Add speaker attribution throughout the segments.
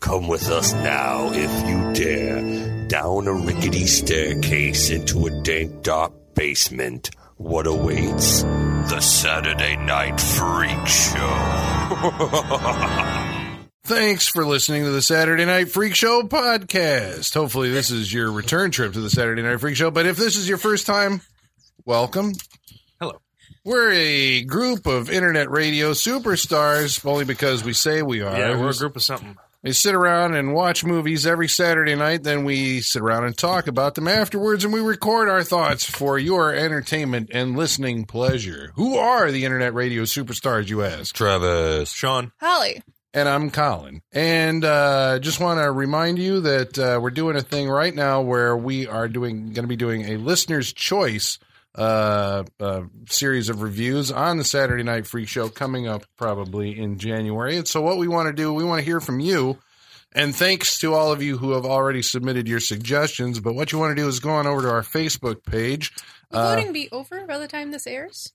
Speaker 1: Come with us now, if you dare, down a rickety staircase into a dank, dark basement. What awaits? The Saturday Night Freak Show.
Speaker 2: Thanks for listening to the Saturday Night Freak Show podcast. Hopefully, this is your return trip to the Saturday Night Freak Show. But if this is your first time, welcome.
Speaker 3: Hello.
Speaker 2: We're a group of internet radio superstars, only because we say we are.
Speaker 3: Yeah, we're a group of something.
Speaker 2: We sit around and watch movies every Saturday night, then we sit around and talk about them afterwards, and we record our thoughts for your entertainment and listening pleasure. Who are the internet radio superstars, you ask?
Speaker 1: Travis.
Speaker 3: Sean,
Speaker 4: Holly.
Speaker 2: and I'm Colin. And uh, just want to remind you that uh, we're doing a thing right now where we are doing going to be doing a listener's choice uh, uh, series of reviews on the Saturday Night Freak Show coming up probably in January. And so, what we want to do, we want to hear from you. And thanks to all of you who have already submitted your suggestions. But what you want to do is go on over to our Facebook page.
Speaker 4: Will
Speaker 2: Uh,
Speaker 4: voting be over by the time this airs?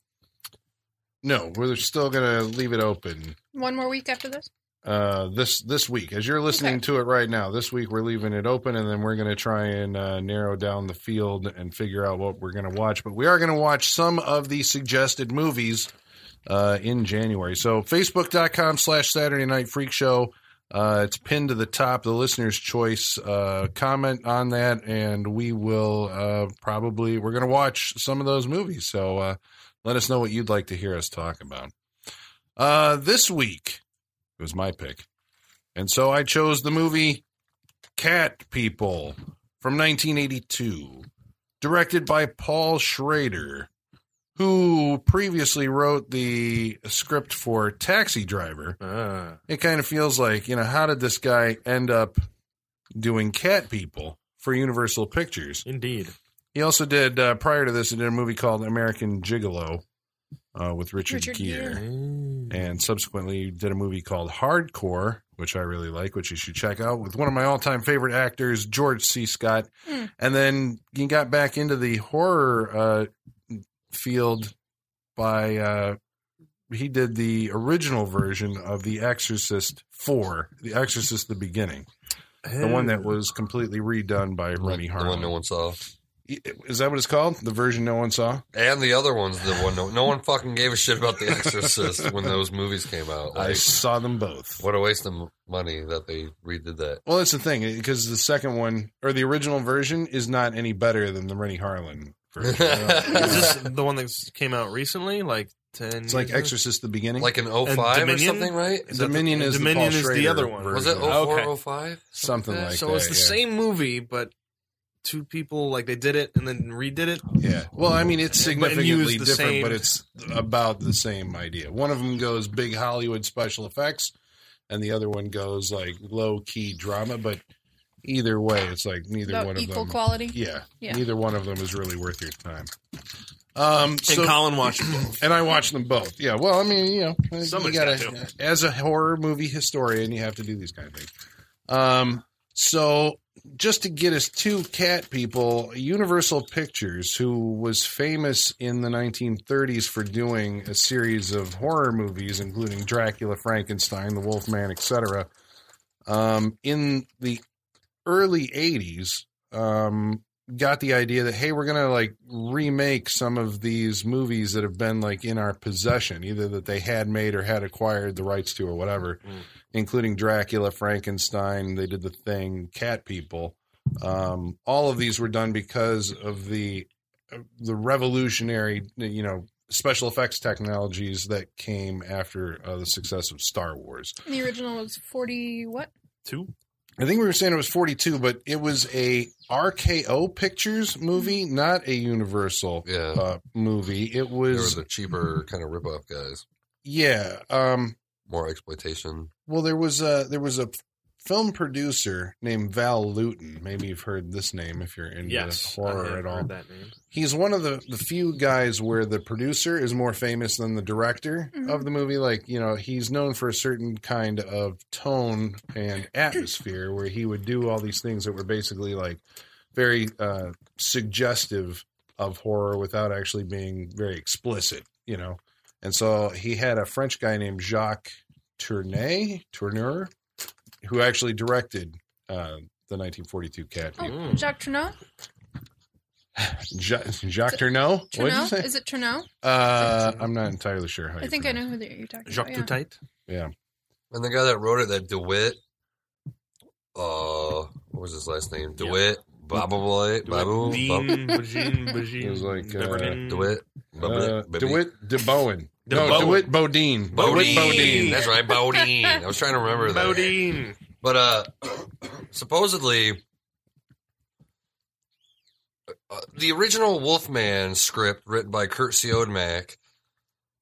Speaker 2: No, we're still going to leave it open.
Speaker 4: One more week after this?
Speaker 2: uh, this this week. As you're listening
Speaker 4: Okay.
Speaker 2: to it right now, this week we're leaving it open, and then we're going to try and uh, narrow down the field and figure out what we're going to watch. But we are going to watch some of the suggested movies uh, in January. So facebook.com slash Saturday Night Freak Show. Uh, it's pinned to the top, the listener's choice. Uh, comment on that, and we will uh, probably we're going to watch some of those movies. So uh, let us know what you'd like to hear us talk about. Uh, this week, it was my pick. And so I chose the movie Cat People from 1982, directed by Paul Schrader, who previously wrote the script for Taxi Driver.
Speaker 3: uh,
Speaker 2: It kind of feels like, you know, how did this guy end up doing Cat People for Universal Pictures?
Speaker 3: indeed.
Speaker 2: He also did, uh, prior to this, he did a movie called American Gigolo uh, with Richard,
Speaker 4: Richard
Speaker 2: Gere
Speaker 4: Gere.
Speaker 2: and subsequently did a movie called Hardcore, which I really like, which you should check out with one of my all-time favorite actors, George C. Scott.
Speaker 4: Mm.
Speaker 2: And then he got back into the horror uh, field by uh, he did the original version of The Exorcist Four, The Exorcist: The Beginning, the one that was completely redone by Remy
Speaker 5: the one no
Speaker 2: Harlan.
Speaker 5: one saw,
Speaker 2: Is that what it's called? The version no one saw.
Speaker 5: and the other ones the one no, no one fucking gave a shit about The Exorcist when those movies came out.
Speaker 2: I
Speaker 5: Like,
Speaker 2: saw them both.
Speaker 5: what a waste of money that they redid that.
Speaker 2: Well, that's the thing because the second one or the original version is not any better than the Rennie Harlan version.
Speaker 3: Is this the one that came out recently? Like 10
Speaker 2: uh, it's like Exorcist: The Beginning.
Speaker 5: like an 05 or
Speaker 3: Dominion?
Speaker 5: something, right?
Speaker 3: is that the-
Speaker 2: Dominion is
Speaker 3: Dominion
Speaker 2: the, Paul
Speaker 3: is the
Speaker 2: Schrader
Speaker 3: other one.
Speaker 2: version.
Speaker 5: Was it
Speaker 3: Oh,
Speaker 5: 04,
Speaker 3: Okay.
Speaker 5: 05?
Speaker 2: something like
Speaker 3: so
Speaker 2: that?
Speaker 3: it's the
Speaker 2: yeah.
Speaker 3: same movie, but two people, like, they did it and then redid it.
Speaker 2: Yeah. Well, I mean, it's
Speaker 3: But- and
Speaker 2: significantly
Speaker 3: used the
Speaker 2: different,
Speaker 3: same-
Speaker 2: but it's about the same idea. One of them goes big Hollywood special effects, and the other one goes like low key drama. But either way, it's like neither
Speaker 4: About
Speaker 2: one of
Speaker 4: equal
Speaker 2: them.
Speaker 4: quality?
Speaker 2: Yeah,
Speaker 4: Yeah.
Speaker 2: Neither one of them is really worth your time. Um.
Speaker 3: And
Speaker 2: so-
Speaker 3: Colin watched both.
Speaker 2: and I watched them both. Yeah. Well, I mean, you know, you
Speaker 3: Somebody's
Speaker 2: gotta-
Speaker 3: got
Speaker 2: as a horror movie historian, you have to do these kind of things. Um, so just to get us to cat people, Universal Pictures, who was famous in the 1930s for doing a series of horror movies, including Dracula, Frankenstein, The Wolfman, etc. Um, in the early 80s, um, got the idea that hey we're gonna like remake some of these movies that have been like in our possession either that they had made or had acquired the rights to or whatever
Speaker 3: Mm.
Speaker 2: including dracula frankenstein they did the thing cat people um, all of these were done because of the uh, the revolutionary you know special effects technologies that came after uh, the success of star wars
Speaker 4: The original was 40 what?
Speaker 3: Two?
Speaker 2: I think we were saying it was 42, but it was a RKO Pictures movie, not a Universal
Speaker 5: Yeah.
Speaker 2: uh, movie. It
Speaker 5: They
Speaker 2: was,
Speaker 5: were the cheaper kind of rip-off guys.
Speaker 2: yeah. Um,
Speaker 5: More exploitation.
Speaker 2: well, there was a there was a film producer named Val Luton. Maybe you've heard this name if you're into
Speaker 3: Yes. I
Speaker 2: horror
Speaker 3: have
Speaker 2: at all.
Speaker 3: heard that name.
Speaker 2: he's one of the, the few guys where the producer is more famous than the director
Speaker 4: Mhm.
Speaker 2: of the movie. Like, you know, he's known for a certain kind of tone and atmosphere where he would do all these things that were basically like very uh, suggestive of horror without actually being very explicit, you know. And so he had a French guy named Jacques Tournay, Tourneur, who actually directed uh, the 1942 cat.
Speaker 4: Oh,
Speaker 5: Mm.
Speaker 4: Jacques Tourneau?
Speaker 2: Ja- Jacques Tourneau? What did you
Speaker 4: Tourneau?
Speaker 2: say?
Speaker 4: Is it Tourneau?
Speaker 2: Uh, I'm not entirely sure how.
Speaker 4: I
Speaker 2: you
Speaker 4: think I
Speaker 2: pronounce
Speaker 4: know who that you're talking
Speaker 3: Jacques
Speaker 4: about. yeah.
Speaker 3: Dutite.
Speaker 5: And the guy that wrote it, that DeWitt, uh, what was his last name? DeWitt, yeah. Bababoy,
Speaker 4: Oh,
Speaker 5: Babu, Bub-
Speaker 6: Bean, Bajin, Bajin.
Speaker 2: It was like, uh,
Speaker 6: Beverlin.
Speaker 5: DeWitt,
Speaker 2: Uh,
Speaker 5: Babu- Babu-
Speaker 2: DeWitt DeBowen. No,
Speaker 6: DeBowen.
Speaker 2: DeWitt Bodine. DeWitt
Speaker 5: Bodine.
Speaker 2: Bodine.
Speaker 5: That's right, Bodine. I was trying to remember that.
Speaker 6: Bodine.
Speaker 5: But uh, supposedly, uh, the original Wolfman script written by Kurt Siodmak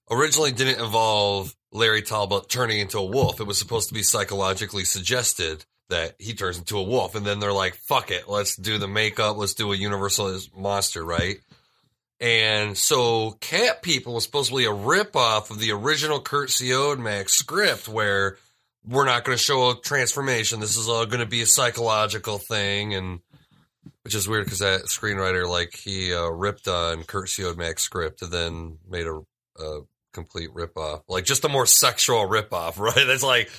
Speaker 5: originally didn't involve Larry Talbot turning into a wolf. It was supposed to be psychologically suggested that he turns into a wolf, and then they're like, "Fuck it, let's do the makeup. Let's do a universal monster, right?" And so, Cat People was supposedly a ripoff of the original Kurt Siodmak script, where we're not going to show a transformation. This is all going to be a psychological thing, and which is weird because that screenwriter, like, he uh, ripped on Kurt Siodmak's script and then made a, a complete ripoff, like just a more sexual ripoff, right? That's like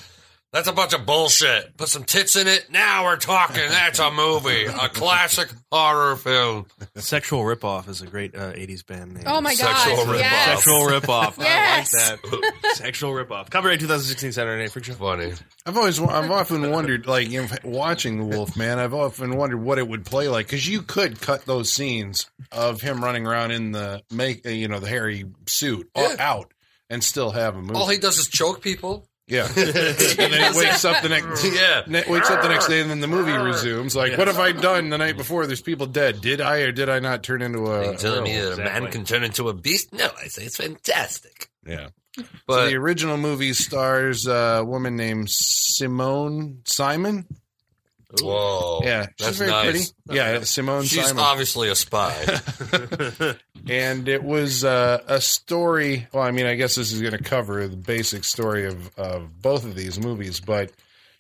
Speaker 5: that's a bunch of bullshit. Put some tits in it. Now we're talking. That's a movie, a classic horror film.
Speaker 6: Sexual Ripoff is a great uh, 80s band name.
Speaker 4: Oh my
Speaker 5: Sexual
Speaker 4: god.
Speaker 5: ripoff.
Speaker 4: Yes.
Speaker 6: Sexual Ripoff.
Speaker 4: Yes.
Speaker 6: I like that. Sexual Ripoff. Copyright 2016 Saturday Night Freak Show.
Speaker 5: Funny.
Speaker 2: I've always, I've often wondered, like you know, watching the Wolf Man, I've often wondered what it would play like because you could cut those scenes of him running around in the make, uh, you know, the hairy suit all
Speaker 5: Yeah.
Speaker 2: out and still have a movie.
Speaker 5: All he does is choke people.
Speaker 2: yeah, and then it wakes up the next,
Speaker 5: Yeah.
Speaker 2: ne- wakes up the next day, and then the movie resumes. Like, what have I done the night before? There's people dead. Did I or did I not turn into a?
Speaker 5: you telling me that
Speaker 2: werewolf?
Speaker 5: a man can turn into a beast? No, I say it's fantastic.
Speaker 2: Yeah. So
Speaker 5: But
Speaker 2: the original movie stars a woman named Simone Simon.
Speaker 5: whoa,
Speaker 2: yeah,
Speaker 5: Oh, that's
Speaker 2: she's very
Speaker 5: nice.
Speaker 2: pretty. Yeah, Simone
Speaker 5: She's
Speaker 2: Simon.
Speaker 5: obviously a spy.
Speaker 2: and it was uh, a story. Well, I mean, I guess this is going to cover the basic story of, of both of these movies, but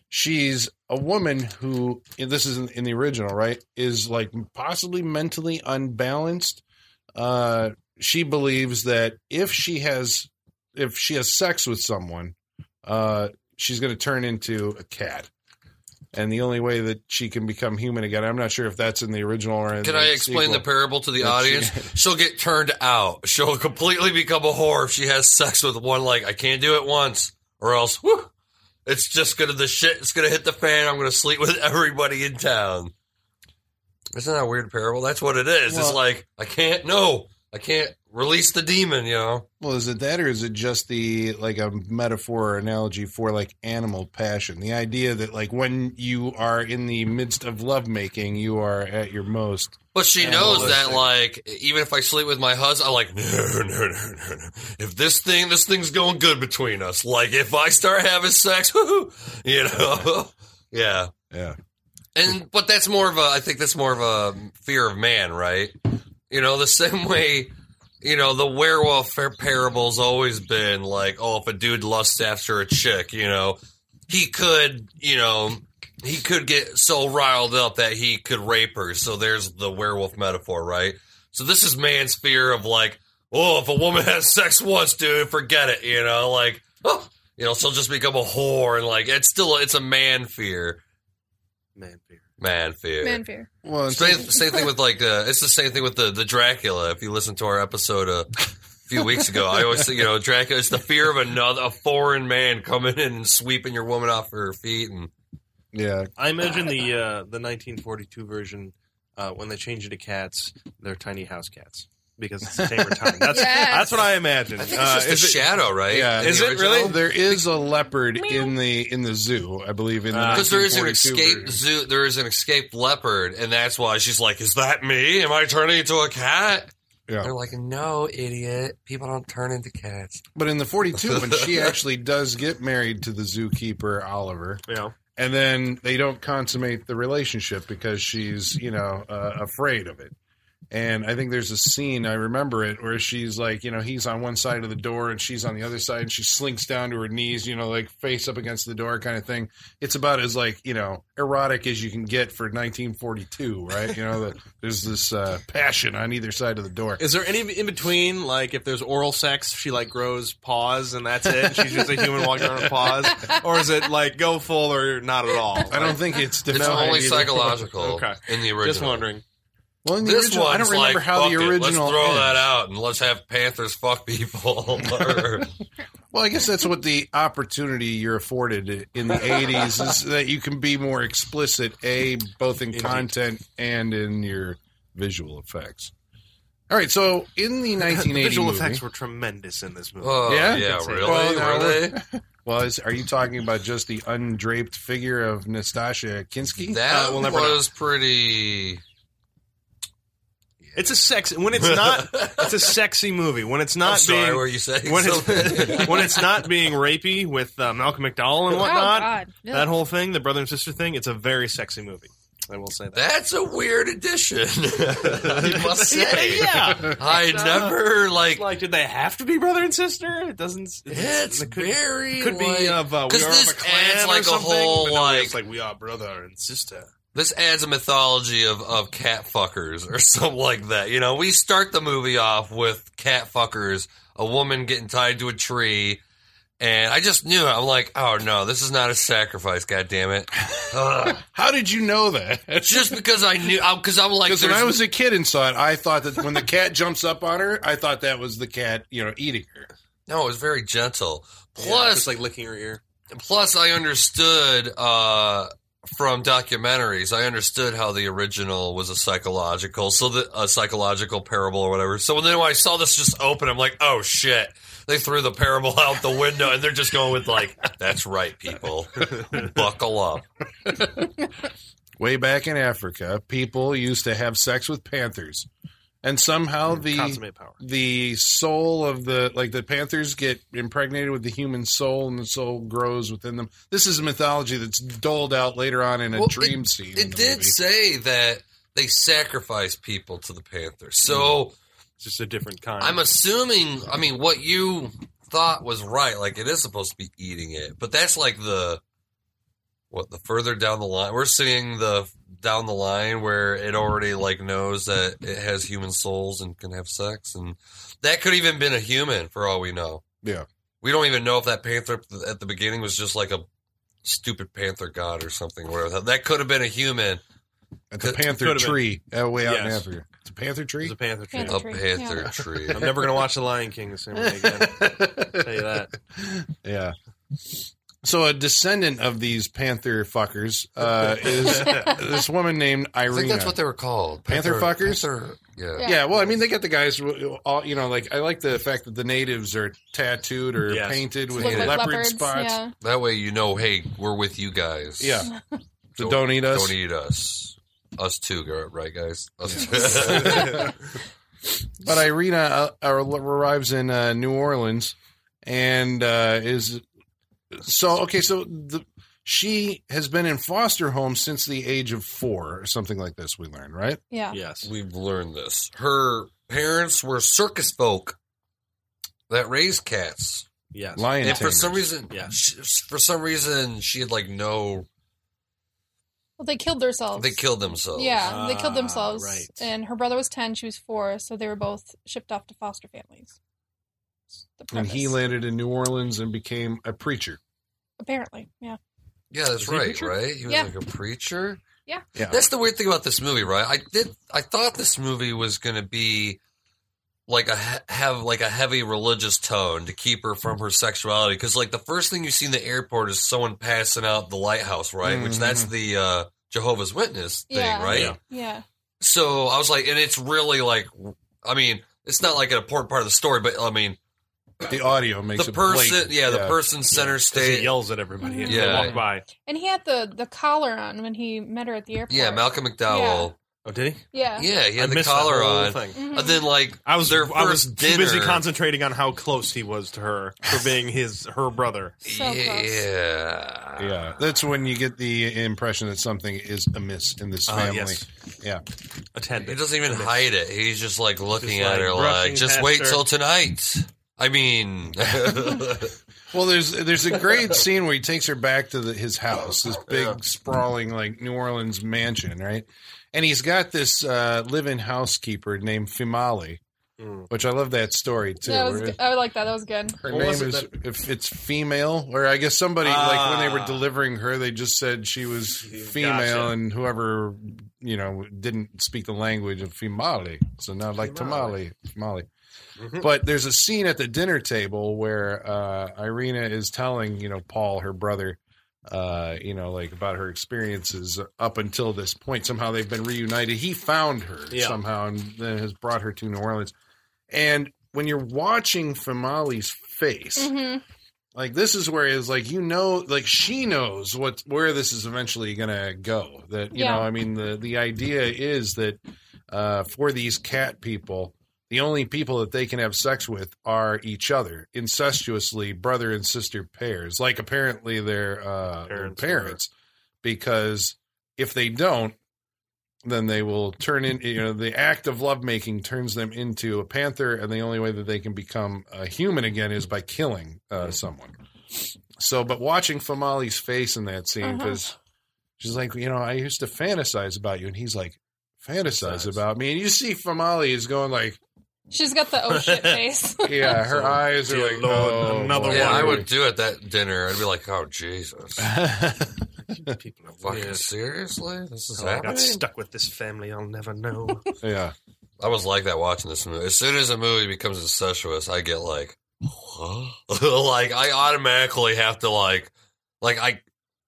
Speaker 2: she's a woman who, and this is in, in the original, right? Is like possibly mentally unbalanced. Uh, she believes that if she has if she has sex with someone, uh, she's going to turn into a cat. And the only way that she can become human again, I'm not sure if that's in the original or in
Speaker 5: Can
Speaker 2: the
Speaker 5: I explain
Speaker 2: sequel.
Speaker 5: the parable to the
Speaker 2: Let's see.
Speaker 5: audience? She'll get turned out. She'll completely become a whore if she has sex with one leg. I can't do it once, or else whew, it's just gonna the shit. It's gonna hit the fan. I'm gonna sleep with everybody in town. Isn't that a weird parable? That's what it is. it's
Speaker 2: Well-
Speaker 5: like I can't. No, I can't release the demon. You know.
Speaker 2: Well, is it that, or is it just the like a metaphor or analogy for like animal passion? The idea that like when you are in the midst of lovemaking, you are at your most.
Speaker 5: But she knows
Speaker 2: Animalistic.
Speaker 5: that, like, even if I sleep with my husband, I'm like, no, no, no, no, no. If this thing, this thing's going good between us. Like, if I start having sex, you know, yeah.
Speaker 2: Yeah,
Speaker 5: And but that's more of a, I think that's more of a fear of man, right? You know, the same way, you know, the werewolf par- parable's always been like, oh, if a dude lusts after a chick, you know, he could, you know, he could get so riled up that he could rape her. So there's the werewolf metaphor, right? So this is man's fear of like, oh, if a woman has sex once, dude, forget it. You know, like, oh, you know, she'll just become a whore, and like, it's still, it's a man fear,
Speaker 6: Man, fear.
Speaker 5: man fear,
Speaker 4: Man fear.
Speaker 2: well, it's,
Speaker 5: same, same thing with like uh, it's the same thing with the the Dracula. If you listen to our episode uh, a few weeks ago, I always say, you know Dracula. It's the fear of another a foreign man coming in and sweeping your woman off her feet. And
Speaker 2: yeah,
Speaker 6: I imagine the uh, the 1942 version uh, when they change it to cats, they're tiny house cats because it's the tamer time. That's
Speaker 4: Yes.
Speaker 6: that's what I imagine.
Speaker 5: I think it's just
Speaker 6: Uh,
Speaker 5: a
Speaker 6: is it-
Speaker 5: shadow, right?
Speaker 2: yeah.
Speaker 5: In
Speaker 6: Is
Speaker 5: the
Speaker 6: it
Speaker 5: original?
Speaker 6: really?
Speaker 2: There is a leopard
Speaker 4: Meow.
Speaker 2: in the in the zoo, I believe. In the
Speaker 6: Ah.
Speaker 5: Because Uh, there is an
Speaker 2: 1942
Speaker 5: escaped
Speaker 2: version.
Speaker 5: zoo, there is an escaped leopard, and that's why she's like, "Is that me? Am I turning into a cat?"
Speaker 2: Yeah.
Speaker 5: They're like, "No, idiot. People don't turn into cats."
Speaker 2: But in the forty-two, when she actually does get married to the zookeeper Oliver,
Speaker 6: You know,
Speaker 2: and then they don't consummate the relationship because she's you know uh, afraid of it And I think there's a scene I remember it where she's like, you know, he's on one side of the door and she's on the other side, and she slinks down to her knees, you know, like face up against the door kind of thing. It's about as like you know erotic as you can get for 1942, right? You know, the, there's this uh, passion on either side of the door.
Speaker 6: Is there any in between? Like, if there's oral sex, she like grows paws and that's it. And she's just a human walking around with paws, or is it like go full or not at all?
Speaker 2: I don't think it's
Speaker 5: It's
Speaker 2: denied
Speaker 5: only
Speaker 2: either.
Speaker 5: psychological
Speaker 6: Okay.
Speaker 5: in the original.
Speaker 6: Just wondering.
Speaker 2: Well, in the
Speaker 5: This
Speaker 2: original,
Speaker 5: one's
Speaker 2: I don't remember
Speaker 5: like,
Speaker 2: how the
Speaker 5: fuck it,
Speaker 2: original.
Speaker 5: Let's throw that
Speaker 2: ends.
Speaker 5: out and let's have Panthers fuck people. Or-
Speaker 2: Well, I guess that's what the opportunity you're afforded in the 80s is that you can be more explicit, A, both in
Speaker 6: Indeed.
Speaker 2: content and in your visual effects. All right, so in the 1980
Speaker 6: The visual
Speaker 2: movie-
Speaker 6: effects were tremendous in this movie.
Speaker 5: oh,
Speaker 2: Yeah?
Speaker 5: yeah,
Speaker 2: Well,
Speaker 5: really?
Speaker 2: now
Speaker 5: Were
Speaker 2: we're- well, is, are you talking about just the undraped figure of Nastasha
Speaker 5: they?
Speaker 2: Kinsky?
Speaker 5: That
Speaker 6: Uh, we'll never know.
Speaker 5: was pretty.
Speaker 6: It's a sex when it's not. it's a sexy movie when it's not
Speaker 5: I'm sorry,
Speaker 6: being
Speaker 5: were you saying
Speaker 6: when
Speaker 5: something?
Speaker 6: it's, when it's not being rapey with uh, Malcolm McDowell and
Speaker 4: Oh,
Speaker 6: whatnot.
Speaker 4: God. No.
Speaker 6: that whole thing, the brother and sister thing, it's a very sexy movie. I will say that.
Speaker 5: That's a weird addition. I must say.
Speaker 6: yeah,
Speaker 5: I
Speaker 6: It's, uh,
Speaker 5: never like.
Speaker 6: Like, did they have to be brother and sister? It doesn't. It's,
Speaker 5: It's
Speaker 6: it could,
Speaker 5: very
Speaker 6: it could
Speaker 5: like-
Speaker 6: be of uh, we
Speaker 5: 'cause
Speaker 6: are
Speaker 5: this
Speaker 6: of a clan
Speaker 5: adds,
Speaker 6: or
Speaker 5: like, a
Speaker 6: something,
Speaker 5: whole,
Speaker 6: but no,
Speaker 5: like-
Speaker 6: it's like we are brother and sister.
Speaker 5: this adds a mythology of of cat fuckers or something like that. You know, we start the movie off with cat fuckers, a woman getting tied to a tree, and I just knew it. I'm like, oh no, this is not a sacrifice. God damn it! Ugh.
Speaker 2: How did you know that?
Speaker 5: just because I knew, because I'm like,
Speaker 2: Because when
Speaker 5: there's-
Speaker 2: I was a kid and saw it, I thought that when the cat jumps up on her, I thought that was the cat, you know, eating her.
Speaker 5: no, it was very gentle.
Speaker 6: yeah,
Speaker 5: Plus,
Speaker 6: just like licking her ear.
Speaker 5: plus I understood uh, from documentaries. I understood how the original was a psychological, so the a psychological parable or whatever. So then when I saw this just open, I'm like, oh shit! They threw the parable out the window, and they're just going with like, that's right, people, buckle up.
Speaker 2: way back in Africa, people used to have sex with panthers, and somehow
Speaker 6: Mm,
Speaker 2: the
Speaker 6: Consummate power.
Speaker 2: the soul of the like the panthers get impregnated with the human soul, and the soul grows within them. This is a mythology that's doled out later on in a
Speaker 5: Well, it-
Speaker 2: dream scene. in
Speaker 5: It
Speaker 2: the
Speaker 5: did
Speaker 2: movie.
Speaker 5: say that they sacrificed people to the Panthers,
Speaker 6: Mm.
Speaker 5: so.
Speaker 6: It's just a different kind.
Speaker 5: I'm assuming. I mean, what you thought was right. Like it is supposed to be eating it, but that's like the what the further down the line we're seeing the down the line where it already like knows that it has human souls and can have sex, and that could even been a human for all we know.
Speaker 2: Yeah.
Speaker 5: we don't even know if that panther at the beginning was just like a stupid panther god or something. Whatever that could have been a human.
Speaker 2: at the
Speaker 5: Could-
Speaker 2: panther
Speaker 6: could've been.
Speaker 2: tree uh, way out in
Speaker 6: Yes.
Speaker 2: Africa. It's a panther
Speaker 6: It's
Speaker 2: tree.
Speaker 6: a panther tree.
Speaker 4: Panther.
Speaker 5: A
Speaker 4: Tree,
Speaker 5: panther
Speaker 4: yeah.
Speaker 5: tree.
Speaker 6: I'm never gonna watch The Lion King the same way again. Tell you that.
Speaker 2: yeah. So a descendant of these panther fuckers uh, is this woman named
Speaker 5: I
Speaker 2: Irina.
Speaker 5: think that's what they were called.
Speaker 2: Panther fuckers?
Speaker 5: Panther, yeah.
Speaker 4: Yeah.
Speaker 2: Yeah, well, I mean, they got the guys. who- All you know, like I like the fact that the natives are tattooed or
Speaker 6: Yes.
Speaker 2: painted with
Speaker 4: Look like
Speaker 2: leopard
Speaker 4: leopards,
Speaker 2: spots.
Speaker 4: Yeah.
Speaker 5: That way you know, hey, we're with you guys.
Speaker 2: Yeah. So don't eat us.
Speaker 5: Don't eat us. Us too, gar- right, guys? Us too.
Speaker 2: But Irina uh, ar- arrives in uh, New Orleans and uh, is so okay. So the, she has been in foster home since the age of four, or something like this. We learn, right?
Speaker 4: Yeah.
Speaker 6: Yes.
Speaker 5: We've learned this. Her parents were circus folk that raised cats.
Speaker 6: Yes.
Speaker 2: Lion.
Speaker 5: And for
Speaker 2: tamers.
Speaker 5: some reason,
Speaker 6: Yeah.
Speaker 5: she, for some reason, she had like no.
Speaker 4: Well, they killed themselves.
Speaker 5: They killed themselves.
Speaker 4: Yeah, they killed
Speaker 6: Ah,
Speaker 4: themselves.
Speaker 6: right.
Speaker 4: And her brother was 10, she was 4, so they were both shipped off to foster families. The
Speaker 2: and he
Speaker 4: premise.
Speaker 2: landed in New Orleans and became a preacher.
Speaker 4: Apparently, yeah.
Speaker 5: Yeah,
Speaker 6: Was
Speaker 5: that's
Speaker 6: he a
Speaker 5: right,
Speaker 6: preacher?
Speaker 5: right? He was
Speaker 4: Yeah.
Speaker 5: like a preacher.
Speaker 4: Yeah.
Speaker 2: Yeah.
Speaker 5: That's the weird thing about this movie, right? I did I thought this movie was going to be like a he- have like a heavy religious tone to keep her from her sexuality cuz like the first thing you see in the airport is someone passing out the lighthouse, right? Which that's the uh Jehovah's Witness thing,
Speaker 4: Yeah.
Speaker 5: right?
Speaker 6: Mm-hmm. Yeah.
Speaker 4: Yeah.
Speaker 5: So I was like and it's really like I mean, it's not like an important part of the story, but I mean,
Speaker 2: The audio makes
Speaker 5: the
Speaker 2: it
Speaker 5: person,
Speaker 2: blatant.
Speaker 5: yeah, the person center
Speaker 6: 'Cause
Speaker 5: stage.
Speaker 6: He yells at everybody as
Speaker 5: Yeah.
Speaker 6: they walk by.
Speaker 4: And he had the the collar on when he met her at the airport.
Speaker 5: Yeah, Malcolm McDowell.
Speaker 6: Oh, did he?
Speaker 4: Yeah. Mm-hmm.
Speaker 5: Yeah, he had
Speaker 6: I
Speaker 5: the
Speaker 6: missed that
Speaker 5: collar
Speaker 6: whole
Speaker 5: on.
Speaker 6: thing.
Speaker 5: And then like
Speaker 6: I was
Speaker 5: their
Speaker 6: I was
Speaker 5: first
Speaker 6: too busy
Speaker 5: dinner-
Speaker 6: concentrating on how close he was to her for being his her brother.
Speaker 4: So close.
Speaker 5: yeah.
Speaker 2: Yeah, that's when you get the impression that something is amiss in this
Speaker 6: Uh,
Speaker 2: family.
Speaker 6: yes.
Speaker 2: Yeah,
Speaker 5: He
Speaker 6: Attendant.
Speaker 5: doesn't even hide it. He's just like looking
Speaker 6: Just,
Speaker 5: at
Speaker 6: like,
Speaker 5: her
Speaker 6: brushing
Speaker 5: like, just
Speaker 6: past
Speaker 5: wait
Speaker 6: her."
Speaker 5: till tonight. I mean,
Speaker 2: Well, there's there's a great scene where he takes her back to the, his house, this big sprawling like New Orleans mansion, right? And he's got this uh, live-in housekeeper named Fimali,
Speaker 6: Hmm.
Speaker 2: which I love that story too.
Speaker 4: That was
Speaker 2: where
Speaker 4: good. I like that. That was good.
Speaker 2: her
Speaker 6: What
Speaker 2: name
Speaker 6: was
Speaker 2: is
Speaker 6: it
Speaker 2: if it's female, or I guess somebody like when they were
Speaker 6: Ah.
Speaker 2: delivering her, they just said she was female,
Speaker 6: Gotcha.
Speaker 2: and whoever you know didn't speak the language of Fimali, so now like tamale, Fimali. But there's a scene at the dinner table where uh, Irina is telling you know Paul, her brother, uh, you know like about her experiences up until this point. Somehow they've been reunited. He found her
Speaker 6: Yeah.
Speaker 2: somehow, and then has brought her to New Orleans. And when you're watching Famali's face,
Speaker 4: hmm
Speaker 2: like this is where it's like you know, like she knows what where this is eventually gonna go. That you
Speaker 4: Yeah.
Speaker 2: know, I mean the the idea is that uh, for these cat people, the only people that they can have sex with are each other, incestuously, brother and sister pairs. Like apparently their uh, parents,
Speaker 6: Parents
Speaker 2: parents because if they don't. Then they will turn in, you know, the act of lovemaking turns them into a panther, and the only way that they can become a human again is by killing uh, someone. So, but watching Famali's face in that scene,
Speaker 4: Uh-huh.
Speaker 2: because she's like, you know, I used to fantasize about you. And he's like, fantasize
Speaker 6: Fantasize.
Speaker 2: about me. And you see Famali is going like,
Speaker 4: She's got the oh shit face.
Speaker 2: yeah, her eyes are
Speaker 6: dear
Speaker 2: like,
Speaker 6: Lord,
Speaker 2: oh,
Speaker 6: another
Speaker 2: boy."
Speaker 6: one.
Speaker 5: yeah, I would do it that dinner. I'd be like, oh Jesus, fucking
Speaker 6: Mm-hmm. Yeah.
Speaker 5: seriously, this is
Speaker 6: How I
Speaker 5: happening.
Speaker 6: got stuck with this family. I'll never know.
Speaker 2: yeah.
Speaker 5: I was like that watching this movie. As soon as a movie becomes incestuous, I get like, huh? like I automatically have to like, like I.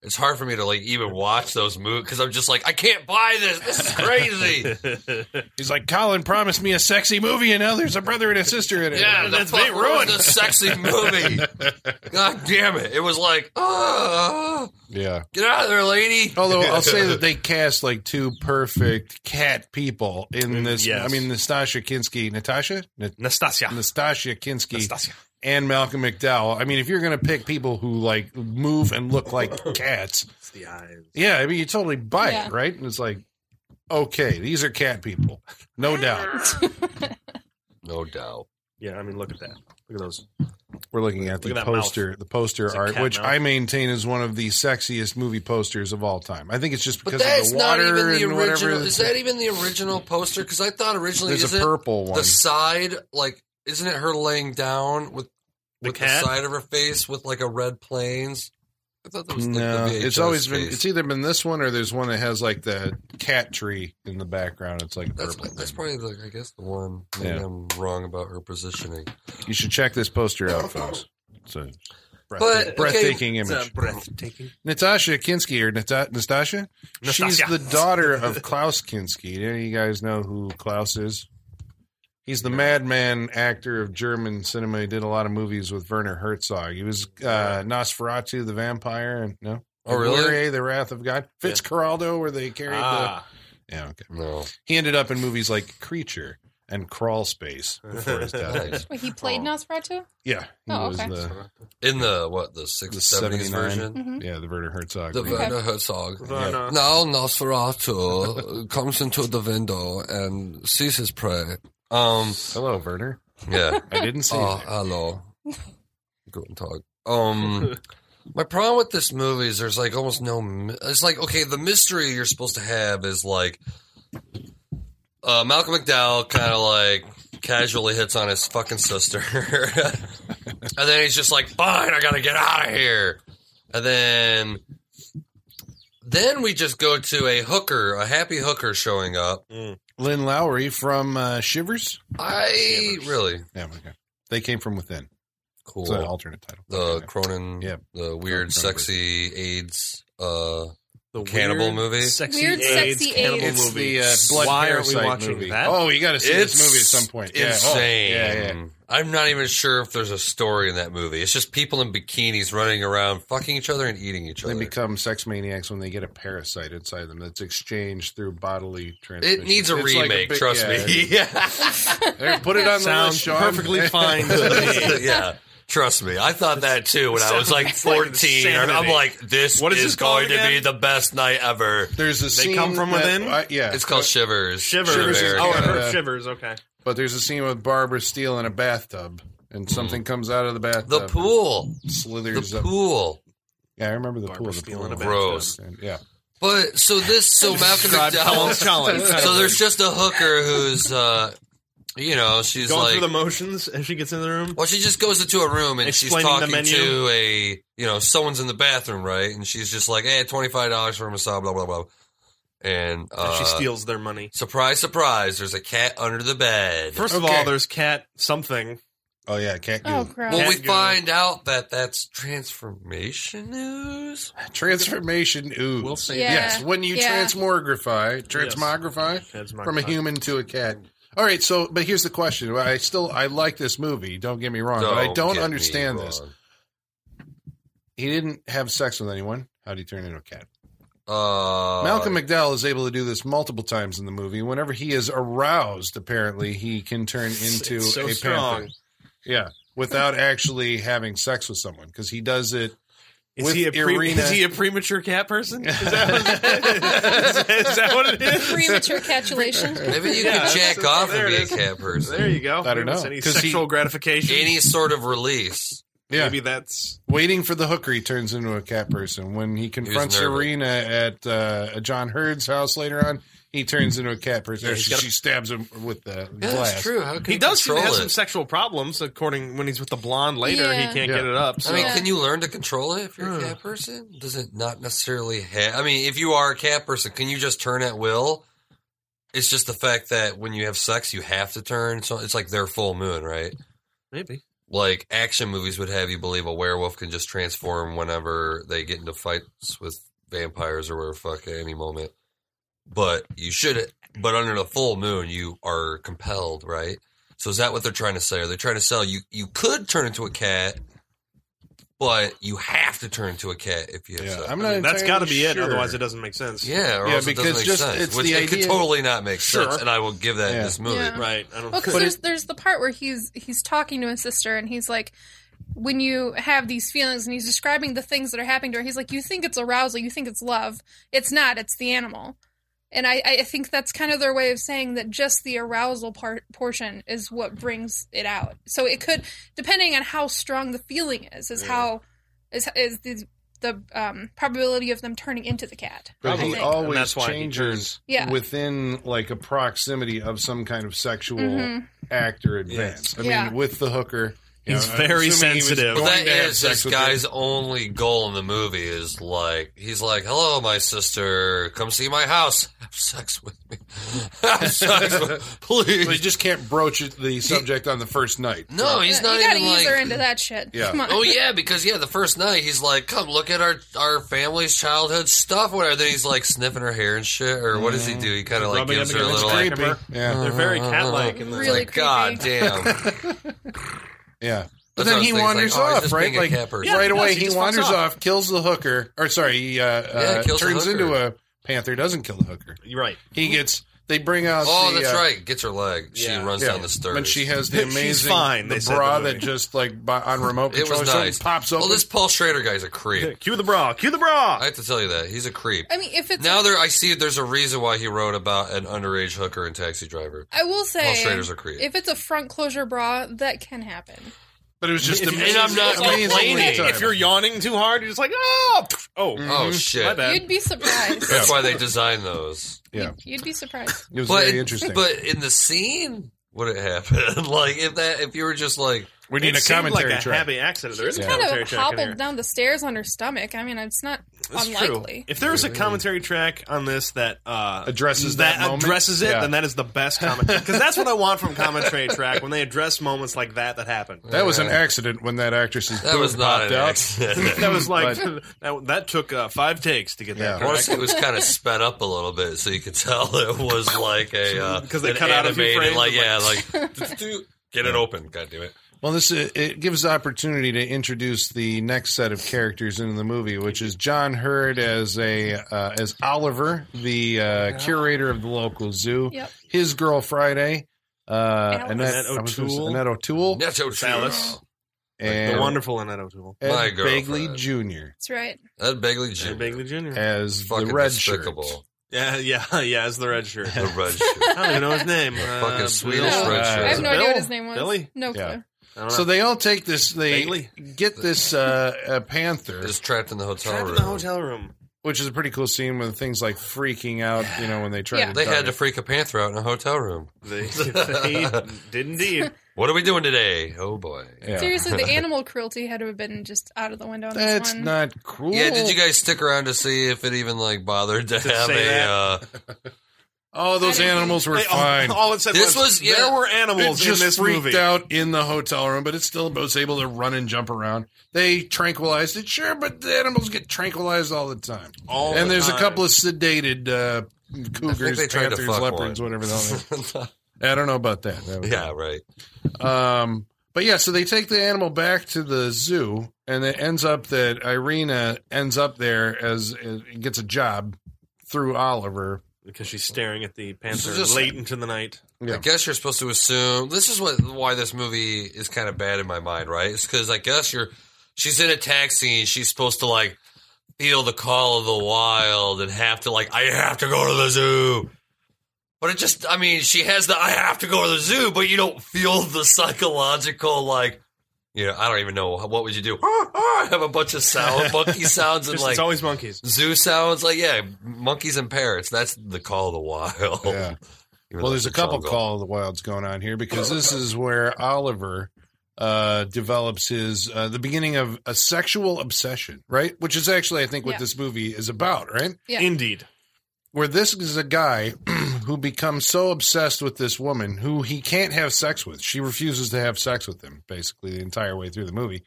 Speaker 5: It's hard for me to like even watch those movies because I'm just like, I can't buy this. This is crazy.
Speaker 2: He's like, Colin promised me a sexy movie, and now there's a brother and a sister in it.
Speaker 5: yeah,
Speaker 6: That's
Speaker 5: the
Speaker 6: being
Speaker 5: fuck ruined
Speaker 6: ruined.
Speaker 5: the sexy movie. God damn it! It was like, ah,
Speaker 2: yeah.
Speaker 5: get out of there, lady.
Speaker 2: Although I'll say that they cast like two perfect cat people in this.
Speaker 6: Mm, Yes.
Speaker 2: I mean, Nastasha Kinsky, Natasha, Na-
Speaker 6: Nastasia.
Speaker 2: Nastasha Kinsky,
Speaker 6: Nastasia.
Speaker 2: and Malcolm McDowell. I mean, if you're going to pick people who like move and look like cats,
Speaker 6: It's the eyes.
Speaker 2: yeah, I mean, you totally buy
Speaker 4: Yeah.
Speaker 2: it, right? And it's like, okay, these are cat people, no doubt.
Speaker 5: No doubt.
Speaker 6: Yeah, I mean, look at that. Look at those.
Speaker 2: We're looking at
Speaker 6: Look
Speaker 2: the
Speaker 6: at that
Speaker 2: poster, the poster
Speaker 6: It's a
Speaker 2: art,
Speaker 6: cat
Speaker 2: which
Speaker 6: mouth.
Speaker 2: I maintain is one of the sexiest movie posters of all time. I think it's just
Speaker 5: But
Speaker 2: because of
Speaker 5: that's
Speaker 2: the
Speaker 5: not
Speaker 2: water
Speaker 5: even the
Speaker 2: and whatever.
Speaker 5: original. Is that even the original poster? Because I thought originally
Speaker 2: There's
Speaker 5: is
Speaker 2: a
Speaker 5: it
Speaker 2: purple one.
Speaker 5: the side like isn't it her laying down with
Speaker 6: The
Speaker 5: with
Speaker 6: cat?
Speaker 5: the side of her face with like a red plains? I thought that was like,
Speaker 2: No,
Speaker 5: the VHS
Speaker 2: it's always been.
Speaker 5: face.
Speaker 2: It's either been this one or there's one that has like the cat tree in the background. It's like a
Speaker 5: that's
Speaker 2: purple.
Speaker 5: that's probably the I guess the one. Maybe
Speaker 2: Yeah.
Speaker 5: I'm wrong about her positioning.
Speaker 2: you should check this poster out, folks. It's a breath-
Speaker 5: But, okay, um,
Speaker 2: breathtaking
Speaker 6: It's
Speaker 2: image.
Speaker 6: a breathtaking.
Speaker 2: Natasha Kinsky or Nata- Nastasha? She's
Speaker 6: Nastasia.
Speaker 2: the daughter of Klaus Kinski. Do any of you guys know who Klaus is? He's the madman actor of German cinema. He did a lot of movies with Werner Herzog. He was uh, Nosferatu, the vampire, and no,
Speaker 5: Oh, really?
Speaker 2: Lemuria, the Wrath of God, Fitzcarraldo, where they carried
Speaker 6: Ah,
Speaker 2: the yeah. Okay,
Speaker 5: No,
Speaker 2: he ended up in movies like Creature and Crawl Space before his death.
Speaker 5: nice.
Speaker 4: Wait, he played
Speaker 5: Oh.
Speaker 4: Nosferatu?
Speaker 2: yeah, he
Speaker 4: Oh,
Speaker 2: was
Speaker 4: okay.
Speaker 2: the,
Speaker 5: In the what the six
Speaker 2: the
Speaker 5: seventies
Speaker 2: seventy
Speaker 5: version,
Speaker 4: Mm-hmm.
Speaker 2: nine.
Speaker 4: Hmm.
Speaker 2: Yeah, the Werner Herzog.
Speaker 5: the
Speaker 2: remake.
Speaker 5: Werner Herzog.
Speaker 6: Werner.
Speaker 5: Now Nosferatu comes into the window and sees his prey. Um,
Speaker 2: Hello, Werner.
Speaker 5: yeah.
Speaker 2: I didn't see.
Speaker 5: Oh,
Speaker 2: you.
Speaker 5: hello. Guten Tag. Um, my problem with this movie is there's like almost no. mi- It's like okay, the mystery you're supposed to have is like uh, Malcolm McDowell kind of like casually hits on his fucking sister, and then he's just like, "Fine, I gotta get out of here," and then. Then we just go to a hooker, a happy hooker showing up.
Speaker 2: Lynn Lowry from uh, Shivers.
Speaker 5: I really
Speaker 2: Yeah, okay. They came from within.
Speaker 5: cool.
Speaker 2: It's an alternate title.
Speaker 5: the Cronin,
Speaker 2: Yeah.
Speaker 5: the weird,
Speaker 2: Cronin.
Speaker 5: sexy AIDS uh,
Speaker 6: The
Speaker 5: Cannibal
Speaker 6: weird,
Speaker 5: movie?
Speaker 6: Sexy
Speaker 4: Weird,
Speaker 6: AIDS
Speaker 4: sexy
Speaker 6: cannibal
Speaker 4: AIDS.
Speaker 2: It's
Speaker 6: movie.
Speaker 2: the uh, blood
Speaker 6: Why are we
Speaker 2: parasite
Speaker 6: watching
Speaker 2: movie.
Speaker 6: that?
Speaker 2: Oh, you got to see
Speaker 5: It's
Speaker 2: this movie at some point. Yeah. oh,
Speaker 5: Insane.
Speaker 2: yeah, yeah.
Speaker 5: I'm not even sure if there's a story in that movie. It's just people in bikinis running around, fucking each other and eating each
Speaker 2: They
Speaker 5: other.
Speaker 2: become sex maniacs when they get a parasite inside them that's exchanged through bodily transmission.
Speaker 5: it needs a
Speaker 2: It's like
Speaker 5: remake.
Speaker 2: big-
Speaker 5: trust
Speaker 2: yeah.
Speaker 5: me. Yeah.
Speaker 2: Hey, put it on the
Speaker 6: Sounds
Speaker 2: list, Sean.
Speaker 6: perfectly fine to me.
Speaker 5: yeah. Trust me. I thought that too when I was like
Speaker 6: Sounds like
Speaker 5: 14. and I'm
Speaker 6: insanity.
Speaker 5: like, this
Speaker 6: What is
Speaker 5: is
Speaker 6: this
Speaker 5: going
Speaker 6: called
Speaker 5: to be
Speaker 6: again?
Speaker 5: the best night ever.
Speaker 2: There's a
Speaker 6: They
Speaker 2: scene
Speaker 6: come from
Speaker 2: that-
Speaker 6: within?
Speaker 2: I- yeah,
Speaker 5: It's called Shivers.
Speaker 6: Shivers.
Speaker 5: Shivers
Speaker 2: is-
Speaker 6: oh,
Speaker 5: America.
Speaker 6: I heard
Speaker 2: Yeah.
Speaker 6: Shivers. Okay.
Speaker 2: But there's a scene with Barbara Steele in a bathtub, and something comes out of the bathtub.
Speaker 5: The
Speaker 2: and
Speaker 5: pool.
Speaker 2: slithers
Speaker 5: The
Speaker 2: up.
Speaker 5: pool.
Speaker 2: Yeah, I remember the
Speaker 6: Barbara
Speaker 2: pool. The
Speaker 6: Steele
Speaker 2: pool.
Speaker 6: in a
Speaker 5: Gross.
Speaker 2: And- Yeah,
Speaker 5: But so this, so Malcolm
Speaker 6: Describe
Speaker 5: McDowell.
Speaker 6: Colin Collins.
Speaker 5: So there's just a hooker who's, uh, you know, she's
Speaker 6: going
Speaker 5: like,
Speaker 6: through the motions as she gets in the room.
Speaker 5: well, she just goes into a room and she's
Speaker 6: Explaining the
Speaker 5: talking
Speaker 6: menu.
Speaker 5: to a, you know, someone's in the bathroom, right? And she's just like, hey, twenty five dollars for a massage, blah blah blah. And
Speaker 6: And
Speaker 5: uh,
Speaker 6: she steals their money.
Speaker 5: Surprise, surprise! There's a cat under the bed.
Speaker 6: First of
Speaker 2: Okay.
Speaker 6: all, there's cat something.
Speaker 2: oh yeah, can't
Speaker 4: Oh,
Speaker 2: do
Speaker 4: crap.
Speaker 5: well, we
Speaker 6: Cat goo.
Speaker 5: find out that that's transformation news.
Speaker 2: transformation ooze.
Speaker 6: We'll see.
Speaker 4: Yeah.
Speaker 2: Yes, when you
Speaker 4: Yeah.
Speaker 2: transmogrify, transmogrify
Speaker 6: That's my
Speaker 2: from a
Speaker 6: thought.
Speaker 2: human to a cat. All right, so but here's the question. I still I like this movie. Don't get me wrong, but I don't
Speaker 5: get me
Speaker 2: understand this.
Speaker 5: wrong.
Speaker 2: He didn't have sex with anyone. How do you turn into a cat?
Speaker 5: Uh,
Speaker 2: Malcolm McDowell is able to do this multiple times in the movie. Whenever he is aroused, apparently he can turn into
Speaker 6: It's so
Speaker 2: a panther.
Speaker 6: strong.
Speaker 2: Yeah, without actually having sex with someone because he does it.
Speaker 6: Is
Speaker 2: with
Speaker 6: he, a pre-
Speaker 2: Irina-
Speaker 6: is he a premature cat person? Is that what it is? Is that what it is?
Speaker 4: Premature catulation.
Speaker 5: Maybe you
Speaker 6: Yeah,
Speaker 5: could jack
Speaker 6: so
Speaker 5: off
Speaker 6: there
Speaker 5: and be
Speaker 6: it
Speaker 5: a
Speaker 6: is.
Speaker 5: cat person.
Speaker 6: There you go.
Speaker 2: I don't
Speaker 6: Maybe it's
Speaker 2: know.
Speaker 6: Any
Speaker 2: 'Cause he-
Speaker 6: sexual gratification.
Speaker 5: Any sort of release.
Speaker 2: Yeah,
Speaker 6: Maybe that's
Speaker 2: waiting for the hooker, he turns into a cat person. When he confronts
Speaker 5: nervous.
Speaker 2: Serena at uh, John Hurd's house later on, he turns into a cat person.
Speaker 6: Yeah, he's
Speaker 2: she,
Speaker 6: got a-
Speaker 2: she stabs him with the
Speaker 5: Yeah,
Speaker 2: glass.
Speaker 5: that's true. How can
Speaker 6: he
Speaker 5: you
Speaker 6: does seem to
Speaker 5: control
Speaker 6: have
Speaker 5: it?
Speaker 6: some sexual problems. According when he's with the blonde later,
Speaker 4: Yeah.
Speaker 6: he can't
Speaker 2: Yeah.
Speaker 6: get it Hmm. up. So.
Speaker 5: I mean,
Speaker 4: Yeah.
Speaker 5: can you learn to control it if you're a
Speaker 6: Huh.
Speaker 5: cat person? Does it not necessarily have? I mean, if you are a cat person, can you just turn at will? It's just the fact that when you have sex, you have to turn. So it's like their full moon, right?
Speaker 6: maybe
Speaker 5: Like action movies would have you believe a werewolf can just transform whenever they get into fights with vampires or whatever fuck at any moment. But you should. But under the full moon, you are compelled, right? So is that what they're trying to say? Are they trying to sell you? You could turn into a cat, but you have to turn into a cat if you have
Speaker 2: Yeah,
Speaker 5: sex.
Speaker 2: I'm not.
Speaker 6: that's got to be it.
Speaker 2: entirely
Speaker 6: Otherwise,
Speaker 2: sure.
Speaker 6: it doesn't make sense.
Speaker 5: Yeah, or
Speaker 2: Yeah,
Speaker 5: else it
Speaker 2: because
Speaker 5: doesn't make
Speaker 2: just-
Speaker 5: sense.
Speaker 2: it's
Speaker 5: which
Speaker 2: the
Speaker 5: it could
Speaker 2: idea-
Speaker 5: totally not make sense,
Speaker 6: Sure.
Speaker 5: and I will give that
Speaker 2: Yeah.
Speaker 5: this movie.
Speaker 4: Yeah.
Speaker 6: Right. I don't.
Speaker 4: Well, because
Speaker 6: But
Speaker 4: there's there's the part where he's he's talking to his sister and he's like, when you have these feelings and he's describing the things that are happening to her, he's like, you think it's arousal, you think it's love, it's not, it's the animal. And I, I think that's kind of their way of saying that just the arousal part portion is what brings it out. So it could, depending on how strong the feeling is, is how is is the the um, probability of them turning into the cat.
Speaker 2: But
Speaker 4: I
Speaker 2: he
Speaker 4: think.
Speaker 2: always
Speaker 6: And that's why he
Speaker 2: changes
Speaker 4: Yeah.
Speaker 2: within like a proximity of some kind of sexual
Speaker 6: Mm-hmm.
Speaker 4: Mhm.
Speaker 2: act or advance. I mean,
Speaker 4: Yeah.
Speaker 2: with the hooker, you
Speaker 6: He's
Speaker 2: know,
Speaker 6: very
Speaker 2: assuming he was
Speaker 6: sensitive.
Speaker 5: But
Speaker 2: going
Speaker 5: that
Speaker 2: to have
Speaker 5: is
Speaker 2: sex
Speaker 5: this
Speaker 2: with her.
Speaker 5: guy's only goal in the movie is like he's like, "Hello, my sister, come see my house, have sex with me, have sex with, please."
Speaker 2: But you just can't broach it- the subject on the first night.
Speaker 5: no, he's
Speaker 4: you
Speaker 5: not
Speaker 4: gotta
Speaker 5: even
Speaker 4: ease
Speaker 5: like.
Speaker 4: her into that shit.
Speaker 2: Yeah.
Speaker 4: Come on.
Speaker 5: Oh yeah, because yeah, the first night he's like, "Come look at our our family's childhood stuff." Whatever. Then he's like sniffing her hair and shit, or what does he do? He kind of like
Speaker 6: rubbing
Speaker 5: gives
Speaker 6: up
Speaker 5: her a
Speaker 6: against
Speaker 5: little.
Speaker 6: the
Speaker 5: Like,
Speaker 6: creeper.
Speaker 2: Creeper. Yeah,
Speaker 5: Uh-huh.
Speaker 6: They're very cat-like. In the,
Speaker 4: Really
Speaker 5: like, God damn!
Speaker 2: yeah. But
Speaker 5: That's what I
Speaker 2: then he
Speaker 5: was thinking, it's
Speaker 2: wanders
Speaker 5: like, oh, he's
Speaker 2: off,
Speaker 5: just
Speaker 2: right?
Speaker 5: being a
Speaker 2: Like
Speaker 5: cat person.
Speaker 6: Yeah,
Speaker 2: right
Speaker 6: he does,
Speaker 2: away,
Speaker 6: he
Speaker 2: he,
Speaker 6: just
Speaker 2: wanders
Speaker 6: fucks
Speaker 2: off.
Speaker 6: off.
Speaker 2: kills the hooker, or sorry, he uh, uh,
Speaker 5: kills the
Speaker 2: turns
Speaker 5: hooker.
Speaker 2: into a panther. Doesn't kill the hooker.
Speaker 6: You're right.
Speaker 2: He gets. They bring out.
Speaker 5: Oh,
Speaker 2: the,
Speaker 5: that's
Speaker 2: uh,
Speaker 5: right. Gets her leg. She
Speaker 6: Yeah.
Speaker 5: runs
Speaker 2: Yeah.
Speaker 5: down the stairs.
Speaker 2: When she has the
Speaker 6: She's
Speaker 2: amazing
Speaker 6: fine, they
Speaker 2: the
Speaker 6: said
Speaker 2: bra
Speaker 6: in the
Speaker 2: that
Speaker 6: movie.
Speaker 2: just like by, on remote
Speaker 5: it
Speaker 2: control or
Speaker 5: was nice.
Speaker 2: something pops open.
Speaker 5: Well, this Paul Schrader guy's a creep.
Speaker 6: Cue the bra. Cue the bra.
Speaker 5: I have to tell you that he's a creep.
Speaker 4: I mean, if it's
Speaker 5: Now there, I see there's a reason why he wrote about an underage hooker and taxi driver.
Speaker 4: I will
Speaker 5: All
Speaker 4: say,
Speaker 5: straighters are creep.
Speaker 4: if it's a front closure bra, that can happen.
Speaker 2: but it was just
Speaker 6: If you-
Speaker 2: amazing.
Speaker 5: and I'm not
Speaker 2: amazingly
Speaker 5: complaining.
Speaker 2: timed.
Speaker 6: if you're yawning too hard, you're just like, oh, oh,
Speaker 5: Oh shit!
Speaker 6: my bad.
Speaker 4: You'd be surprised.
Speaker 5: That's why they designed those.
Speaker 2: yeah,
Speaker 4: You'd be surprised.
Speaker 2: it was
Speaker 5: But
Speaker 2: very interesting.
Speaker 5: But in the scene, would it happen? like if that, if you were just like,
Speaker 2: We need
Speaker 6: it
Speaker 2: a
Speaker 6: seemed
Speaker 2: commentary
Speaker 6: like a
Speaker 2: track.
Speaker 6: happy accident. There is
Speaker 4: She
Speaker 6: a
Speaker 4: kind
Speaker 6: commentary
Speaker 4: of
Speaker 6: track in
Speaker 4: hobbled
Speaker 6: here.
Speaker 4: down the stairs on her stomach. I mean, it's not
Speaker 6: That's
Speaker 4: unlikely.
Speaker 6: If there is a commentary track on this that uh,
Speaker 2: Mm-hmm. Addresses that moment?
Speaker 6: addresses it,
Speaker 2: Yeah.
Speaker 6: then that is the best commentary because that's what I want from commentary track when they address moments like that that happened.
Speaker 2: That was an accident when that actress's
Speaker 5: That
Speaker 2: boob
Speaker 5: was not
Speaker 2: popped
Speaker 5: an
Speaker 2: out.
Speaker 5: accident.
Speaker 6: That was like that, that took uh, five takes to get that.
Speaker 2: Yeah.
Speaker 5: I want
Speaker 6: correct.
Speaker 5: to say it was kind of sped up a little bit, so you could tell it was like a uh,
Speaker 6: 'Cause they
Speaker 5: an
Speaker 6: cut out a few
Speaker 5: animated,
Speaker 6: frames
Speaker 5: like
Speaker 6: of,
Speaker 5: yeah, like do- get it open. God damn it!
Speaker 2: Well, this uh, it gives opportunity to introduce the next set of characters in the movie, which is John Hurd as a uh, as Oliver, the uh, curator of the local zoo.
Speaker 4: Yep.
Speaker 2: His girl Friday, uh,
Speaker 4: Alice.
Speaker 2: Annette,
Speaker 6: Annette
Speaker 2: I was gonna say
Speaker 6: O'Toole.
Speaker 2: Annette O'Toole,
Speaker 5: Nacho
Speaker 6: Alice.
Speaker 5: Churro.
Speaker 2: and
Speaker 6: the wonderful Annette O'Toole,
Speaker 2: Ed
Speaker 5: My
Speaker 2: Begley
Speaker 5: girlfriend.
Speaker 2: Jr.
Speaker 4: That's right.
Speaker 5: Ed Begley Jr.
Speaker 6: Ed Begley Jr.
Speaker 2: as the
Speaker 5: Fucking
Speaker 2: red
Speaker 5: despicable.
Speaker 2: shirt.
Speaker 6: Yeah, yeah, yeah. As the red shirt.
Speaker 5: The red shirt.
Speaker 6: I don't even know his name. Uh,
Speaker 5: fucking Swedish
Speaker 4: No,
Speaker 5: red
Speaker 2: I
Speaker 5: shirt.
Speaker 4: I have no
Speaker 6: Bill?
Speaker 4: idea what his name was.
Speaker 6: Billy?
Speaker 4: No clue.
Speaker 2: Yeah.
Speaker 6: I don't know.
Speaker 2: So they all take this. They
Speaker 6: Begley.
Speaker 2: get this uh, uh, panther,
Speaker 5: Just trapped in the hotel
Speaker 6: trapped
Speaker 5: room.
Speaker 6: in the hotel room.
Speaker 2: which is a pretty cool scene when things like freaking out. You know when they try
Speaker 4: Yeah.
Speaker 2: to
Speaker 5: They had
Speaker 2: dart
Speaker 5: to
Speaker 2: it.
Speaker 5: freak a panther out in a hotel room.
Speaker 6: They, they did indeed.
Speaker 5: What are we doing today? Oh boy.
Speaker 2: Yeah.
Speaker 4: Seriously, the animal cruelty had to have been just out of the window on
Speaker 2: That's
Speaker 4: this one.
Speaker 2: not cool.
Speaker 5: Yeah, did you guys stick around to see if it even like bothered to have
Speaker 6: say
Speaker 5: a?
Speaker 6: that?
Speaker 5: Uh,
Speaker 2: Oh, those
Speaker 4: I didn't-
Speaker 2: animals were
Speaker 6: They- all-
Speaker 2: fine.
Speaker 6: All, it said
Speaker 5: This
Speaker 6: was,
Speaker 5: was- yeah.
Speaker 6: there were
Speaker 2: it
Speaker 6: animals in
Speaker 2: just
Speaker 6: this
Speaker 2: freaked
Speaker 6: movie.
Speaker 2: out in the hotel room, but it still was able to run and jump around. They tranquilized it, sure, but the animals get tranquilized all the time.
Speaker 6: All
Speaker 2: and
Speaker 6: the
Speaker 2: there's
Speaker 6: time.
Speaker 2: a couple of sedated uh, cougars,
Speaker 5: they tried to
Speaker 2: panthers,
Speaker 5: fuck
Speaker 2: leopards,
Speaker 5: one.
Speaker 2: whatever the hell. they- I don't know about that. That was-
Speaker 5: yeah, right.
Speaker 2: Um, but yeah, so they take the animal back to the zoo, and it ends up that Irina ends up there as uh, gets a job through Oliver.
Speaker 6: because she's staring at the panther
Speaker 2: just-
Speaker 6: late into the night.
Speaker 2: Yeah.
Speaker 5: I guess you're supposed to assume this is what why this movie is kind of bad in my mind, right? It's because I guess you're she's in a taxi and she's supposed to like feel the call of the wild and have to like I have to go to the zoo. But it just I mean, she has the I have to go to the zoo, but you don't feel the psychological like you know, I don't even know what would you do? have a bunch of sound monkey sounds and
Speaker 6: Just,
Speaker 5: like
Speaker 6: it's always monkeys.
Speaker 5: zoo sounds like yeah, monkeys and parrots. That's the call of the wild.
Speaker 6: Oh.
Speaker 2: Yeah.
Speaker 5: Even
Speaker 2: Well,
Speaker 5: though
Speaker 2: there's a
Speaker 5: it's all
Speaker 2: couple
Speaker 5: gone.
Speaker 2: Call of the Wilds going on here because this is where Oliver uh, develops his uh, the beginning of a sexual obsession, right? Which is actually, I think, what
Speaker 4: Yeah.
Speaker 2: this movie is about, right?
Speaker 4: Yeah.
Speaker 6: Indeed.
Speaker 2: Where this is a guy who becomes so obsessed with this woman who he can't have sex with. She refuses to have sex with him basically the entire way through the movie.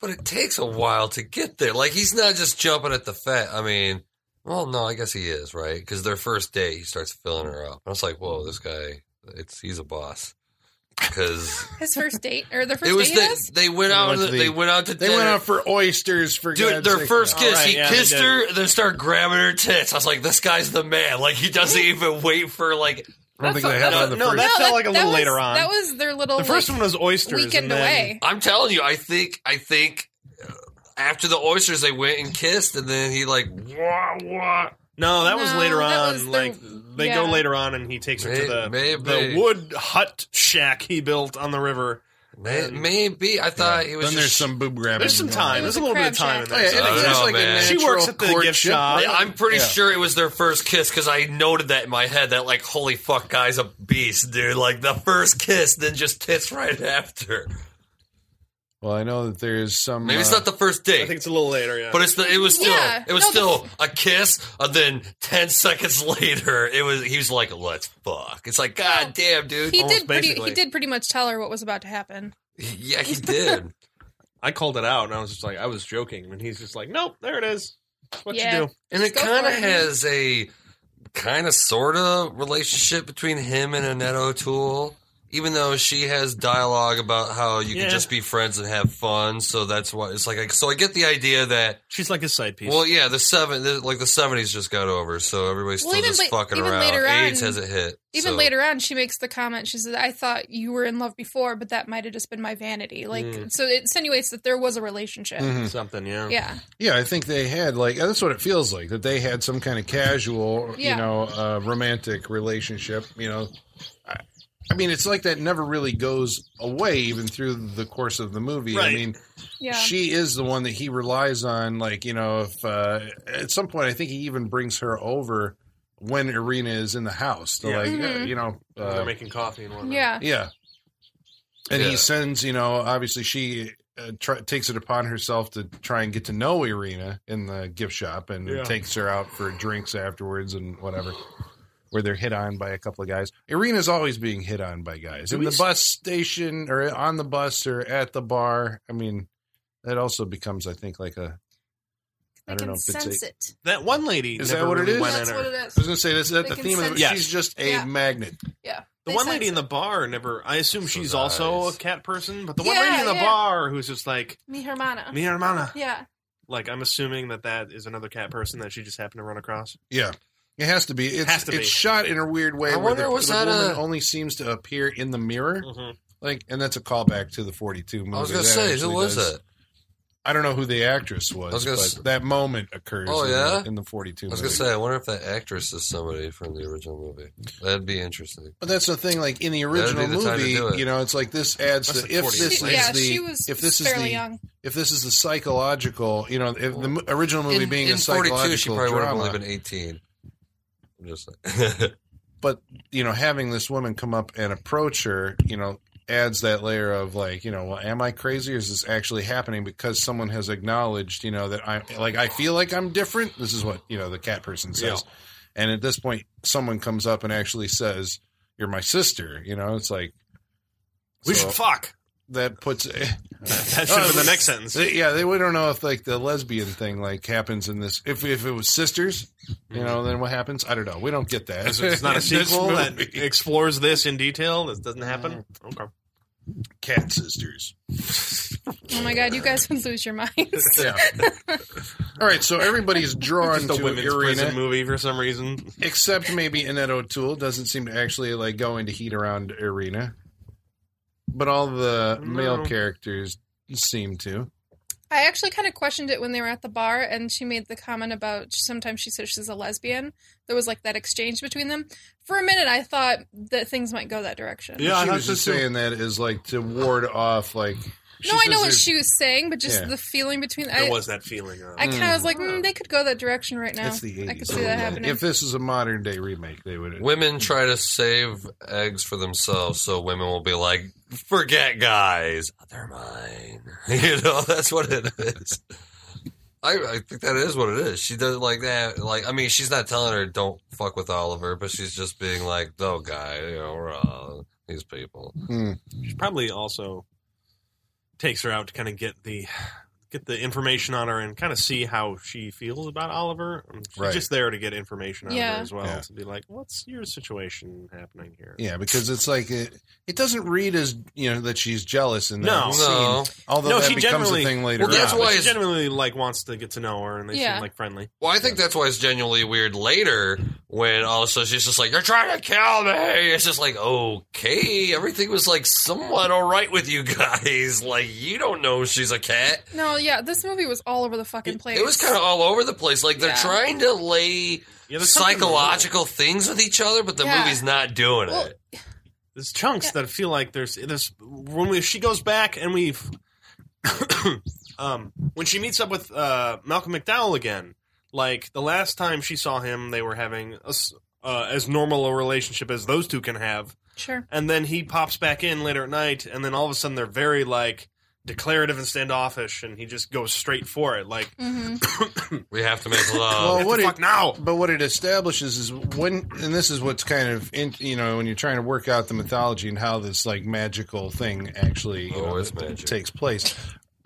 Speaker 5: But it takes a while to get there. Like he's not just jumping at the fat. I mean, well, no, I guess he is right because their first date, he starts filling her up. I was like, whoa, this guy, it's he's a boss. Because
Speaker 4: His first date or the first
Speaker 5: it was
Speaker 4: date he
Speaker 5: the,
Speaker 4: has?
Speaker 5: they went
Speaker 2: They
Speaker 5: out.
Speaker 2: went to
Speaker 5: They,
Speaker 2: the-
Speaker 5: went out to
Speaker 2: They
Speaker 5: dinner.
Speaker 2: went out for oysters for
Speaker 5: Dude,
Speaker 2: God's
Speaker 5: their
Speaker 2: sake.
Speaker 5: first kiss,
Speaker 6: All right,
Speaker 5: he
Speaker 6: yeah, they
Speaker 5: kissed
Speaker 6: did.
Speaker 5: her, then started grabbing her tits. I was like, this guy's the man. Like, he doesn't even wait for, like,
Speaker 2: I don't think they had it on the
Speaker 6: No,
Speaker 2: first.
Speaker 6: that felt
Speaker 4: that-
Speaker 6: like a
Speaker 4: that
Speaker 6: little
Speaker 4: was-
Speaker 6: later on.
Speaker 4: That was their little
Speaker 6: The first
Speaker 4: like,
Speaker 6: one was oysters.
Speaker 4: weekend
Speaker 6: and then-
Speaker 4: away.
Speaker 5: I'm telling you, I think, I think uh, after the oysters, they went and kissed, and then he, like, wah, wah.
Speaker 6: No, that was
Speaker 4: No,
Speaker 6: later
Speaker 4: that
Speaker 6: on.
Speaker 4: was the-
Speaker 6: like they go
Speaker 4: yeah.
Speaker 6: later on, and he takes her to the
Speaker 5: May- maybe.
Speaker 6: the wood hut shack he built on the river.
Speaker 5: May- Maybe I
Speaker 6: uh,
Speaker 5: thought he was.
Speaker 2: Then
Speaker 5: just,
Speaker 2: there's some boob grabbing.
Speaker 6: There's some
Speaker 2: going
Speaker 6: time.
Speaker 4: It was
Speaker 6: There's a
Speaker 4: a
Speaker 6: little bit
Speaker 4: crab
Speaker 6: of time in
Speaker 4: shack.
Speaker 2: Oh,
Speaker 6: there.
Speaker 2: yeah,
Speaker 5: I don't
Speaker 2: it's, it's
Speaker 5: know,
Speaker 2: like
Speaker 5: man.
Speaker 2: a
Speaker 6: She works
Speaker 2: natural
Speaker 6: at the gift
Speaker 2: courtship.
Speaker 6: shop.
Speaker 5: I- I'm pretty
Speaker 2: Yeah.
Speaker 5: sure it was their first kiss because I noted that in my head. That like, holy fuck, guy's a beast, dude. Like the first kiss, then just tits right after.
Speaker 2: Well, I know that there is some.
Speaker 5: Maybe it's
Speaker 2: uh,
Speaker 5: not the first
Speaker 6: I think
Speaker 5: date,
Speaker 6: it's a little later. Yeah,
Speaker 5: but it's the. It was still.
Speaker 4: Yeah.
Speaker 5: It was
Speaker 4: No, the-
Speaker 5: still a kiss. And then ten seconds later, it was. He was like, "Let's fuck." It's like, God damn, dude.
Speaker 4: he
Speaker 5: Almost
Speaker 4: did pretty
Speaker 5: basically.
Speaker 4: he did pretty much tell her what was about to happen.
Speaker 5: Yeah, he did.
Speaker 6: I called it out, and I was just like, I was joking, and he's just like, Nope, there it is. That's What
Speaker 4: Yeah.
Speaker 6: you do?
Speaker 5: And it
Speaker 4: Go
Speaker 5: kind
Speaker 4: for
Speaker 5: of
Speaker 4: it.
Speaker 5: has a kind of sort of relationship between him and Annette O'Toole, even though she has dialogue about how you
Speaker 6: Yeah.
Speaker 5: can just be friends and have fun. So that's why it's like. I, so I get the idea that
Speaker 6: She's like his side piece.
Speaker 5: well, yeah, the seven the, like the seventies just got over, so everybody's still
Speaker 4: Well, even
Speaker 5: just
Speaker 4: la-
Speaker 5: fucking
Speaker 4: even
Speaker 5: around.
Speaker 4: later on-
Speaker 5: AIDS hasn't hit.
Speaker 4: Even
Speaker 5: so-
Speaker 4: later on, she makes the comment. She says, "I thought you were in love before, but that might have just been my vanity." Like,
Speaker 2: Hmm.
Speaker 4: so it insinuates that there was a relationship.
Speaker 2: Mhm.
Speaker 6: Something, yeah.
Speaker 4: Yeah,
Speaker 2: Yeah, I think they had like that's what it feels like that they had some kind of casual, you
Speaker 4: Yeah.
Speaker 2: know, uh, romantic relationship. You know, I, I mean, it's like that never really goes away, even through the course of the movie. I
Speaker 6: Right.
Speaker 2: mean,
Speaker 4: yeah.
Speaker 2: she is the one that he relies on. Like, you know, if uh, at some point, I think he even brings her over when Irina is in the house. To,
Speaker 6: Yeah.
Speaker 2: Like, uh,
Speaker 4: Mhm.
Speaker 2: you know,
Speaker 6: They're
Speaker 2: uh,
Speaker 6: making coffee and whatnot.
Speaker 4: yeah.
Speaker 2: yeah. and
Speaker 5: Yeah.
Speaker 2: he sends you know obviously she uh, try, takes it upon herself to try and get to know Irina in the gift shop and
Speaker 6: Yeah.
Speaker 2: takes her out for drinks afterwards and whatever where they're hit on by a couple of guys Irina's always being hit on by guys in
Speaker 6: we
Speaker 2: the
Speaker 6: s-
Speaker 2: bus station or on the bus or at the bar I mean that also becomes I think like a I
Speaker 4: I
Speaker 2: don't
Speaker 4: can
Speaker 2: know if it's a-
Speaker 4: sense it.
Speaker 6: That one lady.
Speaker 2: Is
Speaker 6: never
Speaker 2: that what it
Speaker 6: really
Speaker 2: is?
Speaker 6: went
Speaker 4: That's
Speaker 6: in
Speaker 4: what
Speaker 6: her.
Speaker 4: it is.
Speaker 2: I was gonna say that's that
Speaker 4: They
Speaker 2: the
Speaker 4: can
Speaker 2: theme of it.
Speaker 4: sense
Speaker 6: it.
Speaker 2: She's just a
Speaker 4: Yeah.
Speaker 2: magnet.
Speaker 4: Yeah.
Speaker 6: The
Speaker 4: they
Speaker 6: one
Speaker 4: sense
Speaker 6: lady in
Speaker 4: it.
Speaker 6: the bar never. I assume
Speaker 5: So
Speaker 6: she's also a
Speaker 5: nice.
Speaker 6: cat person, but the one
Speaker 4: Yeah,
Speaker 6: lady in the
Speaker 4: yeah.
Speaker 6: bar who's just like
Speaker 4: Mi Hermana.
Speaker 6: mi hermana.
Speaker 4: yeah.
Speaker 6: Like I'm assuming that that is another cat person that she just happened to run across.
Speaker 2: Yeah. It has to be. It's,
Speaker 6: Has to
Speaker 2: it's
Speaker 6: be.
Speaker 2: shot in a weird way.
Speaker 5: I
Speaker 2: where
Speaker 5: wonder,
Speaker 2: the,
Speaker 5: was
Speaker 2: the
Speaker 5: that
Speaker 2: woman
Speaker 5: a-
Speaker 2: only seems to appear in the mirror,
Speaker 4: Mm-hmm.
Speaker 2: like, and that's a callback to the forty-two movie.
Speaker 5: I was gonna
Speaker 2: That
Speaker 5: say, who
Speaker 2: actually
Speaker 5: was
Speaker 2: does-
Speaker 5: that?
Speaker 2: I don't know who the actress was,
Speaker 5: I was gonna
Speaker 2: but
Speaker 5: s-
Speaker 2: that moment occurs.
Speaker 5: Oh,
Speaker 2: in
Speaker 5: yeah?
Speaker 2: the, in the forty-two.
Speaker 5: I was gonna
Speaker 2: movie.
Speaker 5: say, I wonder if that actress is somebody from the original movie. That'd be interesting.
Speaker 2: But that's the thing. Like in the
Speaker 5: That'd be
Speaker 2: original
Speaker 5: the time to
Speaker 2: movie,
Speaker 5: do it.
Speaker 2: you know, it's like this adds to
Speaker 6: That's like
Speaker 2: if
Speaker 6: 40
Speaker 2: this
Speaker 6: years
Speaker 2: is
Speaker 4: yeah,
Speaker 2: the
Speaker 4: she was
Speaker 2: if this is
Speaker 4: fairly
Speaker 2: the
Speaker 4: young.
Speaker 2: if this is the psychological, you know, if the m- original movie
Speaker 5: in,
Speaker 2: being
Speaker 5: in
Speaker 2: a psychological
Speaker 5: 42, she probably would have
Speaker 2: drama,
Speaker 5: only been 18. I'm just like,
Speaker 2: but you know having this woman come up and approach her you know adds that layer of like you know well am i crazy or is this actually happening because someone has acknowledged you know that i like i feel like i'm different this is what you know the cat person says and at this point someone comes up and actually says you're my sister you know it's like
Speaker 6: We
Speaker 2: so
Speaker 6: should fuck.
Speaker 2: that puts
Speaker 6: That should have been the next sentence.
Speaker 2: They- yeah, they, we don't know if like the lesbian thing like happens in this. If if it was sisters, you know, then what happens? I don't know. We don't get that.
Speaker 6: It's- It's not
Speaker 2: in
Speaker 6: a
Speaker 2: this
Speaker 6: sequel that
Speaker 2: movie.
Speaker 6: explores this in detail. This doesn't happen. Okay.
Speaker 2: cat sisters.
Speaker 4: Oh my god, you guys would lose your minds.
Speaker 2: Yeah. All right, so everybody's drawn
Speaker 6: Just a
Speaker 2: to
Speaker 6: women's prison
Speaker 2: Irina,
Speaker 6: movie for some reason.
Speaker 2: except maybe Annette O'Toole doesn't seem to actually like go into heat around Irina. But all the male
Speaker 6: No.
Speaker 2: characters seem to.
Speaker 4: I actually kind of questioned it when they were at the bar, and she made the comment about sometimes she says she's a lesbian. There was like that exchange between them. For a minute, I thought that things might go that direction.
Speaker 6: Yeah, I
Speaker 2: she
Speaker 6: thought
Speaker 2: was
Speaker 6: so
Speaker 2: just
Speaker 6: too.
Speaker 2: saying that is like to ward off like. she
Speaker 4: no, I
Speaker 2: says
Speaker 4: know what
Speaker 2: there's-
Speaker 4: she was saying, but just
Speaker 2: Yeah.
Speaker 4: the feeling between.
Speaker 6: There
Speaker 4: I,
Speaker 6: was that feeling. Of,
Speaker 4: I kind of was like, mm, they could go that direction right now.
Speaker 2: It's the 80s.
Speaker 4: I could see that happening.
Speaker 2: If this is a modern day remake, they would.
Speaker 5: women try to save eggs for themselves, so women will be like, forget guys, they're mine. You know, that's what it is. I, I think that is what it is. She does it like that. Like, I mean, she's not telling her don't fuck with Oliver, but she's just being like, "No, guy, you know, we're, uh, these people."
Speaker 2: Hmm.
Speaker 6: She probably also takes her out to kind of get the get the information on her and kind of see how she feels about Oliver. And She's
Speaker 2: Right.
Speaker 6: just there to get information on
Speaker 4: Yeah.
Speaker 6: her as well
Speaker 2: Yeah.
Speaker 6: to be like, what's your situation happening here?
Speaker 2: Yeah, because it's like it, it doesn't read as you know that she's jealous in that
Speaker 6: No.
Speaker 2: scene.
Speaker 5: No,
Speaker 2: Although
Speaker 6: No,
Speaker 2: that
Speaker 6: she
Speaker 2: becomes a
Speaker 6: generally-
Speaker 2: thing later.
Speaker 5: Well, that's
Speaker 2: on.
Speaker 5: why
Speaker 6: She
Speaker 5: is-
Speaker 6: generally like wants to get to know her, and they
Speaker 4: Yeah.
Speaker 6: seem like friendly.
Speaker 5: Well, I think that's why it's genuinely weird later when all of a sudden she's just like, You're trying to kill me. It's just like, okay, everything was like somewhat all right with you guys. Like, you don't know she's a cat.
Speaker 4: no, yeah, this movie was all over the fucking place.
Speaker 5: It was kind of all over the place. Like, they're
Speaker 4: Yeah.
Speaker 5: trying to lay
Speaker 6: Yeah, there's something wrong.
Speaker 5: psychological things with each other, but the
Speaker 4: Yeah.
Speaker 5: movie's not doing
Speaker 4: Well,
Speaker 5: it.
Speaker 6: There's chunks that feel like there's there's when we, she goes back and we've um when she meets up with uh, Malcolm McDowell again. Like the last time she saw him, they were having a s uh, as normal a relationship as those two can have,
Speaker 4: sure.
Speaker 6: and then he pops back in later at night, and then all of a sudden they're very like declarative and standoffish, and he just goes straight for it. Like
Speaker 4: hmm
Speaker 5: We have to make love.
Speaker 2: Well,
Speaker 6: what
Speaker 2: what
Speaker 6: the
Speaker 2: it-
Speaker 6: fuck now?
Speaker 2: But what it establishes is when, and this is what's kind of in, you know when you're trying to work out the mythology and how this like magical thing actually you
Speaker 5: Oh,
Speaker 2: know,
Speaker 5: it's
Speaker 2: th-
Speaker 5: magic.
Speaker 2: takes place.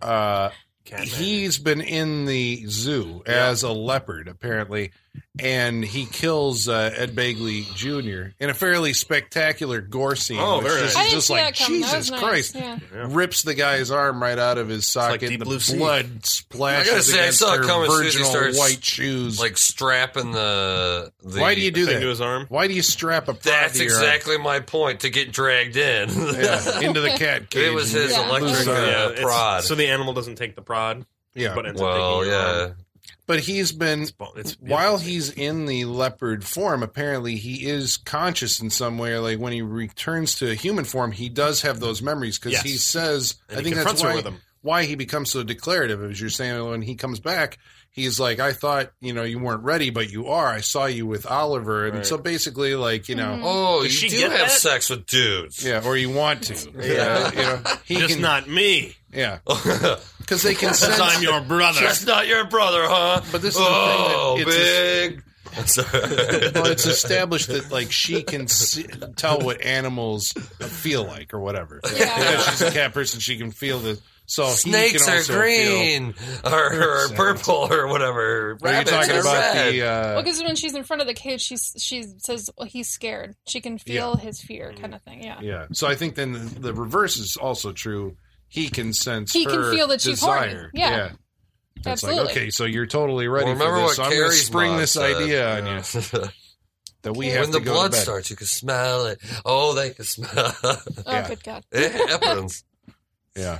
Speaker 2: Uh,
Speaker 6: Catman.
Speaker 2: he's been in the zoo as a leopard apparently, and he kills uh, Ed Bagley Jr. in a fairly spectacular gore scene.
Speaker 6: Oh,
Speaker 2: which
Speaker 6: very
Speaker 2: just,
Speaker 6: nice.
Speaker 4: I
Speaker 2: is
Speaker 4: didn't
Speaker 2: just
Speaker 4: see
Speaker 2: like
Speaker 4: that coming. That
Speaker 2: Jesus
Speaker 4: was nice.
Speaker 2: Christ.
Speaker 4: Yeah.
Speaker 6: Yeah.
Speaker 2: rips the guy's arm right out of his
Speaker 6: like
Speaker 2: socket.
Speaker 6: Deep
Speaker 2: the
Speaker 6: Blue Sea.
Speaker 2: blood splashes
Speaker 5: I gotta say, I
Speaker 2: against
Speaker 5: saw it
Speaker 2: her
Speaker 5: coming as soon as he
Speaker 2: virginal
Speaker 5: starts,
Speaker 2: white shoes.
Speaker 5: like, strapping the, the.
Speaker 2: why do you do
Speaker 6: thing to
Speaker 2: that?
Speaker 6: his arm.
Speaker 2: Why do you strap a prop
Speaker 5: That's
Speaker 2: to your
Speaker 5: exactly my point to get dragged in.
Speaker 2: arm? Yeah, into the cat cage?
Speaker 5: It was
Speaker 2: and
Speaker 5: his
Speaker 4: Yeah.
Speaker 5: electric
Speaker 2: Loose arm.
Speaker 5: uh,
Speaker 6: it's-
Speaker 5: prod.
Speaker 6: So the animal doesn't take the prod,
Speaker 2: Yeah,
Speaker 6: but
Speaker 2: but,
Speaker 6: ends up
Speaker 5: well,
Speaker 6: taking your arm.
Speaker 5: yeah.
Speaker 2: he's been.
Speaker 6: Well, it's yeah,
Speaker 2: While
Speaker 6: it's-
Speaker 2: he's in the leopard form, apparently he is conscious in some way. Like when he returns to human form, he does have those memories because
Speaker 6: Yes.
Speaker 2: he says,
Speaker 6: And
Speaker 2: "I
Speaker 6: he
Speaker 2: think that's
Speaker 6: confronts her
Speaker 2: why
Speaker 6: with 'em.
Speaker 2: why he becomes so declarative." As you're saying, when he comes back, he's like, I thought, you know, you weren't ready, but you are. I saw you with Oliver. And
Speaker 6: Right.
Speaker 2: so basically, like, you know,
Speaker 5: Oh,
Speaker 6: Does
Speaker 5: you
Speaker 6: she
Speaker 5: do
Speaker 6: get
Speaker 5: have
Speaker 6: that?
Speaker 5: sex with dudes.
Speaker 2: Mm-hmm. yeah, or you want to.
Speaker 5: Yeah.
Speaker 2: Uh, you know, he
Speaker 6: Just
Speaker 2: can,
Speaker 6: not me,
Speaker 2: Yeah.
Speaker 5: Yeah.
Speaker 2: Because they can
Speaker 6: because
Speaker 2: sense.
Speaker 6: I'm your brother.
Speaker 5: That's not your brother, huh?
Speaker 2: But this is the thing that
Speaker 5: oh,
Speaker 2: it's a-
Speaker 5: big. Sorry.
Speaker 2: well, it's established that like she can see, tell what animals feel like or whatever.
Speaker 4: Yeah.
Speaker 2: Because she's a cat person, she can feel the. So he
Speaker 5: Oh, Snakes
Speaker 2: can
Speaker 5: are
Speaker 2: also
Speaker 5: green or, or purple or whatever.
Speaker 2: Feel, are you
Speaker 5: Rabbits
Speaker 2: talking
Speaker 5: are
Speaker 2: about
Speaker 5: red.
Speaker 2: the?
Speaker 4: Well,
Speaker 2: Uh,
Speaker 4: because when she's in front of the cage, she's she says well, he's scared. She can feel his fear, kind of thing. Yeah,
Speaker 2: yeah. So I think then the, the reverse is also true. He can sense.
Speaker 4: He can
Speaker 2: her
Speaker 4: feel that she's horny.
Speaker 2: desire.
Speaker 4: Yeah.
Speaker 2: It's
Speaker 4: absolutely.
Speaker 2: like okay, so you're totally ready
Speaker 5: Well, remember
Speaker 2: for this.
Speaker 5: what
Speaker 2: so I'm going to
Speaker 5: Carrie's
Speaker 2: spring
Speaker 5: mom
Speaker 2: this
Speaker 5: said.
Speaker 2: idea on you
Speaker 5: Yeah.
Speaker 2: that we have
Speaker 5: when the
Speaker 2: to go
Speaker 5: blood
Speaker 2: to bed.
Speaker 5: starts, you can smell it. Oh, they can smell it.
Speaker 4: Oh,
Speaker 2: yeah.
Speaker 4: good God.
Speaker 5: It happens.
Speaker 2: Yeah,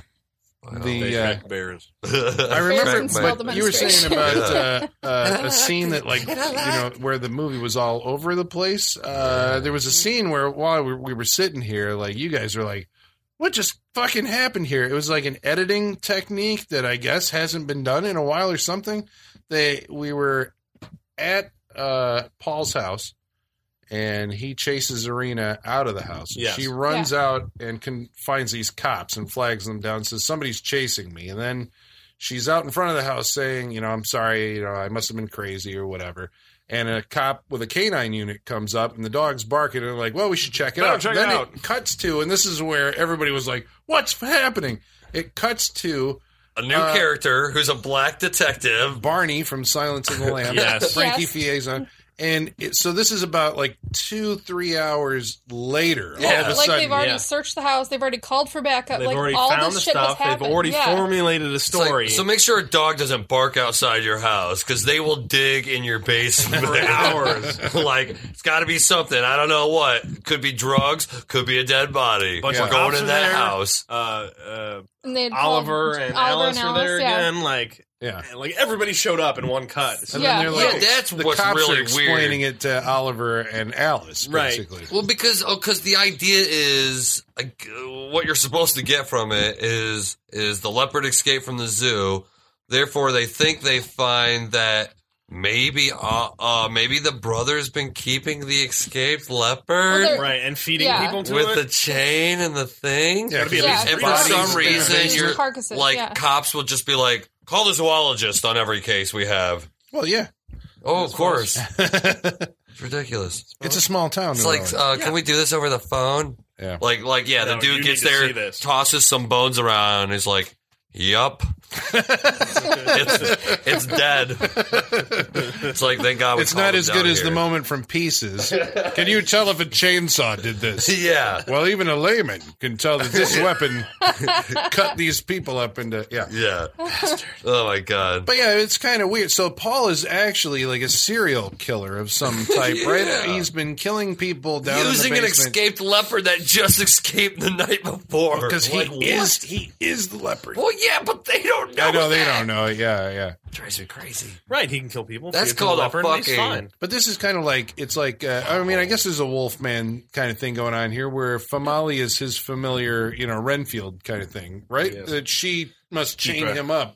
Speaker 5: Wow.
Speaker 2: The,
Speaker 6: They
Speaker 2: uh,
Speaker 6: track bears.
Speaker 2: I remember
Speaker 4: Kristen smelled the
Speaker 2: but you were saying
Speaker 4: menstruation.
Speaker 2: about uh, uh, a scene that, like, you know, where the movie was all over the place. Uh, there was a scene where while we, we were sitting here, like, you guys were like, "What just fucking happened here?" It was like an editing technique that I guess hasn't been done in a while or something. They we were at uh, Paul's house. And he chases Arena out of the house.
Speaker 6: Yes.
Speaker 2: She runs out and can, finds these cops and flags them down. Says somebody's chasing me, and then she's out in front of the house saying, you know, I'm sorry, you know, I must have been crazy or whatever. And a cop with a canine unit comes up, and the dog's barking, and they're like, "Well, we should check it
Speaker 6: Better
Speaker 2: out."
Speaker 6: check it
Speaker 2: then
Speaker 6: out.
Speaker 2: cuts to, and this is where everybody was like, "What's happening?" It cuts to
Speaker 5: a new
Speaker 2: uh,
Speaker 5: character who's a black detective.
Speaker 2: Barney from Silence of the Lambs,
Speaker 6: Yes.
Speaker 2: Frankie
Speaker 4: Yes.
Speaker 2: Fiesa, and it, so this is about like two, three hours later. all of a
Speaker 4: like
Speaker 2: sudden,
Speaker 4: they've already
Speaker 6: yeah.
Speaker 4: searched the house. They've already called for backup.
Speaker 6: They've
Speaker 4: like
Speaker 6: already
Speaker 4: all
Speaker 6: found
Speaker 4: this
Speaker 6: the
Speaker 4: shit has
Speaker 6: stuff. They've
Speaker 4: happened.
Speaker 6: already
Speaker 4: yeah.
Speaker 6: formulated a
Speaker 5: It's like,
Speaker 6: story.
Speaker 5: so make sure a dog doesn't bark outside your house because they will dig in your basement for hours. like it's got to be something. I don't know what. Could be drugs. Could be a dead body.
Speaker 6: Bunch
Speaker 5: We're
Speaker 6: of
Speaker 5: going
Speaker 6: cops
Speaker 5: in
Speaker 6: are
Speaker 5: that
Speaker 6: there.
Speaker 5: house.
Speaker 6: uh, uh,
Speaker 4: And they'd called
Speaker 6: Oliver and
Speaker 4: Oliver
Speaker 6: Alice were there
Speaker 4: yeah.
Speaker 6: again. Like,
Speaker 2: yeah.
Speaker 6: and, like everybody showed up in one cut.
Speaker 2: And
Speaker 4: Yeah.
Speaker 2: then they're
Speaker 5: Yeah,
Speaker 2: like,
Speaker 5: that's
Speaker 2: the
Speaker 5: what's
Speaker 2: cops
Speaker 5: really
Speaker 2: are explaining it to Oliver and Alice,
Speaker 6: Right.
Speaker 2: basically.
Speaker 5: Well, because oh, because the idea is like, uh, what you're supposed to get from it is is the leopard escaped from the zoo. Therefore, they think they find that maybe uh, uh maybe the brother's been keeping the escaped leopard.
Speaker 4: Well, they're-
Speaker 6: right, and feeding
Speaker 4: Yeah.
Speaker 6: people to
Speaker 5: with
Speaker 6: it.
Speaker 5: the chain and the thing.
Speaker 2: Yeah,
Speaker 6: Gotta be at
Speaker 4: Yeah,
Speaker 6: least
Speaker 4: it's
Speaker 5: And
Speaker 6: three
Speaker 5: for
Speaker 4: bodies
Speaker 5: some
Speaker 6: there.
Speaker 5: reason,
Speaker 4: Bodies,
Speaker 5: you're
Speaker 4: carcasses,
Speaker 5: like
Speaker 4: yeah.
Speaker 5: cops will just be like, call the zoologist on every case we have.
Speaker 2: Well, yeah.
Speaker 5: Oh, of course,
Speaker 2: it's
Speaker 5: it's ridiculous.
Speaker 2: a small town.
Speaker 5: It's
Speaker 2: New
Speaker 5: like,
Speaker 2: Orleans.
Speaker 5: uh, can we do this over the phone?
Speaker 2: Yeah.
Speaker 5: Like, like, yeah, the
Speaker 6: No, you
Speaker 5: dude gets
Speaker 6: need to see
Speaker 5: there,
Speaker 6: this.
Speaker 5: tosses some bones around, and is like, "Yup, it's it's dead." it's like thank God we
Speaker 2: It's
Speaker 5: called
Speaker 2: not
Speaker 5: him
Speaker 2: as
Speaker 5: down
Speaker 2: good as the
Speaker 5: here.
Speaker 2: moment from Pieces. Can you tell if a chainsaw did this?
Speaker 5: Yeah,
Speaker 2: Well, even a layman can tell that this weapon cut these people up into. Yeah.
Speaker 5: yeah. Oh my God.
Speaker 2: But yeah, it's kind of weird. So Paul is actually like a serial killer of some type, right?
Speaker 5: Yeah.
Speaker 2: He's been killing people down
Speaker 5: Using
Speaker 2: in
Speaker 5: an
Speaker 2: the basement.
Speaker 5: escaped leopard that just escaped the night before.
Speaker 2: because he
Speaker 5: Like, what?
Speaker 2: is he is the leopard.
Speaker 5: Well, yeah, but they don't know.
Speaker 2: I know they
Speaker 5: that.
Speaker 2: don't know. it. Yeah, yeah.
Speaker 5: Drives me crazy.
Speaker 6: Right, he can kill people.
Speaker 5: That's
Speaker 6: feed it to the
Speaker 5: called a
Speaker 6: leopard, and he's
Speaker 5: fucking-
Speaker 6: fine.
Speaker 2: But this is kind of like it's like uh, I mean I guess there's a Wolfman kind of thing going on here where Famali is his familiar you know Renfield kind of thing right
Speaker 6: Yes.
Speaker 2: that she must chain
Speaker 6: track.
Speaker 2: him up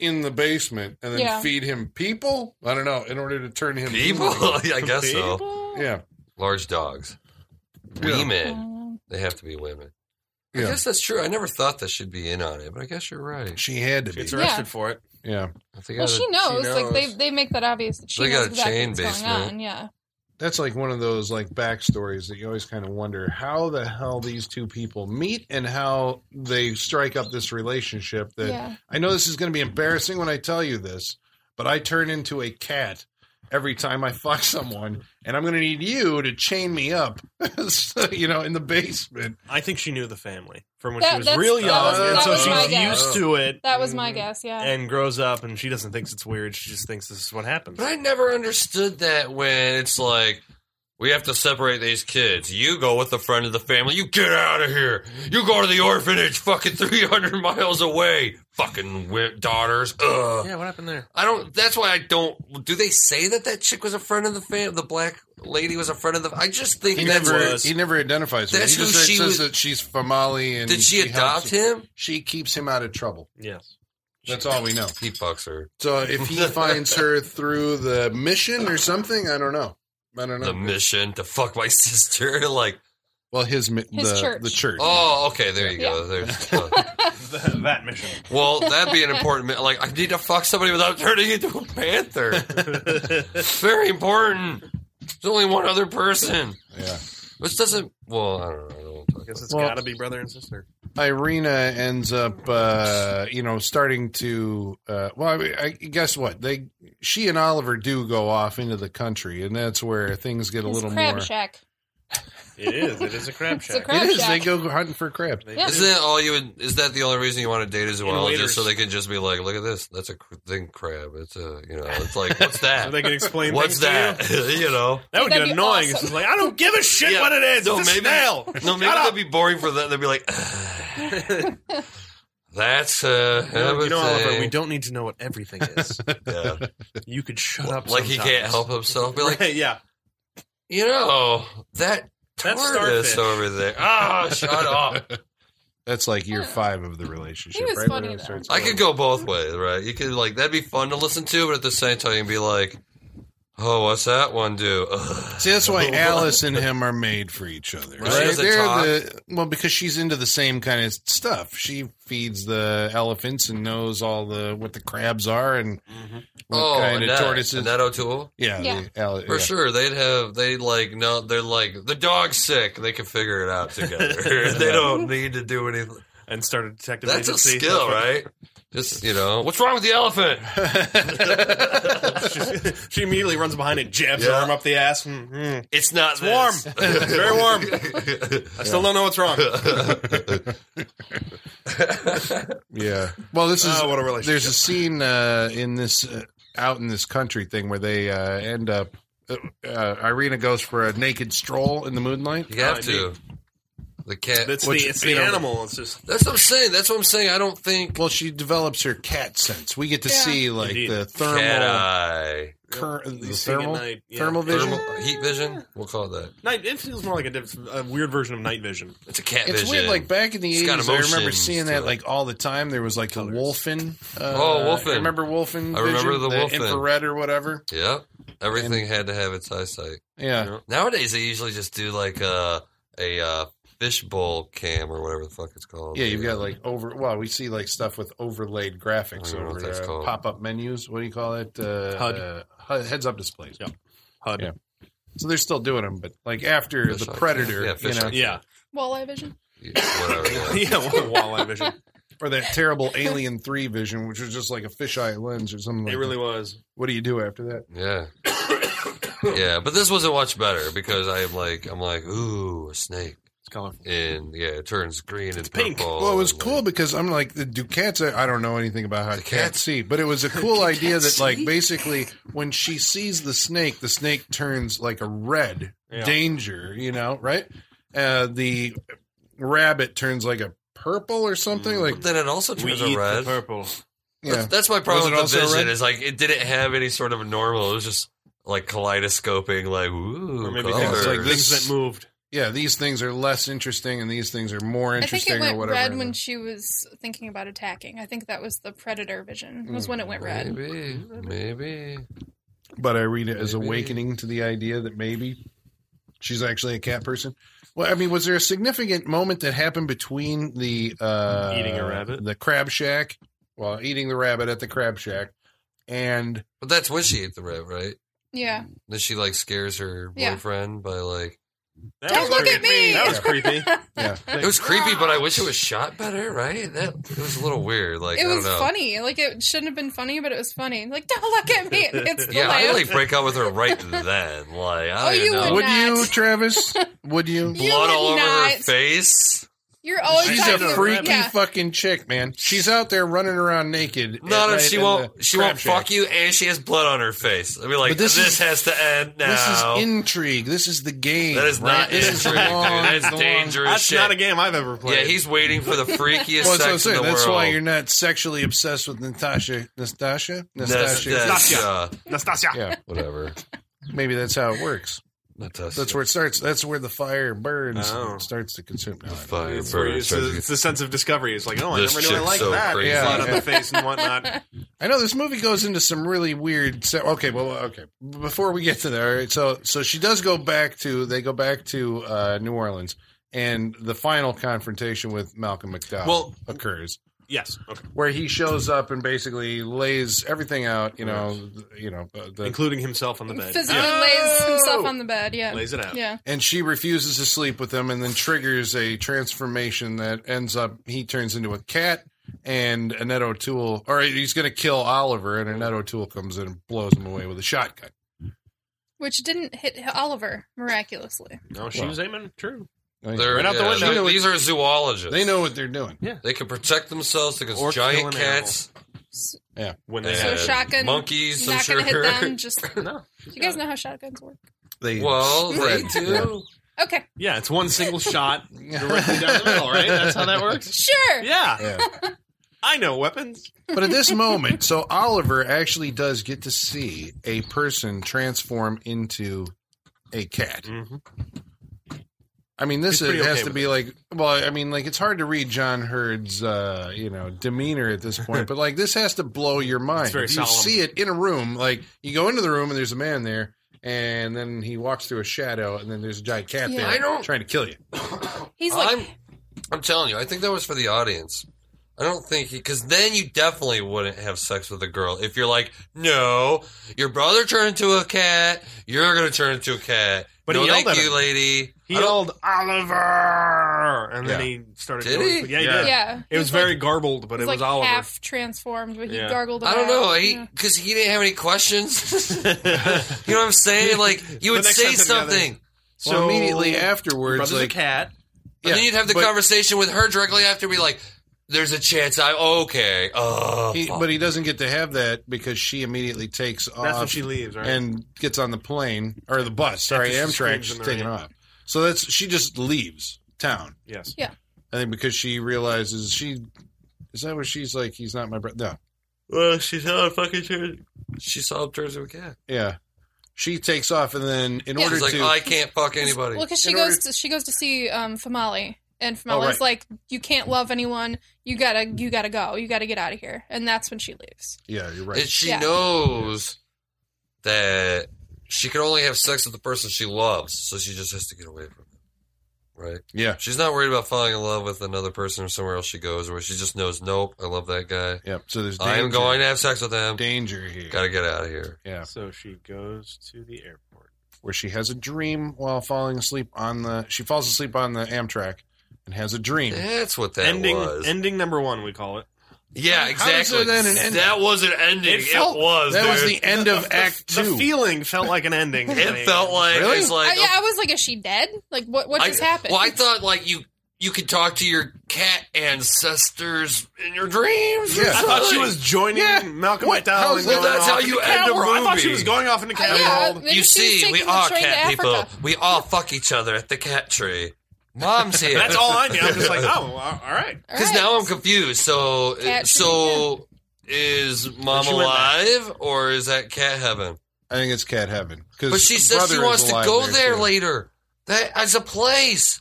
Speaker 2: in the basement and then
Speaker 4: Yeah.
Speaker 2: feed him people I don't know in order to turn him
Speaker 5: People,
Speaker 2: human.
Speaker 5: I guess so.
Speaker 6: People?
Speaker 2: yeah
Speaker 5: Large dogs,
Speaker 2: Yeah.
Speaker 5: women.
Speaker 4: Um,
Speaker 5: They have to be women. I
Speaker 2: Yeah.
Speaker 5: guess that's true. I never thought that should be in on it, but I guess you're right.
Speaker 2: she had to be
Speaker 6: Gets
Speaker 4: Yeah.
Speaker 6: arrested for it.
Speaker 2: yeah
Speaker 5: I think
Speaker 4: well,
Speaker 5: I-
Speaker 4: she knows. Like they
Speaker 5: knows.
Speaker 4: they make that obvious. That she
Speaker 5: They got
Speaker 4: knows
Speaker 5: a
Speaker 4: exactly
Speaker 5: chain
Speaker 4: what's
Speaker 5: basement.
Speaker 4: going on. Yeah.
Speaker 2: that's like one of those like backstories that you always kind of wonder how the hell these two people meet and how they strike up this relationship that
Speaker 4: Yeah.
Speaker 2: I know this is going to be embarrassing when I tell you this, but I turn into a cat every time I fuck someone, and I'm going to need you to chain me up, so, you know, in the basement.
Speaker 6: I think she knew the family from when
Speaker 4: That-
Speaker 6: she was
Speaker 4: that's-
Speaker 6: real
Speaker 4: that
Speaker 6: young,
Speaker 4: was-
Speaker 6: and
Speaker 4: that
Speaker 6: so
Speaker 4: was my
Speaker 6: she's
Speaker 4: guess.
Speaker 6: used to it
Speaker 4: That was my guess. Yeah.
Speaker 6: Mm-hmm. and grows up, and she doesn't think it's weird. She just thinks this is what happens.
Speaker 5: But I never understood that when it's like, we have to separate these kids. You go with a friend of the family. You get out of here. You go to the orphanage, fucking 300 miles away. Fucking wi- daughters. Ugh.
Speaker 6: Yeah, what happened there?
Speaker 5: I don't. That's why I don't. Do they say that that chick was a friend of the fam? The black lady was a friend of the. I just think
Speaker 2: He
Speaker 5: that's.
Speaker 2: never
Speaker 6: was-
Speaker 2: he never identifies with her.
Speaker 5: That's
Speaker 2: He
Speaker 5: who
Speaker 2: just
Speaker 5: she
Speaker 2: says
Speaker 5: was-
Speaker 2: that she's Famali and
Speaker 5: did she,
Speaker 2: helps
Speaker 5: adopt him?
Speaker 2: She keeps him out of trouble.
Speaker 6: Yes.
Speaker 2: That's all we know.
Speaker 5: He fucks her.
Speaker 2: So if he finds her through the mission or something, I don't know. I don't know.
Speaker 5: The mission to fuck my sister. Like,
Speaker 2: well, his, mi-
Speaker 4: His
Speaker 2: the,
Speaker 4: church.
Speaker 2: the church.
Speaker 5: oh, okay, there you go. There's.
Speaker 6: Th- that mission.
Speaker 5: well, that'd be an important. mi- Like, I need to fuck somebody without turning into a panther. It's very important. There's only one other person.
Speaker 2: Yeah.
Speaker 5: Which doesn't. Well, I don't know. I don't wanna
Speaker 6: I
Speaker 5: talk
Speaker 6: guess
Speaker 5: about
Speaker 6: it's
Speaker 2: Well-
Speaker 6: gotta be brother and sister.
Speaker 2: Irina ends up, uh, you know, starting to. Uh, well, I, mean, I guess what they, she and Oliver do go off into the country, and that's where things get a
Speaker 4: It's
Speaker 2: little
Speaker 4: crab
Speaker 2: more.
Speaker 4: shack.
Speaker 6: It is. It is a crab
Speaker 4: It's a
Speaker 6: shack.
Speaker 4: crab-
Speaker 2: it is. They
Speaker 4: shack.
Speaker 2: go hunting for crab.
Speaker 6: They
Speaker 4: Yeah.
Speaker 6: do.
Speaker 5: Isn't that all you would? Is that the only reason you want to date a zoologist?
Speaker 6: waiters.
Speaker 5: So they can just be like, "Look at this. That's a cr- thing crab. It's a you know. It's like what's that?
Speaker 6: So they can explain
Speaker 5: what's
Speaker 6: things to you.
Speaker 5: that? you? know?
Speaker 6: That would
Speaker 4: That'd
Speaker 6: get
Speaker 4: be
Speaker 6: annoying.
Speaker 4: awesome.
Speaker 6: It's just like I don't give a shit
Speaker 5: Yeah.
Speaker 6: what it is.
Speaker 5: No,
Speaker 6: it's a
Speaker 5: maybe-
Speaker 6: snail.
Speaker 5: No, maybe
Speaker 6: Shut
Speaker 5: that'd
Speaker 6: up.
Speaker 5: be boring for them. They'd be like, that's uh,
Speaker 6: you know, Oliver,
Speaker 5: everything.
Speaker 6: we don't need to know what everything is.
Speaker 5: Yeah.
Speaker 6: you could shut up.
Speaker 5: like he
Speaker 6: sometimes.
Speaker 5: can't help himself. Be like,
Speaker 6: Right, yeah.
Speaker 5: you know that
Speaker 6: That's
Speaker 5: tortoise
Speaker 6: starfish.
Speaker 5: over there. Ah, shut up.
Speaker 2: That's like year five of the relationship.
Speaker 4: Uh, He was
Speaker 2: right?
Speaker 4: funny,
Speaker 2: When it
Speaker 4: though.
Speaker 2: starts
Speaker 5: I
Speaker 6: Um,
Speaker 5: could go both ways, right? You could like that'd be fun to listen to, but at the same time, you'd be like, "Oh, what's that one do?" Ugh.
Speaker 2: See, that's why Alice and him are made for each other.
Speaker 5: Right. She doesn't talk.
Speaker 2: the well because she's into the same kind of stuff. She feeds the elephants and knows all the what the crabs are and what
Speaker 5: oh,
Speaker 2: kind
Speaker 5: Annette,
Speaker 2: of tortoises.
Speaker 5: Annette O'Toole.
Speaker 2: yeah,
Speaker 4: Yeah.
Speaker 2: The, ali-
Speaker 5: For
Speaker 2: yeah.
Speaker 5: sure, they'd have they'd like no, they're like the dog's sick. They can figure it out together. they don't need to do anything.
Speaker 6: And start a detective
Speaker 5: That's a
Speaker 6: agency.
Speaker 5: skill, right? Just you know, what's wrong with the elephant?
Speaker 6: she, she immediately runs behind it, jabs her
Speaker 5: Yeah.
Speaker 6: arm up the ass. Mm, mm.
Speaker 5: It's not
Speaker 6: It's warm.
Speaker 5: this.
Speaker 6: it's very warm. I still don't know what's wrong.
Speaker 2: Yeah. Well, this is
Speaker 6: Oh, what a relationship.
Speaker 2: There's a scene uh, in this uh, out in this country thing where they uh, end up. Uh, uh, Irina goes for a naked stroll in the moonlight.
Speaker 5: You have to. The cat.
Speaker 6: It's
Speaker 2: Which-
Speaker 6: the, it's the
Speaker 2: you know,
Speaker 6: animal. It's just
Speaker 5: That's what I'm saying. That's what I'm saying. I don't think
Speaker 2: Well, she develops her cat sense. We get to
Speaker 4: Yeah.
Speaker 2: see like
Speaker 6: Indeed.
Speaker 2: the thermal,
Speaker 5: cat eye,
Speaker 2: cur- the
Speaker 6: seeing at
Speaker 2: thermal,
Speaker 6: night, yeah.
Speaker 2: thermal vision.
Speaker 5: thermal uh, heat vision. We'll call it that.
Speaker 6: night. It feels more like a, diff- a weird version of night vision.
Speaker 5: It's a cat
Speaker 2: It's
Speaker 5: vision.
Speaker 2: weird. Like back in the
Speaker 5: It's got
Speaker 2: eighties, I remember
Speaker 5: emotions
Speaker 2: seeing
Speaker 5: to
Speaker 2: that
Speaker 5: it.
Speaker 2: like all the time. There was like the Wolfen. Uh,
Speaker 5: Oh, Wolfen.
Speaker 2: Remember Wolfen?
Speaker 5: I remember
Speaker 2: vision?
Speaker 5: the Wolfen.
Speaker 2: infrared or whatever.
Speaker 5: Yep. Everything had to have its eyesight.
Speaker 2: Yeah.
Speaker 5: Nowadays, they usually just do like a a uh, fishbowl cam or whatever the fuck it's called.
Speaker 2: Yeah, you've got like over. Well, we see like stuff with overlaid graphics
Speaker 5: I don't know
Speaker 2: over
Speaker 5: what that's
Speaker 2: there,
Speaker 5: called.
Speaker 2: pop up menus. What do you call it? Uh,
Speaker 6: HUD.
Speaker 2: uh, HUD heads up displays.
Speaker 6: Yeah. HUD.
Speaker 2: Yeah. So they're still doing them, but like after
Speaker 5: Fish
Speaker 2: the
Speaker 5: eye.
Speaker 2: Predator,
Speaker 5: Yeah,
Speaker 2: you
Speaker 5: fish
Speaker 2: know,
Speaker 5: eye.
Speaker 6: Yeah,
Speaker 4: Walleye vision.
Speaker 5: whatever. yeah.
Speaker 6: yeah, walleye vision.
Speaker 2: or that terrible Alien Three vision, which was just like a fisheye lens or something. Like
Speaker 6: It really was.
Speaker 2: What do you do after that?
Speaker 5: Yeah. yeah, but this wasn't much better because I'm like I'm like ooh a snake
Speaker 6: It's colorful.
Speaker 5: and yeah it turns green and
Speaker 6: pink.
Speaker 5: purple.
Speaker 2: Well, it was
Speaker 5: and,
Speaker 2: cool
Speaker 5: like,
Speaker 2: because I'm like, do cats? I don't know anything about how
Speaker 5: Oh. The
Speaker 2: cats
Speaker 5: cat-
Speaker 2: see, but it was a cool idea that, like,
Speaker 4: see?
Speaker 2: basically, when she sees the snake, the snake turns like a red
Speaker 6: Yeah.
Speaker 2: danger, you know, right? Uh, the rabbit turns like a purple or something, like
Speaker 5: But then it also turns a red.
Speaker 6: purple.
Speaker 2: yeah.
Speaker 5: That's my problem with
Speaker 2: Was it
Speaker 5: the
Speaker 2: also
Speaker 5: vision
Speaker 2: red?
Speaker 5: is like it didn't have any sort of a normal. It was just like kaleidoscoping, like ooh,
Speaker 6: Or maybe
Speaker 5: colors.
Speaker 6: things,
Speaker 2: like this-
Speaker 6: things that moved.
Speaker 2: yeah, these things are less interesting, and these things are more
Speaker 4: I think
Speaker 2: interesting,
Speaker 4: it went
Speaker 2: or whatever.
Speaker 4: red when she was thinking about attacking. I think that was the predator vision. Was when it went red.
Speaker 5: Maybe, maybe.
Speaker 2: but I read it as
Speaker 5: Maybe.
Speaker 2: awakening to the idea that maybe she's actually a cat person. Well, I mean, was there a significant moment that happened between the uh,
Speaker 6: Eating a rabbit?
Speaker 2: the crab shack, well, eating the rabbit at the crab shack, and
Speaker 5: But that's when she ate the rat, right?
Speaker 4: Yeah.
Speaker 5: Then she like scares her
Speaker 4: Yeah.
Speaker 5: boyfriend by like
Speaker 6: That
Speaker 4: Don't
Speaker 6: was
Speaker 4: look
Speaker 6: creepy.
Speaker 4: at me!
Speaker 6: That was creepy.
Speaker 2: yeah,
Speaker 5: it was creepy,
Speaker 4: "Ah!"
Speaker 5: but I wish it was shot better, right? That it was a little weird. Like
Speaker 4: it
Speaker 5: I don't
Speaker 4: was
Speaker 5: know.
Speaker 4: funny. Like it shouldn't have been funny, but it was funny. Like don't look at me. It's the
Speaker 5: Yeah,
Speaker 4: laugh.
Speaker 5: I like break up with her right then. Like I
Speaker 4: Oh,
Speaker 5: don't
Speaker 4: you
Speaker 5: know.
Speaker 4: would
Speaker 2: would
Speaker 4: not.
Speaker 2: you, Travis? Would you?
Speaker 4: You
Speaker 5: blood all
Speaker 4: would
Speaker 5: over
Speaker 4: not.
Speaker 5: her face.
Speaker 4: You're always
Speaker 2: She's a
Speaker 4: talking about-
Speaker 2: freaky
Speaker 4: yeah.
Speaker 2: fucking chick, man. She's out there running around naked. at
Speaker 5: Not if
Speaker 2: night
Speaker 5: she
Speaker 2: in
Speaker 5: won't.
Speaker 2: the
Speaker 5: She
Speaker 2: crab
Speaker 5: won't
Speaker 2: shack.
Speaker 5: fuck you, and she has blood on her face. I'd be like,
Speaker 2: But
Speaker 5: this,
Speaker 2: this is-
Speaker 5: has to end now.
Speaker 2: This is intrigue. This is the game.
Speaker 5: That is
Speaker 2: right?
Speaker 5: not
Speaker 2: This is
Speaker 5: intrigue, dude.
Speaker 2: long-
Speaker 5: That is
Speaker 2: long-
Speaker 5: dangerous
Speaker 6: That's
Speaker 5: shit.
Speaker 6: not a game I've ever
Speaker 5: yeah,
Speaker 6: played.
Speaker 5: he's waiting for the freakiest
Speaker 2: Well, that's what I'm
Speaker 5: sex in the
Speaker 2: saying. That's
Speaker 5: world.
Speaker 2: why you're not sexually obsessed with Natasha. Nastasha?
Speaker 5: That's,
Speaker 2: Nastasha.
Speaker 5: that's, uh,
Speaker 6: Nastasia.
Speaker 2: yeah,
Speaker 5: whatever.
Speaker 2: maybe that's how it works.
Speaker 5: Not us.
Speaker 2: That's where it starts. That's where the fire burns
Speaker 6: Oh.
Speaker 2: and starts to consume. No, I don't-
Speaker 5: fire
Speaker 6: It's, where you- it's, the, it's the sense of discovery. It's like, oh, I
Speaker 5: This
Speaker 6: never knew I
Speaker 5: chick's
Speaker 6: liked
Speaker 5: so
Speaker 6: that.
Speaker 5: crazy.
Speaker 6: Flat
Speaker 2: Yeah.
Speaker 6: on the face and whatnot.
Speaker 2: I know this movie goes into some really weird. Se- okay, well, okay. Before we get to there, all right, so so she does go back to they go back to uh, New Orleans, and the final confrontation with Malcolm McDowell
Speaker 5: Well-
Speaker 2: occurs
Speaker 6: Yes. Okay.
Speaker 2: where he shows up and basically lays everything out. You know, th- you know, uh, the,
Speaker 6: Including himself on the bed.
Speaker 4: Physically
Speaker 6: Yeah.
Speaker 4: lays himself on the bed. Yeah.
Speaker 6: Lays it out.
Speaker 4: Yeah.
Speaker 2: and she refuses to sleep with him, and then triggers a transformation that ends up he turns into a cat. And Annette O'Toole, or he's going to kill Oliver, and Annette O'Toole comes in and blows him away with a shotgun.
Speaker 4: Which didn't hit Oliver miraculously.
Speaker 6: No, she
Speaker 2: Well.
Speaker 6: was aiming true.
Speaker 5: They're,
Speaker 6: Right out the
Speaker 5: yeah,
Speaker 6: window.
Speaker 5: they- these are zoologists.
Speaker 2: They know what they're doing.
Speaker 5: They can protect themselves against
Speaker 6: Or kill
Speaker 5: giant
Speaker 6: an
Speaker 5: cats,
Speaker 6: When they
Speaker 5: Yeah.
Speaker 4: So
Speaker 5: Uh,
Speaker 6: had
Speaker 4: shotgun
Speaker 5: monkeys, I'm
Speaker 4: not
Speaker 5: sure.
Speaker 4: gonna hit them. Just
Speaker 6: no.
Speaker 4: you guys know how shotguns work.
Speaker 2: They
Speaker 5: well, they
Speaker 2: Right.
Speaker 5: do.
Speaker 4: Okay.
Speaker 6: Yeah, it's one single shot directly down the middle, right? That's how that works.
Speaker 4: Sure.
Speaker 6: Yeah.
Speaker 2: Yeah.
Speaker 6: I know weapons.
Speaker 2: But at this moment, so Oliver actually does get to see a person transform into a cat.
Speaker 6: Mm-hmm.
Speaker 2: I mean, this
Speaker 6: He's
Speaker 2: is,
Speaker 6: pretty
Speaker 2: has
Speaker 6: okay
Speaker 2: to
Speaker 6: with
Speaker 2: be like, well, I mean, like it's hard to read John Hurd's, uh, you know, demeanor at this point, but like this has to blow your mind.
Speaker 6: It's very
Speaker 2: you
Speaker 6: solemn.
Speaker 2: see it in a room, like you go into the room and there's a man there, and then he walks through a shadow, and then there's a giant cat
Speaker 4: Yeah.
Speaker 2: there
Speaker 4: I
Speaker 5: don't-
Speaker 2: trying to kill you.
Speaker 4: He's like,
Speaker 5: I'm, I'm telling you, I think that was for the audience. I don't think because then you definitely wouldn't have sex with a girl if you're like, no, your brother turned into a cat, you're gonna turn into a cat.
Speaker 6: But
Speaker 5: no,
Speaker 6: he yelled
Speaker 5: thank
Speaker 6: at
Speaker 5: you,
Speaker 6: him.
Speaker 5: lady.
Speaker 6: He
Speaker 5: I don't-
Speaker 6: yelled Oliver, and then
Speaker 2: Yeah.
Speaker 6: he started.
Speaker 5: Did
Speaker 6: going,
Speaker 5: he?
Speaker 6: Yeah, he
Speaker 2: Yeah.
Speaker 6: did.
Speaker 4: yeah.
Speaker 6: It was
Speaker 4: He's
Speaker 6: very
Speaker 4: like,
Speaker 6: garbled, but
Speaker 4: he's
Speaker 6: it was
Speaker 4: like
Speaker 6: Oliver.
Speaker 4: half transformed, but he
Speaker 6: Yeah.
Speaker 4: gargled.
Speaker 5: I don't
Speaker 4: about.
Speaker 5: know,
Speaker 4: Yeah.
Speaker 5: because he, didn't have any questions. you know what I'm saying? Like you would
Speaker 6: next
Speaker 5: say
Speaker 6: time they're together,
Speaker 5: something,
Speaker 2: So immediately afterwards,
Speaker 6: brother's
Speaker 2: like
Speaker 6: a cat.
Speaker 5: and then you'd have the
Speaker 2: but-
Speaker 5: conversation with her directly after. Be like, "There's a chance I okay." Oh,
Speaker 2: He, but he doesn't get to have that because she immediately takes
Speaker 6: That's
Speaker 5: "Oh,
Speaker 6: when
Speaker 2: off
Speaker 6: she leaves, right?
Speaker 2: and gets on the plane or the bus. Sorry,
Speaker 6: she
Speaker 2: Amtrak.
Speaker 6: screams
Speaker 2: She's
Speaker 6: in the
Speaker 2: taking
Speaker 6: rain.
Speaker 2: off. So that's she just leaves town.
Speaker 6: yes,
Speaker 2: I think because she realizes she is that where she's like he's not my brother. No,
Speaker 5: Well, she saw a fucking turn. She saw him turn into a cat.
Speaker 2: yeah. She takes off and then in
Speaker 4: Yeah.
Speaker 2: order
Speaker 5: She's like,
Speaker 2: to
Speaker 5: I can't fuck anybody. Oh,
Speaker 4: Well, because she
Speaker 2: In
Speaker 4: goes
Speaker 2: order-
Speaker 4: to she goes to see um, Famali, and Famali's
Speaker 2: right.
Speaker 4: like, "You can't love anyone. You gotta you gotta go. You gotta get out of here." And that's when she leaves.
Speaker 2: yeah, you're
Speaker 5: And
Speaker 2: right.
Speaker 5: she
Speaker 4: Yeah.
Speaker 5: knows that she can only have sex with the person she loves, so she just has to get away from it. Right?
Speaker 2: Yeah.
Speaker 5: She's not worried about falling in love with another person or somewhere else she goes, where she just knows, nope, I love that guy.
Speaker 2: Yep. So there's danger,
Speaker 5: I am going to have sex with him.
Speaker 2: danger here.
Speaker 5: Gotta get out of here.
Speaker 2: Yeah,
Speaker 6: so she goes to the airport.
Speaker 2: where she has a dream while falling asleep on the she falls asleep on the Amtrak and has a dream.
Speaker 5: That's what that
Speaker 6: ending,
Speaker 5: was.
Speaker 6: ending number one, we call it.
Speaker 5: yeah,
Speaker 2: How is
Speaker 5: exactly.
Speaker 2: there then an ending?
Speaker 5: That was an ending. It,
Speaker 6: It felt-
Speaker 5: was.
Speaker 2: That was
Speaker 5: dude.
Speaker 2: the end of Act
Speaker 6: The
Speaker 2: Two.
Speaker 6: feeling felt like an ending. to me.
Speaker 5: It felt like
Speaker 2: Really?
Speaker 5: it's like
Speaker 4: I, Oh, yeah, I was like, "Is she dead? Like, what what
Speaker 5: I-
Speaker 4: just happened?" Uh,
Speaker 5: Well, I thought like you you could talk to your cat ancestors in your dreams. or
Speaker 2: Yeah.
Speaker 6: I thought she
Speaker 5: something.
Speaker 6: was joining
Speaker 2: Yeah.
Speaker 6: Malcolm
Speaker 2: What?
Speaker 6: McDowell.
Speaker 2: How's
Speaker 6: and
Speaker 2: that-
Speaker 6: going
Speaker 5: that's
Speaker 6: off
Speaker 5: how
Speaker 6: into
Speaker 5: you
Speaker 6: the
Speaker 5: end a
Speaker 6: cat world. I thought she
Speaker 5: movie.
Speaker 6: was going off into cat
Speaker 4: Uh, yeah.
Speaker 6: world.
Speaker 4: Maybe
Speaker 5: you
Speaker 4: she was
Speaker 5: see,
Speaker 4: taking
Speaker 5: we
Speaker 4: the
Speaker 5: are
Speaker 4: train to
Speaker 5: cat people.
Speaker 4: Africa.
Speaker 5: We all fuck each other at the cat tree. Mom's here.
Speaker 6: That's all I knew. I'm just like, oh, all all right.
Speaker 4: All
Speaker 5: Because
Speaker 4: right.
Speaker 5: now I'm confused. So,
Speaker 4: Cat
Speaker 5: so is mom
Speaker 6: And she went back.
Speaker 5: alive or is that cat heaven?
Speaker 2: I think it's Cat Heaven. 'cause
Speaker 5: But she says
Speaker 2: brother
Speaker 5: she
Speaker 2: is
Speaker 5: wants to
Speaker 2: alive
Speaker 5: go there
Speaker 2: too.
Speaker 5: later. That as a place.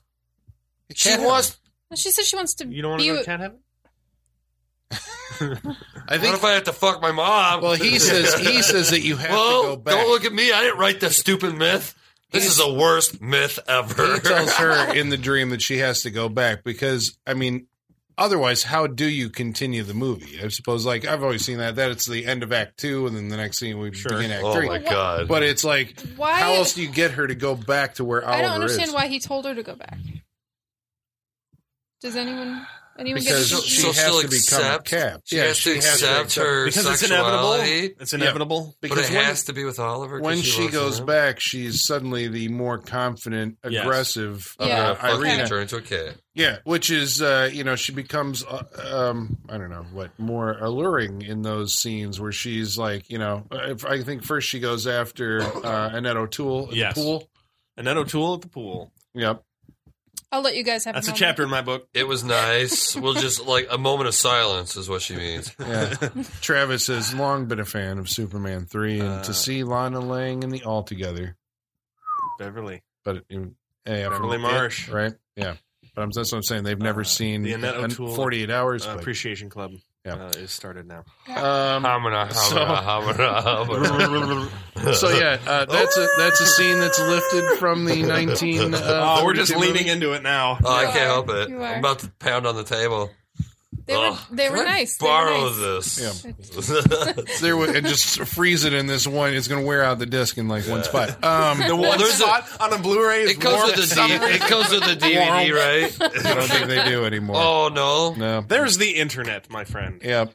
Speaker 2: Cat
Speaker 5: She
Speaker 2: Heaven.
Speaker 5: wants.
Speaker 4: And she said she wants to.
Speaker 6: You don't want
Speaker 4: be
Speaker 6: to go to
Speaker 4: with-
Speaker 6: cat heaven?
Speaker 2: I
Speaker 5: What
Speaker 2: think.
Speaker 5: if I have to fuck my mom?
Speaker 2: well, he says he says that you have to go
Speaker 5: Well,
Speaker 2: back.
Speaker 5: don't look at me. I didn't write that stupid myth. This is the worst myth ever.
Speaker 2: he tells her in the dream that she has to go back because I mean, otherwise, how do you continue the movie? I suppose like I've always seen that that it's the end of Act Two and then the next scene we
Speaker 6: Sure.
Speaker 2: begin Act
Speaker 5: oh
Speaker 2: Three.
Speaker 5: my
Speaker 4: Well,
Speaker 5: god!
Speaker 2: But it's like,
Speaker 4: Why?
Speaker 2: how else do you get her to go back to where Oliver
Speaker 4: I don't understand
Speaker 2: is?
Speaker 4: why he told her to go back. Does anyone anyone
Speaker 2: Because
Speaker 4: get
Speaker 5: She'll-
Speaker 4: a
Speaker 2: she
Speaker 5: she'll
Speaker 2: has to become a cat.
Speaker 5: She
Speaker 2: Yeah,
Speaker 5: has to
Speaker 2: she has to
Speaker 5: accept
Speaker 2: accept-
Speaker 5: her
Speaker 6: Because it's inevitable.
Speaker 5: sexuality,
Speaker 6: It's inevitable.
Speaker 5: but it
Speaker 2: Because when-
Speaker 5: has to be with Oliver. 'cause
Speaker 2: when she,
Speaker 5: loves
Speaker 2: goes
Speaker 5: him.
Speaker 2: back, she's suddenly the more confident,
Speaker 6: Yes.
Speaker 2: aggressive
Speaker 5: I'm
Speaker 4: Yeah.
Speaker 5: gonna
Speaker 2: uh,
Speaker 5: fucking
Speaker 2: Irina.
Speaker 5: turn into a cat.
Speaker 2: Yeah, which is uh, you know she becomes uh, um, I don't know what more alluring in those scenes where she's like you know uh, if, I think first she goes after uh, Annette O'Toole in
Speaker 6: Yes.
Speaker 2: the pool.
Speaker 6: Annette O'Toole at the pool.
Speaker 2: Yep.
Speaker 4: I'll let you guys have.
Speaker 6: That's a
Speaker 4: moment.
Speaker 6: chapter in my book.
Speaker 5: It was nice. we'll just like a moment of silence is what she means.
Speaker 2: Yeah. Travis has long been a fan of Superman three, and
Speaker 6: Uh.
Speaker 2: to see Lana Lang in the All Together
Speaker 6: Beverly. uh,
Speaker 2: but it, you- yeah, from
Speaker 6: Beverly
Speaker 2: it,
Speaker 6: Marsh.
Speaker 2: right? Yeah, but I'm, that's what I'm saying. They've never
Speaker 6: Uh,
Speaker 2: seen
Speaker 6: the Annette
Speaker 2: an-
Speaker 6: O'Toole,
Speaker 2: 48 hours.
Speaker 6: Uh,
Speaker 2: but-
Speaker 6: Appreciation Club
Speaker 2: Yeah.
Speaker 6: uh, is started now.
Speaker 2: um,
Speaker 5: Hamana, hamana,
Speaker 2: So-
Speaker 5: hamana, hamana.
Speaker 2: so yeah, uh, that's a that's a scene that's lifted from the 19. Uh,
Speaker 6: Oh, we're just
Speaker 2: 32 movie.
Speaker 6: leaning into it now.
Speaker 5: Oh, I
Speaker 4: You
Speaker 5: can't
Speaker 4: are.
Speaker 5: help it.
Speaker 4: You are.
Speaker 5: I'm about to pound on the table.
Speaker 4: They were,
Speaker 5: Ugh.
Speaker 4: they
Speaker 5: Can
Speaker 4: were
Speaker 5: I
Speaker 4: nice. They were
Speaker 5: Borrow
Speaker 4: nice.
Speaker 5: this.
Speaker 2: there wa- and just freeze it in this one. It's going to wear out the disc in like one spot. Um,
Speaker 6: The one
Speaker 5: there's a-
Speaker 6: spot on a Blu-ray is
Speaker 5: It comes
Speaker 6: warm
Speaker 5: with the
Speaker 6: summer.
Speaker 5: D- it comes with the DVD,
Speaker 2: I
Speaker 5: right?
Speaker 2: don't think they do anymore.
Speaker 5: oh no!
Speaker 2: No.
Speaker 6: There's the internet, my friend.
Speaker 2: Yeah.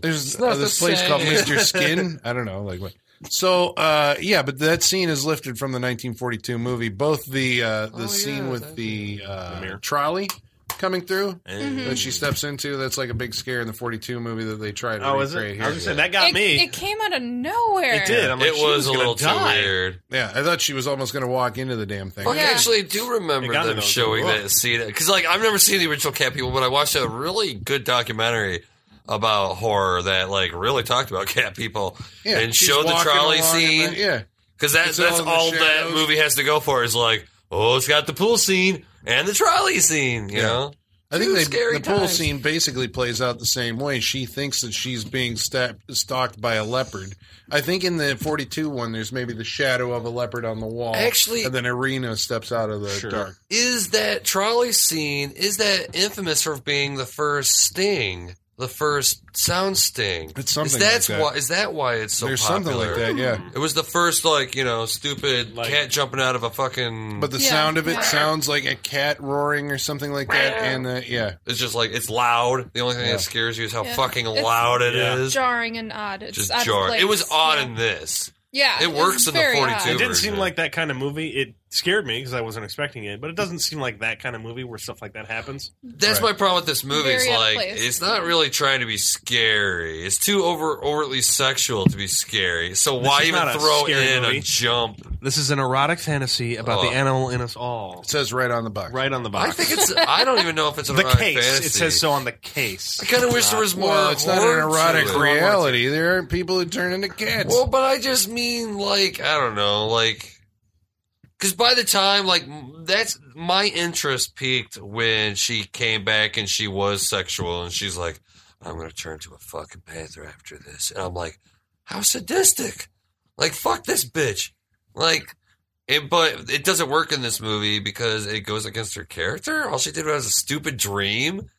Speaker 2: There's
Speaker 5: not
Speaker 2: uh, this
Speaker 5: the
Speaker 2: place called
Speaker 5: same.
Speaker 2: Mr. Skin. I don't know, like what. So, uh, yeah, but that scene is lifted from the 1942 movie. Both the uh, the
Speaker 5: Oh,
Speaker 2: scene
Speaker 5: yeah,
Speaker 2: with
Speaker 5: that-
Speaker 2: the, uh,
Speaker 6: The mirror.
Speaker 2: trolley coming through
Speaker 5: Mhm.
Speaker 2: that she steps into. That's like a big scare in the 42 movie that they try to
Speaker 6: Oh, is
Speaker 2: recreate
Speaker 6: it? I
Speaker 2: here.
Speaker 6: was gonna say that got
Speaker 4: it,
Speaker 6: me.
Speaker 4: it came out of nowhere.
Speaker 6: It did. I'm like,
Speaker 5: it
Speaker 6: she
Speaker 5: was, a
Speaker 6: gonna
Speaker 5: little
Speaker 6: die.
Speaker 5: too weird.
Speaker 2: yeah, I thought she was almost going to walk into the damn thing.
Speaker 5: Well,
Speaker 4: Yeah.
Speaker 5: I actually do remember
Speaker 6: It got
Speaker 5: them
Speaker 6: those
Speaker 5: showing
Speaker 6: books.
Speaker 5: that scene because, like, I've never seen the original Cat People, but I watched a really good documentary about horror that, like, really talked about Cat People
Speaker 2: Yeah,
Speaker 5: and
Speaker 2: she's
Speaker 5: showed the
Speaker 2: walking along
Speaker 5: trolley
Speaker 2: and
Speaker 5: scene
Speaker 2: then- yeah.
Speaker 5: because that,
Speaker 2: It's all
Speaker 5: that's
Speaker 2: in the
Speaker 5: all that
Speaker 2: shadows.
Speaker 5: movie has to go for is like, oh, it's got the pool scene and the trolley scene, you
Speaker 2: Yeah.
Speaker 5: know.
Speaker 2: I think
Speaker 5: Two
Speaker 2: they,
Speaker 5: scary
Speaker 2: the pool
Speaker 5: times.
Speaker 2: scene basically plays out the same way. She thinks that she's being sta stalked by a leopard. I think in the 42 one, there's maybe the shadow of a leopard on the wall.
Speaker 5: Actually-
Speaker 2: and then Irina steps out of the
Speaker 6: Sure.
Speaker 2: dark.
Speaker 5: is that trolley scene is that infamous for being the first sting the first sound sting
Speaker 2: It's something
Speaker 5: is that's
Speaker 2: like that.
Speaker 5: why is that why it's so
Speaker 2: there's
Speaker 5: popular
Speaker 2: something like that, yeah.
Speaker 5: it was the first like you know stupid
Speaker 6: Like-
Speaker 5: cat jumping out of a fucking
Speaker 2: But the
Speaker 4: Yeah.
Speaker 2: sound of it
Speaker 4: Yeah.
Speaker 2: sounds like a cat roaring or something like that. And uh, yeah,
Speaker 5: it's just like it's loud the only thing
Speaker 2: Yeah.
Speaker 5: that scares you is how
Speaker 4: Yeah.
Speaker 5: fucking
Speaker 4: It's-
Speaker 5: loud it is.
Speaker 6: Yeah.
Speaker 4: Jarring and odd. It's
Speaker 5: just
Speaker 4: out of
Speaker 5: jarring
Speaker 4: place.
Speaker 5: it was odd
Speaker 4: Yeah.
Speaker 5: in this
Speaker 4: Yeah,
Speaker 5: It works
Speaker 4: was
Speaker 5: in the
Speaker 4: very
Speaker 5: 42
Speaker 6: It
Speaker 4: odd.
Speaker 6: didn't seem
Speaker 5: version.
Speaker 6: like that kind of movie. It scared me because I wasn't expecting it, but it doesn't seem like that kind of movie where stuff like that happens.
Speaker 5: that's
Speaker 2: Right.
Speaker 5: my problem with this movie
Speaker 4: Very
Speaker 5: it's
Speaker 4: out of
Speaker 5: like
Speaker 4: place.
Speaker 5: it's not really trying to be scary it's too over overtly sexual to be scary so
Speaker 6: This
Speaker 5: why
Speaker 6: is
Speaker 5: even
Speaker 6: not a
Speaker 5: throw
Speaker 6: scary
Speaker 5: in
Speaker 6: movie.
Speaker 5: a jump
Speaker 6: This is an erotic fantasy about
Speaker 5: Oh.
Speaker 6: the animal in us all.
Speaker 2: it says right on the box.
Speaker 6: Right on the box.
Speaker 5: I think it's. I don't even know if it's an
Speaker 6: the
Speaker 5: erotic
Speaker 6: case.
Speaker 5: fantasy.
Speaker 6: It says so on the case.
Speaker 5: I kind of wish there was more.
Speaker 2: Well, it's not an
Speaker 5: horror to
Speaker 2: erotic
Speaker 5: it.
Speaker 2: reality. There are people who turn into cats.
Speaker 5: Well, but I just mean like I don't know, like because by the time like m- that's my interest peaked when she came back and she was sexual and she's like, I'm gonna turn to a fucking panther after this, and I'm like, how sadistic! Like fuck this bitch! Like. It, but it doesn't work in this movie because it goes against her character. All she did was a stupid dream.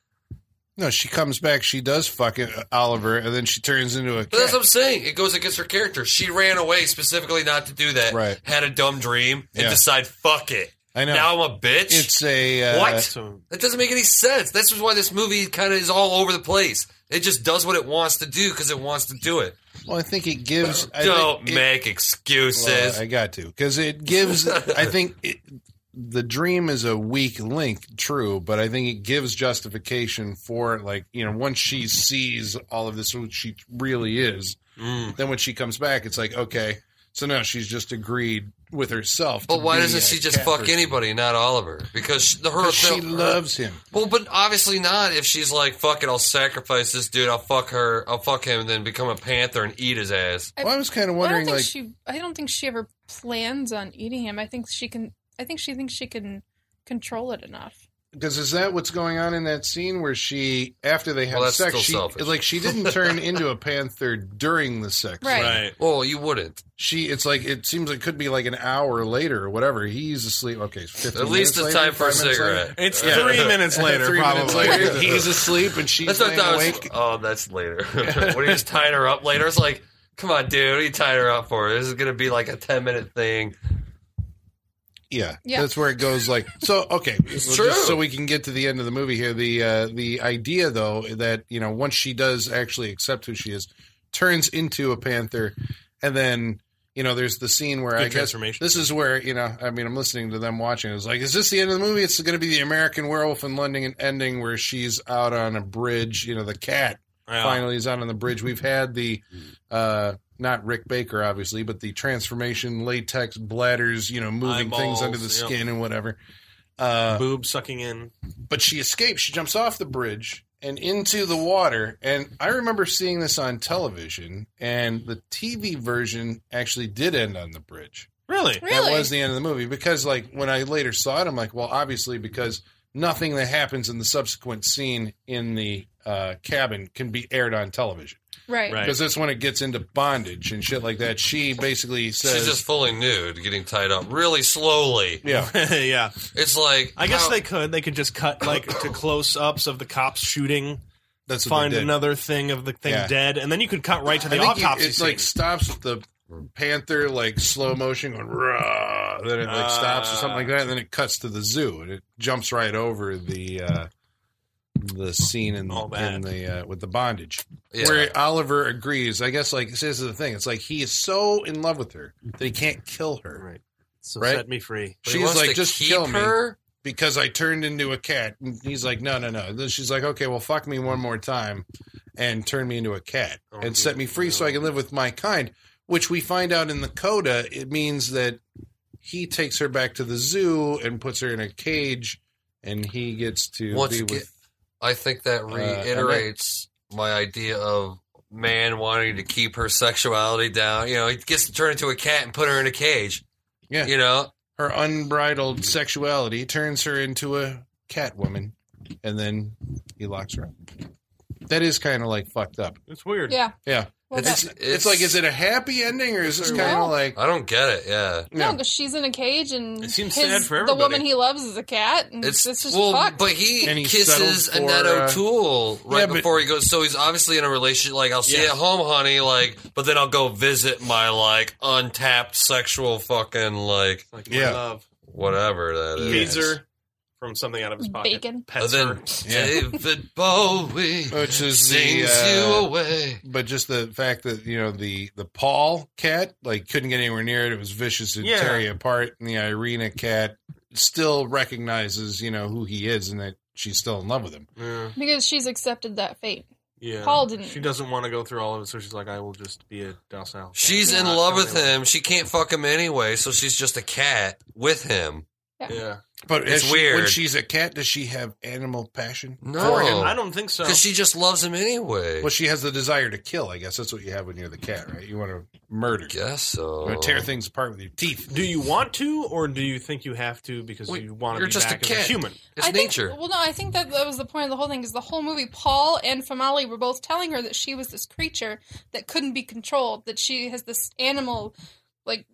Speaker 2: no, she comes back. She does fuck it, Oliver, and then she turns into a
Speaker 5: But that's
Speaker 2: cat.
Speaker 5: what I'm saying. It goes against her character. She ran away specifically not to do that.
Speaker 2: Right.
Speaker 5: Had a dumb dream and
Speaker 2: Yeah.
Speaker 5: decide fuck it.
Speaker 2: I know.
Speaker 5: Now I'm a bitch.
Speaker 2: it's a uh,
Speaker 5: What?
Speaker 6: So
Speaker 5: that doesn't make any sense. This is why this movie kind of is all over the place. It just does what it wants to do because it wants to do it.
Speaker 2: Well, I think it gives. I
Speaker 5: Don't
Speaker 2: think it-
Speaker 5: make excuses.
Speaker 2: Well, I got to because it gives. I think it, the dream is a weak link, true, but I think it gives justification for like you know once she sees all of this, who she really is.
Speaker 5: Mm.
Speaker 2: Then when she comes back, it's like okay, so now she's just agreed with herself. to
Speaker 5: But why
Speaker 2: be
Speaker 5: doesn't
Speaker 2: a
Speaker 5: she just
Speaker 2: cat
Speaker 5: fuck
Speaker 2: person.
Speaker 5: anybody, not Oliver? Because she, the her,
Speaker 2: 'Cause she
Speaker 5: her-
Speaker 2: loves him.
Speaker 5: Well, but obviously not. If she's like, "Fuck it, I'll sacrifice this dude. I'll fuck her. I'll fuck him, and then become a panther and eat his ass."
Speaker 4: I-
Speaker 2: Well, I was kind of
Speaker 4: Well, I don't
Speaker 2: wondering,
Speaker 4: think
Speaker 2: like,
Speaker 4: she. I don't think she ever plans on eating him. I think she can. I think she thinks she can control it enough.
Speaker 2: Because is that what's going on in that scene where she, after they have
Speaker 5: Well, that's
Speaker 2: sex,
Speaker 5: still
Speaker 2: she
Speaker 5: selfish.
Speaker 2: like she didn't turn into a panther during the sex.
Speaker 4: Right.
Speaker 6: right.
Speaker 5: Well, you wouldn't.
Speaker 2: She, it's like it seems it could be like an hour later or whatever. He's asleep. Okay, 15
Speaker 5: At
Speaker 2: minutes
Speaker 5: least it's
Speaker 2: later,
Speaker 5: time for a
Speaker 2: five minutes later.
Speaker 5: cigarette.
Speaker 6: It's
Speaker 5: Yeah.
Speaker 6: three minutes later,
Speaker 2: Three
Speaker 6: probably.
Speaker 2: minutes later, he's asleep and she's
Speaker 5: That's what I
Speaker 2: laying
Speaker 5: thought. I was-
Speaker 2: awake.
Speaker 5: oh, that's later. when he was tying her up later, it's like, come on, dude, what are you tying her up for? This is going to be like a 10 minute thing.
Speaker 2: Yeah,
Speaker 4: Yeah.
Speaker 2: that's where it goes. Like so, okay, so
Speaker 5: true.
Speaker 2: just so we can get to the end of the movie here. The uh, the idea though that you know once she does actually accept who she is, turns into a panther, and then you know there's the scene where
Speaker 6: Good
Speaker 2: I guess
Speaker 6: transformation.
Speaker 2: this is where you know I mean I'm listening to them watching. It's like is this the end of the movie? It's going to be the American Werewolf in London ending where she's out on a bridge. You know the cat
Speaker 6: Yeah.
Speaker 2: finally is out on the bridge. We've had the uh not Rick Baker obviously, but the transformation latex bladders, you know, moving things
Speaker 6: Eyeballs,
Speaker 2: under the
Speaker 6: yep.
Speaker 2: skin and whatever. Uh
Speaker 6: Boob sucking in.
Speaker 2: but she escapes. She jumps off the bridge and into the water. And I remember seeing this on television and the TV version actually did end on the bridge.
Speaker 6: Really?
Speaker 4: Really?
Speaker 2: That was the end of the movie because, like, when I later saw it, I'm like, well, obviously, because nothing that happens in the subsequent scene in the uh, cabin can be aired on television
Speaker 4: right.
Speaker 6: Right.
Speaker 2: because that's when it gets into bondage and shit like that. She basically says,
Speaker 5: She's just fully nude, getting tied up really slowly.
Speaker 2: "Yeah,
Speaker 6: yeah.
Speaker 5: It's like
Speaker 6: I guess
Speaker 5: how-
Speaker 6: they could. They could just cut like to close ups of the cops shooting,
Speaker 2: that's what
Speaker 6: find
Speaker 2: they did.
Speaker 6: another thing of the thing
Speaker 2: Yeah.
Speaker 6: dead, and then you could cut right to the
Speaker 2: I think you-
Speaker 6: autopsy
Speaker 2: it
Speaker 6: scene.
Speaker 2: like stops with the panther like slow motion going rah, then it like stops or something like that, and then it cuts to the zoo and it jumps right over the uh, the scene in,
Speaker 6: All that.
Speaker 2: in the uh, with the bondage
Speaker 5: yeah.
Speaker 2: where Oliver agrees. I guess like this is the thing. It's like he is so in love with her that he can't kill her
Speaker 6: right. So
Speaker 2: Right?
Speaker 6: set me free.
Speaker 5: But he
Speaker 2: she's
Speaker 5: wants
Speaker 2: like,
Speaker 5: to
Speaker 2: "Just
Speaker 5: keep
Speaker 2: kill me."
Speaker 5: her?
Speaker 2: because I turned into a cat. And he's like, no, no, no. Then she's like, okay, well, fuck me one more time and turn me into a cat and set me free so I can live with my kind. Which we find out in the coda, it means that he takes her back to the zoo and puts her in a cage, and he gets to
Speaker 5: Once
Speaker 2: be
Speaker 5: aga-
Speaker 2: with. uh,
Speaker 5: I think that reiterates my idea of man wanting to keep her sexuality down. You know, he gets to turn into a cat and put her in a cage.
Speaker 2: Yeah.
Speaker 5: You know,
Speaker 2: her unbridled sexuality turns her into a cat woman, and then he locks her up. That is kind of like fucked up.
Speaker 6: It's weird.
Speaker 4: Yeah.
Speaker 2: Yeah,
Speaker 4: Well,
Speaker 5: It's-
Speaker 2: it's,
Speaker 4: that-
Speaker 2: it's like is it a happy ending or is this kind
Speaker 4: No.
Speaker 2: of like
Speaker 5: I don't get it. Yeah.
Speaker 4: no, because she's in a cage and
Speaker 6: It seems
Speaker 4: his-
Speaker 6: sad for
Speaker 4: the
Speaker 6: everybody.
Speaker 4: woman he loves is a cat, and
Speaker 5: It's
Speaker 4: it's, just
Speaker 5: well,
Speaker 4: fucked.
Speaker 5: but he,
Speaker 2: And he
Speaker 5: kisses
Speaker 2: settled for,
Speaker 5: Annette
Speaker 2: uh,
Speaker 5: O'Toole right
Speaker 2: Yeah, but-
Speaker 5: before he goes. So he's obviously in a relationship. Like I'll see you
Speaker 6: Yeah.
Speaker 5: at home, honey. Like, but then I'll go visit my like untapped sexual fucking like
Speaker 6: Like
Speaker 2: Yeah.
Speaker 6: my love.
Speaker 5: whatever that is.
Speaker 6: Feeds her from something out of his pocket.
Speaker 4: Bacon.
Speaker 5: And
Speaker 6: Pets
Speaker 5: then
Speaker 6: her.
Speaker 2: Yeah.
Speaker 5: David Bowie
Speaker 2: Which is the,
Speaker 5: sings
Speaker 2: uh,
Speaker 5: you away.
Speaker 2: but just the fact that you know the the Paul cat like couldn't get anywhere near it. It was vicious and
Speaker 6: Yeah.
Speaker 2: tear you apart. And the Irina cat still recognizes you know who he is and that she's still in love with him.
Speaker 6: Yeah.
Speaker 4: because she's accepted that fate.
Speaker 6: Yeah.
Speaker 4: Paul didn't.
Speaker 6: She doesn't want to go through all of it, so she's like, I will just be a docile. cat.
Speaker 5: She's in
Speaker 6: Not
Speaker 5: love
Speaker 6: really
Speaker 5: with him. She can't fuck him anyway, so she's just a cat with him.
Speaker 6: Yeah.
Speaker 2: But as
Speaker 5: It's
Speaker 2: she- when
Speaker 5: weird.
Speaker 2: she's a cat, does she have animal passion?
Speaker 5: No.
Speaker 6: I don't think so.
Speaker 5: Because she just loves him anyway.
Speaker 2: Well, she has the desire to kill. I guess that's what you have when you're the cat, right? You want to murder, you
Speaker 5: guess so.
Speaker 2: want to tear things apart with your teeth.
Speaker 6: do you want to, or do you think you have to because
Speaker 5: Wait,
Speaker 6: you want to
Speaker 5: you're
Speaker 6: be
Speaker 5: just a
Speaker 6: back as
Speaker 5: cat.
Speaker 6: a human?
Speaker 5: It's
Speaker 4: I think-
Speaker 5: nature.
Speaker 4: well, no, I think that that was the point of the whole thing. Is the whole movie Paul and Famali were both telling her that she was this creature that couldn't be controlled, that she has this animal like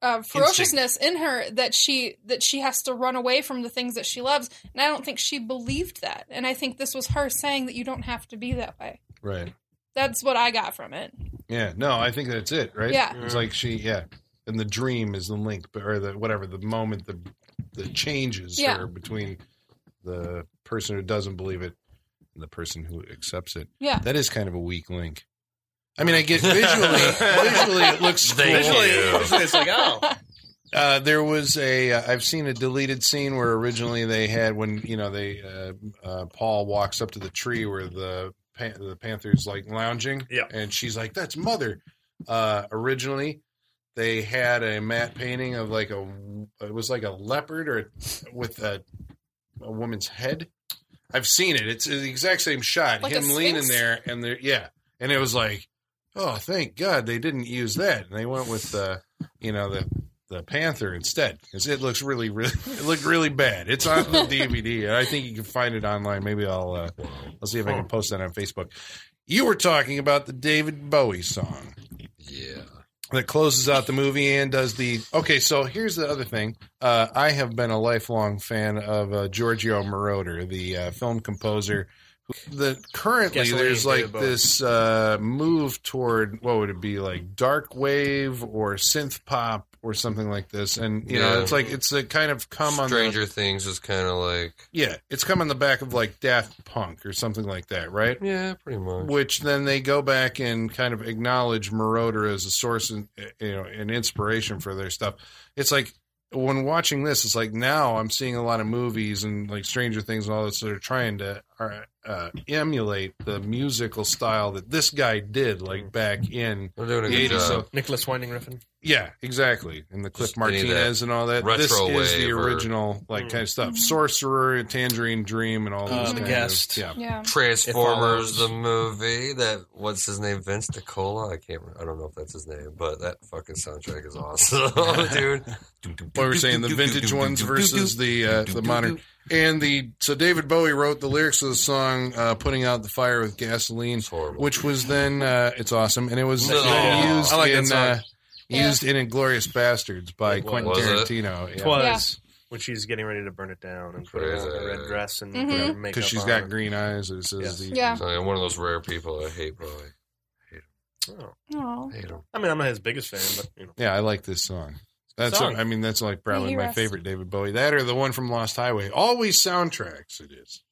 Speaker 4: uh, ferociousness in her that she that she has to run away from the things that she loves. And I don't think she believed that. And I think this was her saying that you don't have to be that way.
Speaker 2: Right.
Speaker 4: That's what I got from it.
Speaker 2: Yeah. No, I think that's it. Right.
Speaker 4: Yeah.
Speaker 2: It's like she. Yeah. And the dream is the link, or the whatever the moment the the changes
Speaker 4: Yeah.
Speaker 2: her between the person who doesn't believe it and the person who accepts it.
Speaker 4: Yeah.
Speaker 2: That is kind of a weak link. I mean, I get visually. visually, it looks cool.
Speaker 5: Thank
Speaker 6: Visually,
Speaker 5: you.
Speaker 6: it's like, oh.
Speaker 2: Uh, there was a. Uh, I've seen a deleted scene where originally they had when you know they uh, uh, Paul walks up to the tree where the pan- the Panthers like lounging.
Speaker 6: Yeah.
Speaker 2: and she's like, "That's mother." Uh, originally, they had a matte painting of like a. It was like a leopard or with a a woman's head. I've seen it. It's the exact same shot.
Speaker 4: Like a
Speaker 2: Him leaning
Speaker 4: sphinx?
Speaker 2: there, and there, yeah, and it was like, oh, thank God they didn't use that, and they went with the, you know, the the panther instead because it looks really, really, it looked really bad. It's on the DVD, and I think you can find it online. Maybe I'll uh, I'll see if I can post that on Facebook. You were talking about the David Bowie song
Speaker 5: yeah.
Speaker 2: that closes out the movie and does the okay. So here's the other thing. Uh, I have been a lifelong fan of uh, Giorgio Moroder, the uh, film composer. who- The currently
Speaker 6: Gasoline,
Speaker 2: there's like
Speaker 6: David Bowie.
Speaker 2: this uh, move toward what would it be like dark wave or synth pop or something like this, and you know
Speaker 5: Yeah.
Speaker 2: it's like it's a kind of come on the
Speaker 5: Stranger Things is kind of like
Speaker 2: yeah it's come on the back of like Daft Punk or something like that, right?
Speaker 5: yeah, pretty much.
Speaker 2: which then they go back and kind of acknowledge Marauder as a source and eh, you know an inspiration for their stuff. It's like when watching this, it's like now I'm seeing a lot of movies and like Stranger Things and all this that are trying to are, uh, emulate the musical style that this guy did, like back in
Speaker 5: They're doing a
Speaker 2: the '80s.
Speaker 5: good job.
Speaker 2: So,
Speaker 6: Nicholas Winding Refn.
Speaker 2: yeah, exactly. And the Cliff
Speaker 5: Just any of that
Speaker 2: Martinez and all that. This
Speaker 5: retro
Speaker 2: is the
Speaker 5: wave or-
Speaker 2: original, like kind of stuff. Sorcerer, Tangerine Dream, and all
Speaker 6: Uh,
Speaker 2: those.
Speaker 6: Mm-hmm. The
Speaker 2: kind
Speaker 6: Guest.
Speaker 2: Of, yeah.
Speaker 4: Yeah.
Speaker 6: follows.
Speaker 5: Transformers, the movie that what's his name, Vince DiCola. I can't. Remember, I don't know if that's his name, but that fucking soundtrack is awesome, dude.
Speaker 2: What we're saying, the vintage ones versus the uh, the modern. And the so David Bowie wrote the lyrics of the song uh, "Putting Out the Fire with Gasoline,"
Speaker 5: It's horrible.
Speaker 2: which was then uh, it's awesome, and it was
Speaker 5: No.
Speaker 2: then used
Speaker 6: I like that
Speaker 2: in
Speaker 6: song.
Speaker 2: uh, used in *Inglorious Bastards* by
Speaker 6: It was.
Speaker 2: Quentin
Speaker 5: Was it?
Speaker 2: Tarantino. Yeah.
Speaker 6: Twas when she's getting ready to burn it down and put on the red dress and put her
Speaker 4: Mhm.
Speaker 6: makeup
Speaker 2: Because she's
Speaker 6: on.
Speaker 2: got green eyes. It says the,
Speaker 4: Yeah.
Speaker 5: So, yeah, one of those rare people I hate, Bowie.
Speaker 6: Oh.
Speaker 4: Oh.
Speaker 5: I hate him.
Speaker 6: I mean, I'm not his biggest fan, but you know.
Speaker 2: Yeah, I like this song. That's
Speaker 6: song.
Speaker 2: I mean that's like probably
Speaker 4: he
Speaker 2: my
Speaker 4: rests.
Speaker 2: favorite David Bowie. That or the one from Lost Highway. Always soundtracks. It is.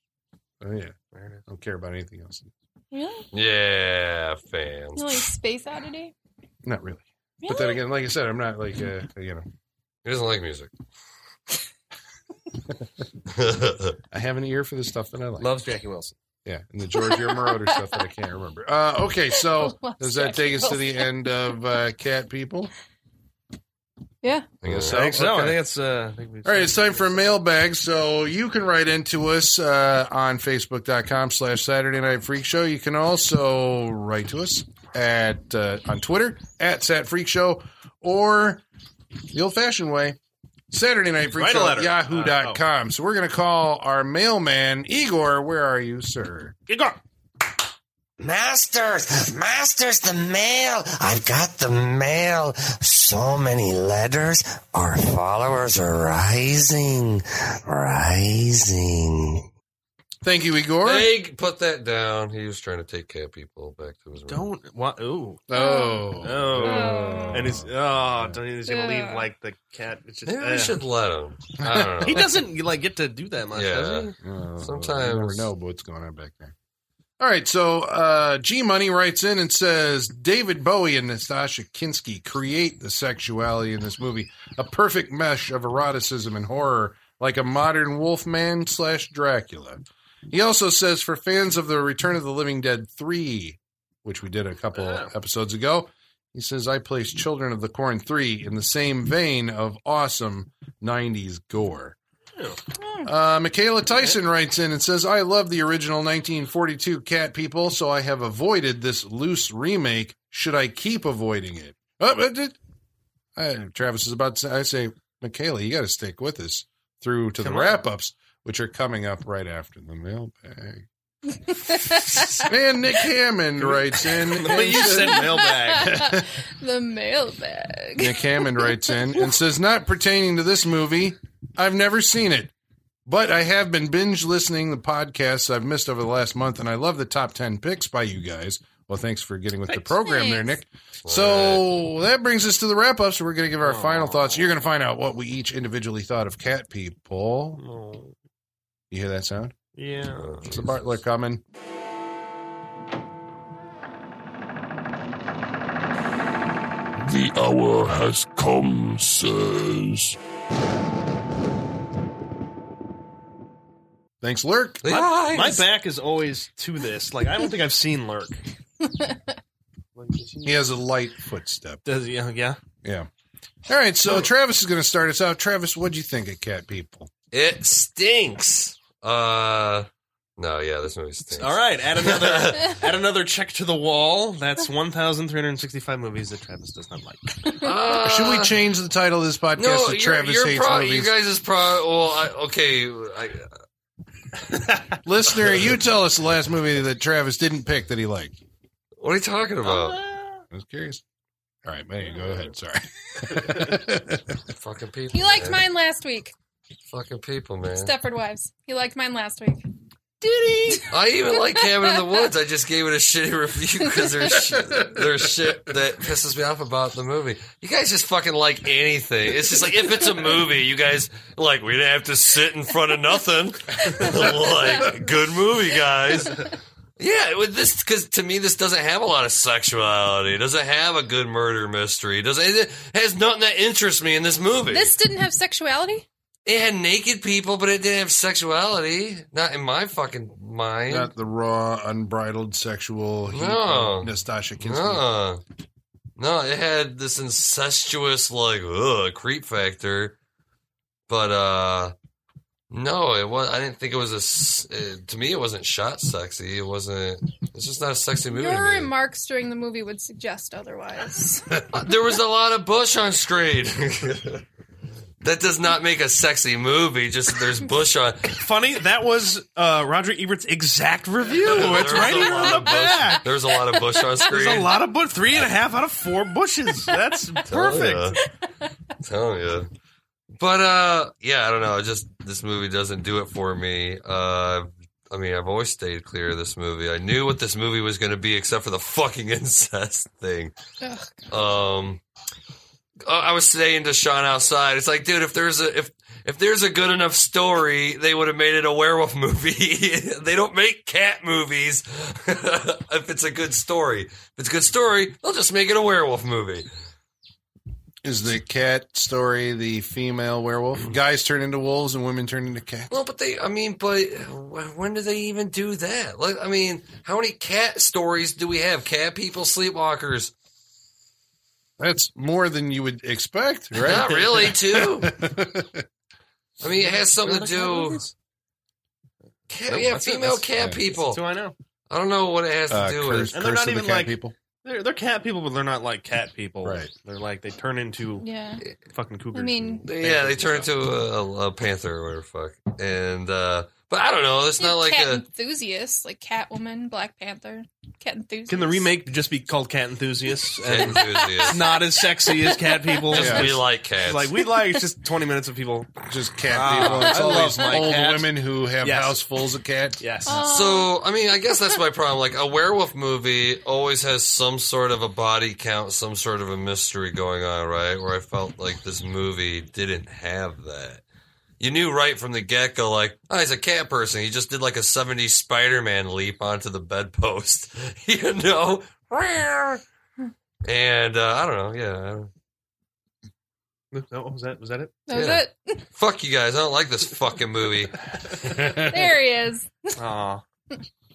Speaker 2: Oh yeah,
Speaker 6: There it is.
Speaker 2: I don't care about anything else.
Speaker 4: Really?
Speaker 5: Yeah, fans.
Speaker 4: You like Space Oddity?
Speaker 2: Not really.
Speaker 4: Really?
Speaker 2: But then again, like I said, I'm not like uh, you know.
Speaker 5: He doesn't like music.
Speaker 2: I have an ear for the stuff that I like.
Speaker 6: Loves Jackie Wilson.
Speaker 2: yeah, and the Giorgio Moroder stuff that I can't remember. Uh, okay, so
Speaker 4: Loves
Speaker 2: does that
Speaker 4: Jackie
Speaker 2: take us to the end of uh, Cat People?
Speaker 5: I guess
Speaker 2: so.
Speaker 5: so.
Speaker 6: I think so.
Speaker 2: okay.
Speaker 6: I think it's. Uh, I think we-
Speaker 2: All right, it's time for a mailbag. So you can write into us uh, on Facebook.com slash Saturday Night Freak Show. You can also write to us at uh, on Twitter at Sat Freak Show or the old fashioned way. Saturday Night Freak
Speaker 6: Write a
Speaker 2: Show at
Speaker 6: letter. Uh, oh.
Speaker 2: yahoo.com. So we're going to call our mailman, Igor. Where are you, sir?
Speaker 6: Igor.
Speaker 7: Masters, masters, the mail. I've got the mail. So many letters. Our followers are rising, rising.
Speaker 2: Thank you, Igor.
Speaker 5: Hey, put that down. He was trying to take cat people back to his room.
Speaker 6: Don't. What? Ooh.
Speaker 2: Oh.
Speaker 6: Oh.
Speaker 4: Oh.
Speaker 6: And he's. Oh, don't he's gonna
Speaker 4: Yeah.
Speaker 6: leave like the cat. It's just.
Speaker 5: Maybe
Speaker 6: eh.
Speaker 5: we should let him. I don't know.
Speaker 6: He doesn't like get to do that much.
Speaker 5: Yeah.
Speaker 6: Does he?
Speaker 2: Uh,
Speaker 5: Sometimes-
Speaker 2: you never know what's going on back there. All right, so uh, G Money writes in and says David Bowie and Nastasha Kinsky create the sexuality in this movie, a perfect mesh of eroticism and horror, like a modern Wolfman slash Dracula. He also says for fans of the Return of the Living Dead three, which we did a couple
Speaker 6: Yeah.
Speaker 2: episodes ago, he says I place Children of the Corn three in the same vein of awesome '90s gore. Uh, Michaela Tyson writes in and says, I love the original 1942 Cat People, so I have avoided this loose remake. Should I keep avoiding it? Oh, but did- I- Travis is about to say, I say, Michaela, you got to stick with us through to
Speaker 6: Come
Speaker 2: the
Speaker 6: on.
Speaker 2: wrap ups, which are coming up right after the mailbag. and Nick Hammond writes in.
Speaker 6: But
Speaker 2: and
Speaker 6: you
Speaker 2: says-
Speaker 6: said mailbag.
Speaker 4: Hmm. the mailbag.
Speaker 2: Nick Hammond writes in and says, not pertaining to this movie, I've never seen it, but I have been binge listening the podcasts I've missed over the last month, and I love the top 10 picks by you guys. Well, thanks for getting with the program there, Nick. So that brings us to the wrap up. So we're going to give our final thoughts. You're going to find out what we each individually thought of Cat People.
Speaker 6: Oh,
Speaker 2: You hear that sound?
Speaker 6: yeah.
Speaker 5: Oh,
Speaker 2: It's a Bartler coming.
Speaker 1: The hour has come, sirs.
Speaker 2: Thanks, Lurk.
Speaker 5: Lies.
Speaker 6: My back is always to this. Like I don't think I've seen Lurk.
Speaker 2: He has a light footstep.
Speaker 6: Does yeah yeah.
Speaker 2: Yeah. All right. So Travis is going to start us off. Travis, what'd you think of Cat People?
Speaker 5: It stinks. Uh, no, yeah, this movie stinks.
Speaker 6: All right, add another add another check to the wall. That's one thousand three hundred sixty five movies that Travis does not like.
Speaker 5: Uh,
Speaker 2: Should we change the title of this podcast
Speaker 5: No,
Speaker 2: to
Speaker 5: you're,
Speaker 2: Travis
Speaker 5: you're
Speaker 2: Hates
Speaker 5: pro-
Speaker 2: Movies?
Speaker 5: You guys is pro. Well, I, okay. I,
Speaker 2: Listener, you tell us the last movie that Travis didn't pick that he liked.
Speaker 5: what are you talking about?
Speaker 2: I was curious. All right, man, go ahead. Sorry.
Speaker 5: Fucking people.
Speaker 4: He liked
Speaker 5: man.
Speaker 4: mine last week.
Speaker 5: Fucking people, man.
Speaker 4: Stepford Wives. He liked mine last week.
Speaker 5: I even like Cabin in the Woods. I just gave it a shitty review because there's shit, there's shit that pisses me off about the movie. You guys just fucking like anything. It's just like if it's a movie, you guys like we didn't have to sit in front of nothing. like good movie, guys. Yeah, with this because to me this doesn't have a lot of sexuality. It doesn't have a good murder mystery. It doesn't it has nothing that interests me in this movie.
Speaker 4: This didn't have sexuality?
Speaker 5: It had naked people, but it didn't have sexuality. Not in my fucking mind.
Speaker 2: Not the raw, unbridled sexual heat
Speaker 5: No.
Speaker 2: of Nastasha Kinski.
Speaker 5: No. No, it had this incestuous like ugh, creep factor. But uh no, it was I didn't think it was a s- uh, to me it wasn't shot sexy. It wasn't it's just not a sexy movie.
Speaker 4: Your
Speaker 5: to me.
Speaker 4: remarks during the movie would suggest otherwise.
Speaker 5: there was a lot of bush on screen. that does not make a sexy movie just there's bush on
Speaker 6: Funny, that was uh, Roger Ebert's exact review. It's
Speaker 5: There's
Speaker 6: right
Speaker 5: a
Speaker 6: here
Speaker 5: lot
Speaker 6: on the
Speaker 5: of bush-
Speaker 6: back.
Speaker 5: There's a lot of bush on screen.
Speaker 6: There's a lot of bush. Three and a half out of four bushes. That's perfect.
Speaker 5: Telling you. But uh yeah, I don't know. It Just this movie doesn't do it for me. Uh I mean, I've always stayed clear of this movie. I knew what this movie was going to be except for the fucking incest thing.
Speaker 4: Ugh.
Speaker 5: Um I I was saying to Sean outside, it's like, dude, if there's a if if there's a good enough story, they would have made it a werewolf movie. they don't make cat movies if it's a good story. If it's a good story, they'll just make it a werewolf movie.
Speaker 2: Is the cat story the female werewolf? Guys turn into wolves and women turn into cats.
Speaker 5: Well, but they, I mean, but wh- when do they even do that? Like, I mean, how many cat stories do we have? Cat people, sleepwalkers.
Speaker 2: That's more than you would expect, right? Uh,
Speaker 5: Not really, too. I mean, it has something to do. Cat, yeah,
Speaker 6: That's it,
Speaker 5: female
Speaker 6: that's-
Speaker 5: cat people.
Speaker 6: That's who I know.
Speaker 5: I don't know what it has to
Speaker 2: Uh,
Speaker 5: do
Speaker 2: curse,
Speaker 5: with.
Speaker 6: And they're
Speaker 2: curse
Speaker 6: not
Speaker 2: of the
Speaker 6: even
Speaker 2: cat
Speaker 6: like-
Speaker 2: people.
Speaker 6: They're, they're cat people, but they're not like cat people.
Speaker 2: Right.
Speaker 6: They're like they turn into
Speaker 4: yeah.
Speaker 6: fucking cougars.
Speaker 4: I mean-
Speaker 6: and
Speaker 5: Yeah, they
Speaker 6: panthers
Speaker 5: turn
Speaker 6: and stuff.
Speaker 5: into a, a panther or whatever. the Fuck. And uh but I don't know. It's not like
Speaker 4: cat
Speaker 5: a.
Speaker 4: enthusiasts, like Catwoman, Black Panther, cat enthusiasts.
Speaker 6: Can the remake just be called Cat Enthusiasts
Speaker 5: Cat
Speaker 6: and
Speaker 5: enthusiast.
Speaker 6: not as sexy as Cat People?
Speaker 5: Just
Speaker 2: Yeah.
Speaker 5: we like cats.
Speaker 6: Like we like it's just twenty minutes of people.
Speaker 2: Just cat
Speaker 6: Ah,
Speaker 2: people. It's
Speaker 6: I
Speaker 2: all
Speaker 6: love
Speaker 2: these
Speaker 6: my
Speaker 2: old
Speaker 6: cat.
Speaker 2: women who have
Speaker 6: Yes.
Speaker 2: housefuls of cats.
Speaker 6: Yes.
Speaker 5: Uh.
Speaker 4: Oh,
Speaker 5: So, I mean, I guess that's my problem. Like, a werewolf movie always has some sort of a body count, some sort of a mystery going on, right? Where I felt like this movie didn't have that. You knew right from the get go, like, oh, he's a cat person. He just did like a 70s Spider Man leap onto the bedpost, you know? And uh, I don't know, yeah. I don't-
Speaker 6: No, was that was that it?
Speaker 4: that was
Speaker 5: yeah.
Speaker 4: it.
Speaker 5: Fuck you guys. I don't like this fucking movie.
Speaker 4: There he is.
Speaker 6: Aw.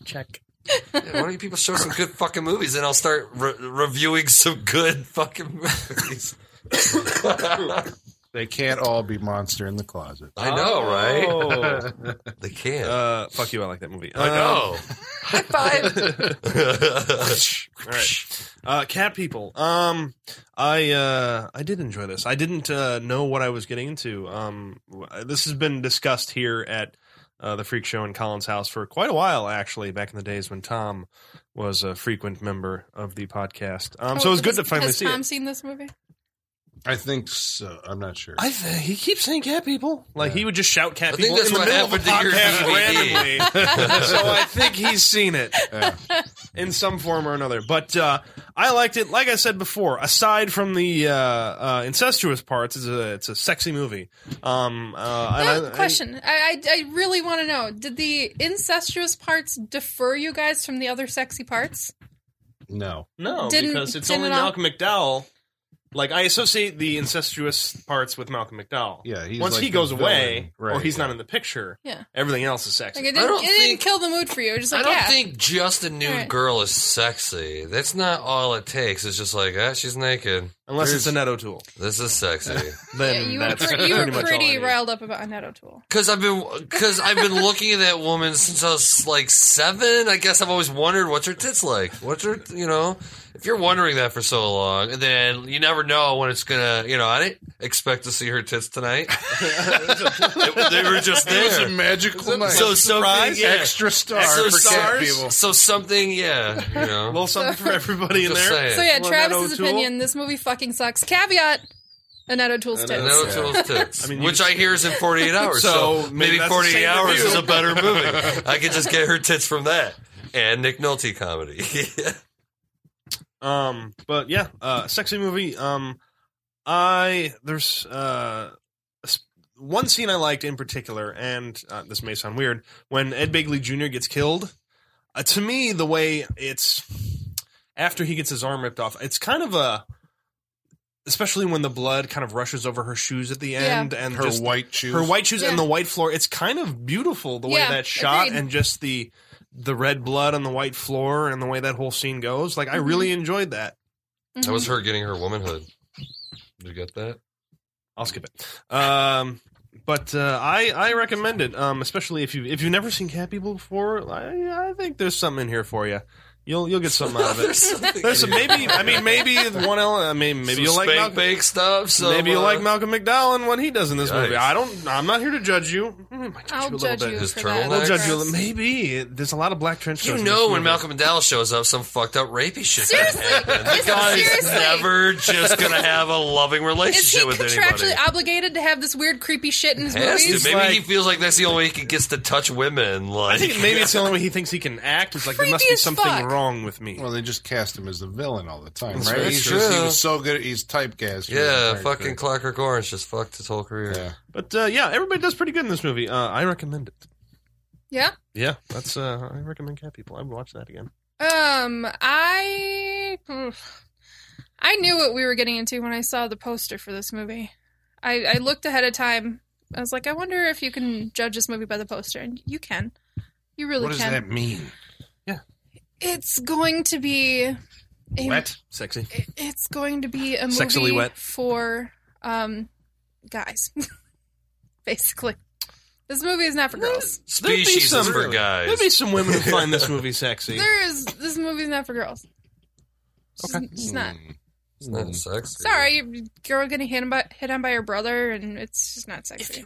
Speaker 6: Check.
Speaker 5: Yeah, why don't you people show some good fucking movies and I'll start re- reviewing some good fucking movies. I
Speaker 2: They can't all be monster in the closet.
Speaker 5: know, right?
Speaker 6: Oh.
Speaker 5: They can't.
Speaker 6: Uh, fuck you! I like that movie. Um,
Speaker 5: I know. High five.
Speaker 6: All right. Uh, cat people. Um, I uh, I did enjoy this. I didn't uh, know what I was getting into. Um, w- this has been discussed here at uh, the Freak Show in Collins House for quite a while, actually. Back in the days when Tom was a frequent member of the podcast, um, so it was good to
Speaker 4: Has-
Speaker 6: finally
Speaker 4: Oh, has
Speaker 6: see
Speaker 4: Tom
Speaker 6: it.
Speaker 4: seen this movie?
Speaker 2: I think so. I'm not sure.
Speaker 6: I th- he keeps saying cat people. Like he would just shout cat
Speaker 5: I think
Speaker 6: people
Speaker 5: that's
Speaker 6: in the
Speaker 5: what
Speaker 6: middle of a
Speaker 5: happened to your
Speaker 6: podcast randomly.
Speaker 5: DVD.
Speaker 6: so I think he's seen it.
Speaker 2: Yeah.
Speaker 6: in some form or another. But uh, I liked it. Like I said before, aside from the uh, uh, incestuous parts, it's a it's a sexy movie. Um, uh, and
Speaker 4: Uh,
Speaker 6: I-
Speaker 4: question. I, I I really want to know. Did the incestuous parts defer you guys from the other sexy parts?
Speaker 2: no.
Speaker 6: I- no,
Speaker 4: Didn't-
Speaker 6: because it's
Speaker 4: didn't
Speaker 6: only
Speaker 4: it all-
Speaker 6: Malcolm McDowell. Like I associate the incestuous parts with Malcolm McDowell.
Speaker 2: Yeah, he's
Speaker 6: Once
Speaker 2: like
Speaker 6: he
Speaker 2: the
Speaker 6: goes
Speaker 2: villain.
Speaker 6: away, or
Speaker 2: Right,
Speaker 6: he's not
Speaker 2: yeah.
Speaker 6: in the picture,
Speaker 4: Yeah.
Speaker 6: everything else is sexy.
Speaker 4: Like it
Speaker 5: I
Speaker 4: didn't,
Speaker 5: don't
Speaker 4: it didn't
Speaker 5: think-
Speaker 4: kill the mood for you. It was Just
Speaker 5: I
Speaker 4: like
Speaker 5: don't
Speaker 4: yeah,
Speaker 5: think just a nude
Speaker 4: All right.
Speaker 5: girl is sexy. That's not all it takes. It's just like, ah, she's naked.
Speaker 6: Unless it's Annette O'Toole,
Speaker 5: This is sexy.
Speaker 4: yeah,
Speaker 6: then
Speaker 4: you were,
Speaker 6: that's
Speaker 4: pre-
Speaker 6: pretty
Speaker 4: you were
Speaker 6: much all I
Speaker 4: pretty
Speaker 6: need.
Speaker 4: riled up about Annette O'Toole.
Speaker 5: Cause I've been, cause I've been looking at that woman since I was like seven. I guess I've always wondered what's her tits like. What's her, you know? If you're wondering that for so long, and then you never know when it's gonna, you know. I didn't expect to see her tits tonight. they were just
Speaker 2: It was a
Speaker 5: there.
Speaker 2: magical night.
Speaker 5: So something, yeah.
Speaker 2: extra star
Speaker 5: so,
Speaker 2: for cat
Speaker 5: stars-
Speaker 2: people.
Speaker 5: so something, yeah. You know,
Speaker 6: Well, something for everybody in
Speaker 5: Just
Speaker 6: there.
Speaker 5: saying.
Speaker 4: So yeah,
Speaker 6: Well, Annette
Speaker 4: Travis's
Speaker 6: O'Toole-
Speaker 4: opinion: this movie fucking sucks. Caveat: Annette O'Toole's
Speaker 6: Annette
Speaker 5: And
Speaker 4: tits.
Speaker 5: that was Will's tits,
Speaker 6: I mean, you
Speaker 5: which
Speaker 6: could-
Speaker 5: I hear is in 48 hours. So,
Speaker 6: So,
Speaker 5: maybe
Speaker 6: maybe that's the
Speaker 5: 48
Speaker 6: same
Speaker 5: hours
Speaker 6: review.
Speaker 5: is a better movie. I could just get her tits from that and Nick Nolte comedy.
Speaker 6: Um, but yeah, uh, sexy movie. Um, I there's uh s- one scene I liked in particular, and uh, this may sound weird. When Ed Begley Jr. gets killed, uh, to me the way it's after he gets his arm ripped off, it's kind of a especially when the blood kind of rushes over her shoes at the end and
Speaker 2: Her
Speaker 6: just
Speaker 2: white shoes.
Speaker 6: her white shoes
Speaker 4: Yeah.
Speaker 6: and the white floor. It's kind of beautiful the way
Speaker 4: Yeah,
Speaker 6: that shot
Speaker 4: agreed.
Speaker 6: and just the the red blood on the white floor and the way that whole scene goes. Like I really
Speaker 4: Mm-hmm.
Speaker 6: enjoyed that.
Speaker 5: That was her getting her womanhood. Did you get that?
Speaker 6: I'll skip it. Um, but uh, I I recommend it, um, especially if you if you've never seen Cat People before. I, I think there's something in here for you. You'll you'll get something out of it.
Speaker 5: something
Speaker 6: There's some, maybe I mean maybe one element. I mean maybe
Speaker 5: Some
Speaker 6: you'll like
Speaker 5: spank
Speaker 6: Malcolm,
Speaker 5: bake stuff. Some,
Speaker 6: maybe you
Speaker 5: uh,
Speaker 6: like Malcolm McDowell and what he does in this movie.
Speaker 5: Yikes.
Speaker 6: I don't. I'm not here to judge you. Mm, I might
Speaker 4: I'll
Speaker 6: you a little
Speaker 4: judge
Speaker 6: bit.
Speaker 4: you
Speaker 5: His
Speaker 4: for that.
Speaker 5: turtleneck?
Speaker 6: I'll judge you. a
Speaker 4: Chris.
Speaker 6: little- Maybe there's a lot of black trench. coats
Speaker 5: You
Speaker 6: in
Speaker 5: know
Speaker 6: this movie.
Speaker 5: when Malcolm McDowell shows up, some fucked up rapey shit. gonna
Speaker 4: Seriously,
Speaker 5: happen.
Speaker 4: is-
Speaker 5: the guy's
Speaker 4: seriously.
Speaker 5: never just gonna have a loving
Speaker 4: Is he
Speaker 5: relationship with
Speaker 4: contractually
Speaker 5: anybody.
Speaker 4: obligated to have this weird, creepy shit in his
Speaker 5: Has to.
Speaker 4: movies?
Speaker 5: Maybe he
Speaker 6: like-
Speaker 5: feels like that's the only way he gets to touch women. Like
Speaker 6: I think maybe it's the only way he thinks he can act. Is like there must
Speaker 4: Creepy
Speaker 6: be
Speaker 4: as
Speaker 6: something
Speaker 4: fuck.
Speaker 6: wrong with me.
Speaker 2: Well, they just cast him as the villain all the time,
Speaker 5: That's
Speaker 2: right?
Speaker 5: very
Speaker 2: He's
Speaker 5: true.
Speaker 2: just, he was so good. He's typecast.
Speaker 5: yeah,
Speaker 2: Right,
Speaker 5: fucking
Speaker 2: right.
Speaker 5: Clockwork Orange just fucked his whole career.
Speaker 2: Yeah.
Speaker 6: But uh, yeah, everybody does pretty good in this movie. Uh, I recommend it.
Speaker 4: yeah.
Speaker 6: Yeah, that's uh, I recommend Cat People. I would watch that again.
Speaker 4: Um, I I knew what we were getting into when I saw the poster for this movie. I, I looked ahead of time. I was like, I wonder if you can judge this movie by the poster, and you can. You really
Speaker 2: What does
Speaker 4: can.
Speaker 2: that mean?
Speaker 4: It's going to be a,
Speaker 6: sexy.
Speaker 4: it- It's going to be a
Speaker 6: Sexily
Speaker 4: movie
Speaker 6: wet.
Speaker 4: for um guys, basically. This movie is not for girls.
Speaker 5: Species is for guys.
Speaker 6: There'd be some women who find this movie sexy.
Speaker 4: There is this movie is not for girls. It's, okay. it's not.
Speaker 5: Hmm. It's not sexy.
Speaker 4: Sorry, you- girl getting hit on by, hit on by her brother, and it's just not sexy.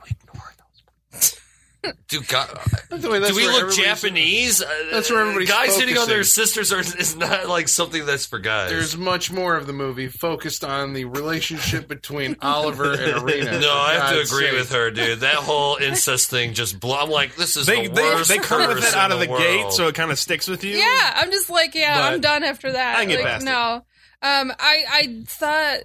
Speaker 5: Do, God,
Speaker 2: That's the way- that's
Speaker 5: do we
Speaker 2: where
Speaker 5: look
Speaker 2: everybody's-
Speaker 5: Japanese? Uh,
Speaker 2: That's where everybody's
Speaker 5: Guys hitting on their
Speaker 2: focusing.
Speaker 5: sisters are, is not like something that's for guys.
Speaker 2: There's much more of the movie focused on the relationship between Oliver and Arena.
Speaker 5: No, I have to
Speaker 2: God's
Speaker 5: agree
Speaker 2: sake.
Speaker 5: with her, dude. That whole incest thing just blew. I'm like, this is
Speaker 6: They
Speaker 5: the
Speaker 6: they,
Speaker 5: worst.
Speaker 6: they come with
Speaker 5: curse
Speaker 6: it out
Speaker 5: in
Speaker 6: of the, gate,
Speaker 5: world.
Speaker 6: so it kind of sticks with you.
Speaker 4: Yeah, I'm just like, yeah,
Speaker 6: But
Speaker 4: I'm done after that.
Speaker 6: I can get
Speaker 4: Like,
Speaker 6: past it.
Speaker 4: no, um, I I thought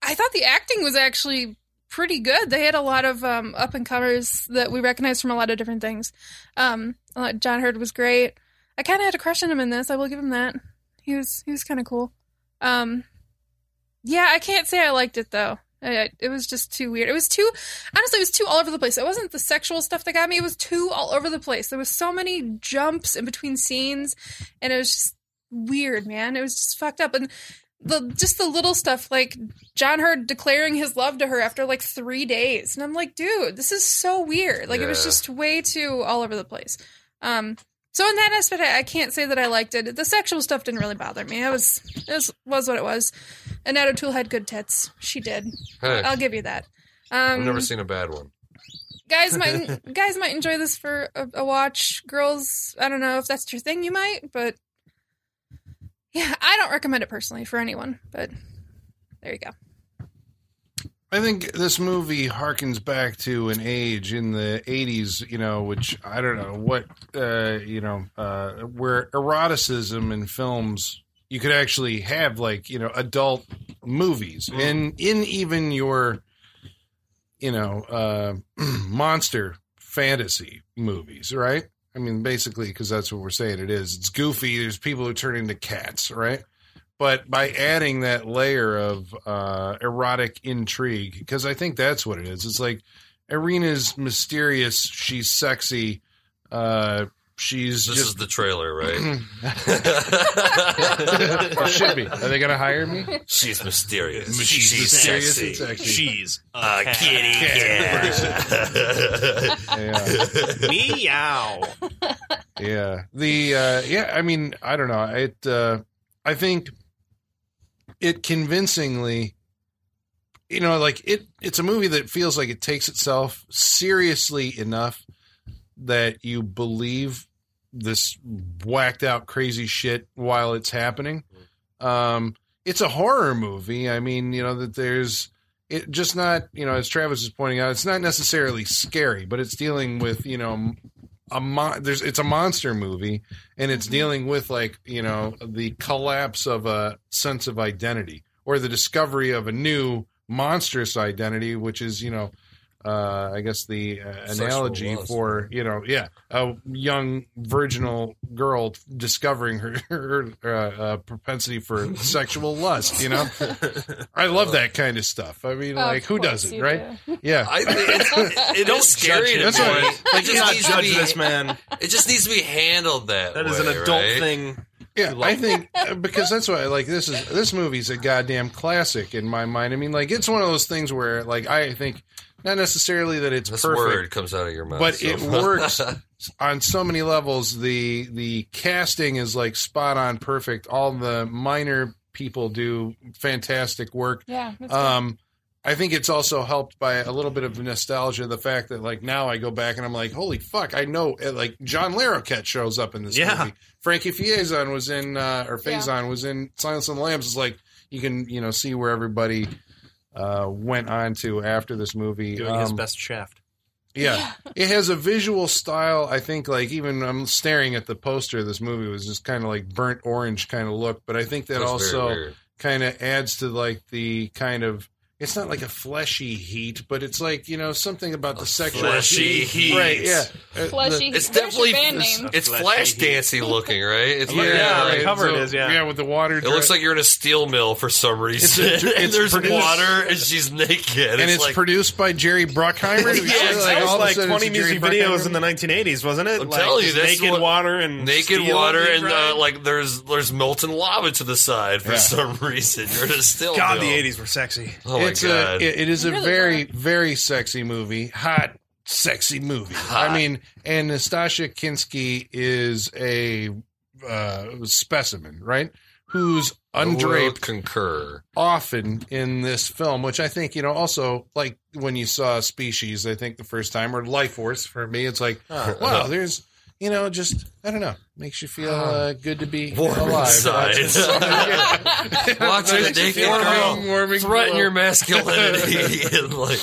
Speaker 4: I thought the acting was actually pretty good. They had a lot of um, up and comers that we recognized from a lot of different things. Um, uh, John Hurd was great. I kind of had a crush on him in this. I will give him that. He was he was kind of cool. Um, yeah, I can't say I liked it though. I- I- It was just too weird. It was too honestly, it was too all over the place. It wasn't the sexual stuff that got me. It was too all over the place. There was so many jumps in between scenes, and it was just weird, man. It was just fucked up. And the just the little stuff, like John Hurd declaring his love to her after like three days, and I'm like, dude, this is so weird. Like it was
Speaker 5: Yeah.
Speaker 4: just way too all over the place. Um, so in that aspect, I, I can't say that I liked it. The sexual stuff didn't really bother me. It was it was, was what it was. Annette O'Toole had good tits. She did.
Speaker 5: Hey,
Speaker 4: I'll give you that. Um,
Speaker 5: I've never seen a bad one.
Speaker 4: guys might guys might enjoy this for a, a watch. Girls, I don't know if that's your thing. You might, but yeah, I don't recommend it personally for anyone. But there you go.
Speaker 2: I think this movie harkens back to an age in the 80s, you know, which I don't know what, uh, you know, uh, where eroticism in films, you could actually have like, you know, adult movies
Speaker 5: Mm.
Speaker 2: and in even your, you know, uh, monster fantasy movies, right? I mean, basically, because that's what we're saying it is. It's goofy. There's people who turn into cats, right? but by adding that layer of uh, erotic intrigue, because I think that's what it is. It's like Irina's mysterious. She's sexy. Uh, she's
Speaker 5: This is
Speaker 2: just
Speaker 5: the trailer, right?
Speaker 2: or should be. Are they going to hire me?
Speaker 5: She's mysterious.
Speaker 2: She's mysterious and sexy.
Speaker 6: She's
Speaker 5: A Uh, kitty cat.
Speaker 2: Yeah,
Speaker 6: meow.
Speaker 2: yeah. The uh, yeah. I mean, I don't know. It. Uh, I think it convincingly. You know, like it. It's a movie that feels like it takes itself seriously enough that you believe this whacked out crazy shit while it's happening. Um, it's a horror movie. I mean, you know that there's it just not you know as Travis is pointing out, it's not necessarily scary, but it's dealing with you know a mon- there's it's a monster movie and it's dealing with like you know the collapse of a sense of identity or the discovery of a new monstrous identity, which is you know uh, I guess the uh,
Speaker 5: Sexual
Speaker 2: analogy
Speaker 5: lust.
Speaker 2: for you know, yeah, a young virginal girl discovering her, her uh, uh, propensity for sexual lust. You know, I love that kind of stuff. I mean, like who doesn't, right? Yeah,
Speaker 5: I think it's, it, it
Speaker 6: Don't
Speaker 5: is
Speaker 6: judge
Speaker 5: scary to
Speaker 6: him.
Speaker 2: That's right.
Speaker 5: boys. It
Speaker 6: Like,
Speaker 5: just
Speaker 6: not
Speaker 5: needs to
Speaker 6: judge
Speaker 5: be.
Speaker 6: this man.
Speaker 5: It just needs to be handled that.
Speaker 6: That
Speaker 5: way,
Speaker 6: is an adult
Speaker 5: right?
Speaker 6: thing.
Speaker 2: Yeah, I think uh, because that's why like this is this movie's a goddamn classic in my mind. I mean, like it's one of those things where like I think not necessarily that it's
Speaker 5: This word
Speaker 2: perfect,
Speaker 5: comes out of your mouth,
Speaker 2: but
Speaker 5: so-
Speaker 2: it works on so many levels. The the casting is like spot on perfect. All the minor people do fantastic work.
Speaker 4: Yeah. that's good.
Speaker 2: Um, I think it's also helped by a little bit of nostalgia. The fact that like now I go back and I'm like, holy fuck, I know. uh, Like John Larroquette shows up in this
Speaker 6: Yeah.
Speaker 2: movie. Frankie Faison was in, uh, or Faison was in Silence of the Lambs. It's like you can you know see where everybody uh, went on to after this movie.
Speaker 6: Doing his
Speaker 2: Um,
Speaker 6: best shaft.
Speaker 2: yeah. It has a visual style. I think, like, even I'm staring at the poster of this movie, it was just kind of like burnt orange kind of look. But I think that
Speaker 5: That's very
Speaker 2: also
Speaker 5: weird.
Speaker 2: kind of adds to like the kind of it's not like a fleshy heat, but it's like you know something about the sexual
Speaker 5: fleshy heat.
Speaker 2: right? Yeah, Uh, the-
Speaker 8: Fleshy.
Speaker 5: It's
Speaker 8: There's
Speaker 5: definitely
Speaker 8: your band name.
Speaker 5: it's
Speaker 6: Fleshy
Speaker 5: flash
Speaker 6: heat.
Speaker 5: dancey looking, right? It's
Speaker 2: yeah,
Speaker 6: Yeah, the
Speaker 5: right.
Speaker 2: right.
Speaker 6: cover it is, yeah.
Speaker 2: yeah, with the water.
Speaker 5: It looks like you're in a steel mill for some reason.
Speaker 2: It's a-
Speaker 5: and
Speaker 2: it's
Speaker 5: there's
Speaker 2: produced-
Speaker 5: water, and she's naked.
Speaker 2: and it's
Speaker 5: like,
Speaker 2: produced by Jerry Bruckheimer.
Speaker 5: Yeah,
Speaker 6: That
Speaker 5: it's like
Speaker 6: was
Speaker 2: all of a
Speaker 6: like
Speaker 2: sudden it's
Speaker 6: 20
Speaker 2: a
Speaker 6: music
Speaker 2: Jerry
Speaker 6: videos
Speaker 2: Bruckheimer
Speaker 6: in the 1980s, wasn't it?
Speaker 5: I'm
Speaker 6: like,
Speaker 5: telling you,
Speaker 6: just
Speaker 5: that's
Speaker 6: naked
Speaker 5: what-
Speaker 6: water and
Speaker 5: naked
Speaker 6: steel
Speaker 5: water,
Speaker 6: being
Speaker 5: and uh,
Speaker 6: ground.
Speaker 5: like there's there's molten lava to the side for
Speaker 2: Yeah.
Speaker 5: some reason. You're in a steel.
Speaker 6: God,
Speaker 5: mill.
Speaker 6: the 80s were sexy.
Speaker 5: Oh my
Speaker 2: it's
Speaker 5: god.
Speaker 2: A, it- it is a
Speaker 4: They really
Speaker 2: very, very sexy movie. Hot, sexy movie. I mean, and Nastasha Kinsky is a uh, specimen, right? Who's
Speaker 5: The world
Speaker 2: undraped
Speaker 5: concur.
Speaker 2: often in this film, which I think, you know, also like when you saw Species, I think the first time, or Life Force for me, it's like,
Speaker 5: Uh-huh.
Speaker 2: wow, there's, you know, just, I don't know, makes you feel uh, good to be
Speaker 5: Warm
Speaker 2: alive.
Speaker 5: inside. Watching a
Speaker 2: Makes you
Speaker 5: naked
Speaker 2: feel
Speaker 5: girl
Speaker 2: warm, warming
Speaker 5: threaten
Speaker 2: glow.
Speaker 5: your masculinity and like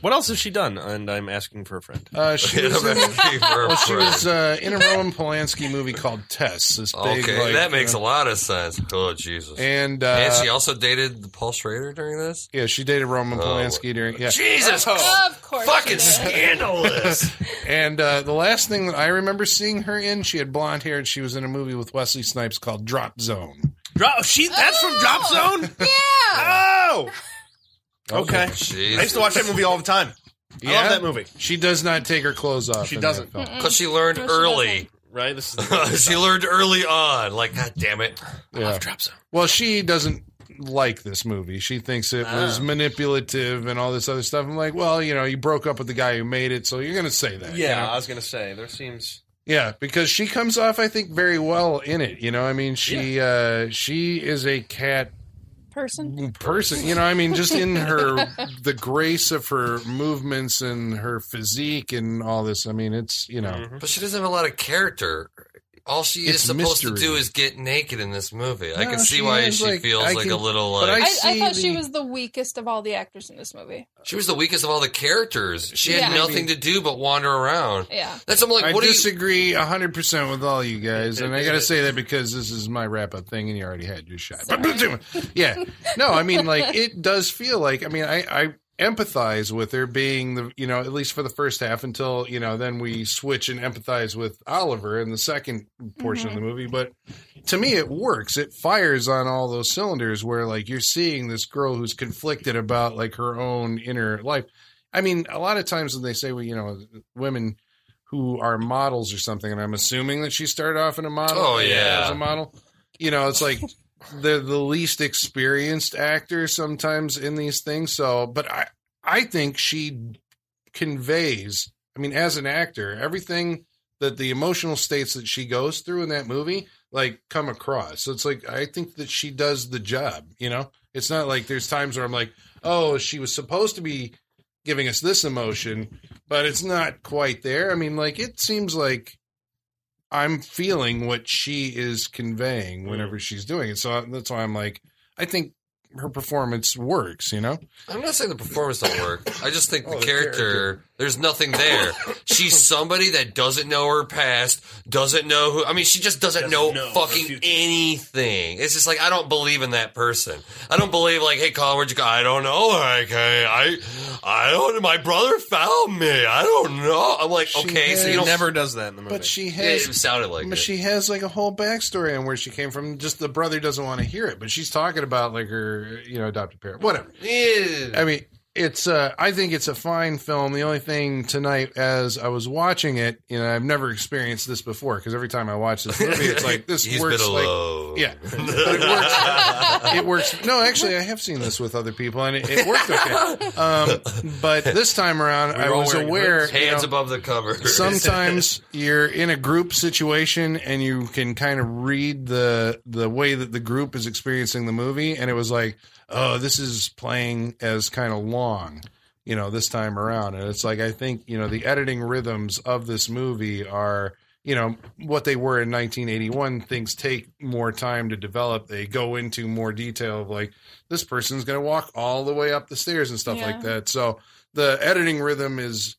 Speaker 6: What else has she done? And I'm asking for a friend.
Speaker 2: Uh, she was in
Speaker 5: well,
Speaker 2: She was uh, in a Roman Polanski movie called Tess. This big,
Speaker 5: okay,
Speaker 2: like,
Speaker 5: that makes
Speaker 2: uh,
Speaker 5: a lot of sense. Oh Jesus! And,
Speaker 2: And, uh,
Speaker 5: she also dated the Paul Schrader during this.
Speaker 2: yeah, she dated Roman
Speaker 5: Oh.
Speaker 2: Polanski during yeah.
Speaker 5: Jesus,
Speaker 6: Oh.
Speaker 8: Of course.
Speaker 5: fucking
Speaker 8: it is.
Speaker 5: scandalous!
Speaker 2: And uh, the last thing that I remember seeing her in, she had blonde hair, and she was in a movie with Wesley Snipes called Drop Zone.
Speaker 6: Drop, she, that's from Drop Zone?
Speaker 8: Yeah.
Speaker 2: Ah.
Speaker 6: Oh! Okay. I used
Speaker 5: Jesus,
Speaker 6: to watch that movie all the time. I love that movie.
Speaker 2: She does not take her clothes off.
Speaker 6: She
Speaker 2: in that
Speaker 6: doesn't.
Speaker 2: film.
Speaker 5: because she learned
Speaker 8: No, she
Speaker 5: early.
Speaker 6: Right? This is
Speaker 5: she learned early on. Like, god damn it!
Speaker 2: Yeah.
Speaker 6: Drop Zone.
Speaker 2: Well, she doesn't like this movie. She thinks it was
Speaker 6: Ah.
Speaker 2: manipulative and all this other stuff. I'm like, well, you know, you broke up with the guy who made it, so you're going to say that. you know?
Speaker 6: Yeah, I was going to say, there seems.
Speaker 2: Yeah, because she comes off, I think, very well in it. You know, I mean, she uh, she is a cat
Speaker 4: Person.
Speaker 2: person. You know, I mean, just in her the grace of her movements and her physique and all this. I mean, it's you know,
Speaker 6: Mm-hmm.
Speaker 5: But she doesn't have a lot of character. All she
Speaker 2: It's
Speaker 5: is supposed
Speaker 2: mystery.
Speaker 5: to do is get naked in this movie. I
Speaker 2: No,
Speaker 5: can see
Speaker 2: she
Speaker 5: why
Speaker 2: is,
Speaker 5: she
Speaker 2: like-
Speaker 5: feels
Speaker 2: I
Speaker 5: like
Speaker 2: can-
Speaker 5: a little
Speaker 2: but
Speaker 5: like
Speaker 2: I
Speaker 4: I,
Speaker 2: see
Speaker 4: I thought she
Speaker 2: the-
Speaker 4: was the weakest of all the actors in this movie.
Speaker 5: she was the weakest of all the characters. She had
Speaker 8: Yeah.
Speaker 5: nothing to do but wander around.
Speaker 8: Yeah.
Speaker 5: That's I'm like,
Speaker 2: I
Speaker 5: what do you?
Speaker 2: disagree hundred percent with all you guys, and I got to say that because this is my wrap up thing, and you already had your shot. yeah, no, I mean, like it does feel like. I mean, I, I empathize with her being the you know at least for the first half until you know then we switch and empathize with Oliver in the second portion
Speaker 5: Mm-hmm.
Speaker 2: of the movie, but. To me, it works. It fires on all those cylinders where, like, you're seeing this girl who's conflicted about, like, her own inner life. I mean, a lot of times when they say, well, you know, women who are models or something, and I'm assuming that she started off in a model.
Speaker 5: Oh, yeah.
Speaker 2: as a model. You know, it's like they're the least experienced actor sometimes in these things. So, but I, I think she conveys. I mean, as an actor, everything that the emotional states that she goes through in that movie like come across. So it's like I think that she does the job. You know, it's not like there's times where I'm like, oh, she was supposed to be giving us this emotion, but it's not quite there. I mean, like it seems like I'm feeling what she is conveying whenever she's doing it. So uh, that's why I'm like, I think her performance works. You know,
Speaker 5: I'm not saying the performance don't work. I just think
Speaker 2: Oh,
Speaker 5: the
Speaker 2: the
Speaker 5: character There's nothing there. She's somebody that doesn't know her past, doesn't know who. I mean, she just
Speaker 6: Doesn't
Speaker 5: doesn't, know,
Speaker 6: know her
Speaker 5: fucking
Speaker 6: future.
Speaker 5: anything. It's just like I don't believe in that person. I don't believe like, hey, Colin, where'd you go? I don't know. Like, hey, I, I don't. My brother found me. I don't know. I'm like,
Speaker 2: She
Speaker 5: okay, so
Speaker 2: has-
Speaker 5: you
Speaker 6: He
Speaker 5: don't.
Speaker 6: never does that in the movie.
Speaker 2: But she
Speaker 5: it
Speaker 2: has
Speaker 5: sounded like
Speaker 2: but
Speaker 5: it.
Speaker 2: she has like a whole backstory on where she came from. Just the brother doesn't want to hear it, but she's talking about like her, you know, adopted parent, whatever.
Speaker 5: Yeah.
Speaker 2: I mean, it's uh, I think it's a fine film. The only thing tonight, as I was watching it, you know, I've never experienced this before because every time I watch this movie, it's like this
Speaker 5: He's
Speaker 2: works
Speaker 5: been
Speaker 2: like
Speaker 5: alone.
Speaker 2: yeah, but it works. it works. No, actually, I have seen this with other people, and it, it worked okay. Um, but this time around, I
Speaker 6: all
Speaker 2: was
Speaker 6: wearing
Speaker 2: aware.
Speaker 6: hoods.
Speaker 2: you know,
Speaker 5: Hands above the cover.
Speaker 2: sometimes you're in a group situation and you can kind of read the the way that the group is experiencing the movie and it was like oh this is playing as kind of long you know this time around and it's like i think you know the editing rhythms of this movie are you know what they were in 1981 things take more time to develop they go into more detail of like this person's going to walk all the way up the stairs and stuff
Speaker 4: Yeah.
Speaker 2: like that so the editing rhythm is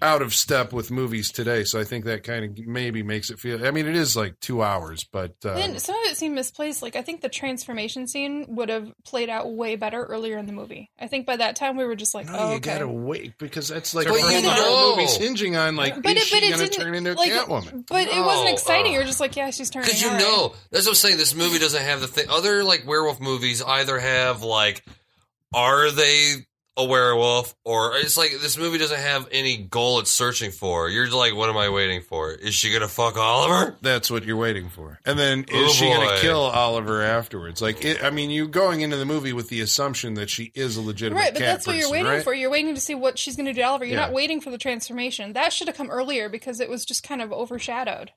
Speaker 2: out of step with movies today. So I think that kind of maybe makes it feel. I mean, it is like two hours, but uh,
Speaker 4: Then some of it seemed misplaced. Like I think the transformation scene would have played out way better earlier in the movie. I think by that time we were just like,
Speaker 2: no,
Speaker 4: oh,
Speaker 2: you
Speaker 4: okay.
Speaker 2: gotta wait because that's like
Speaker 5: But
Speaker 2: the
Speaker 5: you
Speaker 2: whole
Speaker 5: know.
Speaker 2: movie's hinging on like
Speaker 4: but
Speaker 2: is
Speaker 4: it,
Speaker 2: she
Speaker 4: but it
Speaker 2: gonna
Speaker 4: didn't
Speaker 2: turn into a
Speaker 4: like,
Speaker 2: Catwoman?
Speaker 4: But it wasn't
Speaker 5: No,
Speaker 4: exciting.
Speaker 5: uh,
Speaker 4: You're just like, yeah, she's turning.
Speaker 5: Because you
Speaker 4: all right.
Speaker 5: know, that's what I'm saying. This movie doesn't have the thing. Other like werewolf movies either have like, are they a werewolf, or it's like this movie doesn't have any goal it's searching for. You're like, what am I waiting for? Is she gonna fuck Oliver?
Speaker 2: That's what you're waiting for. And then
Speaker 5: Oh,
Speaker 2: is she gonna
Speaker 5: boy.
Speaker 2: kill Oliver afterwards? Like, it, I mean, you going into the movie with the assumption that she is a legitimate
Speaker 4: Right, but
Speaker 2: cat
Speaker 4: that's what you're
Speaker 2: person,
Speaker 4: waiting
Speaker 2: right?
Speaker 4: for. You're waiting to see what she's going to do to Oliver. You're
Speaker 2: Yeah.
Speaker 4: not waiting for the transformation. That should have come earlier because it was just kind of overshadowed.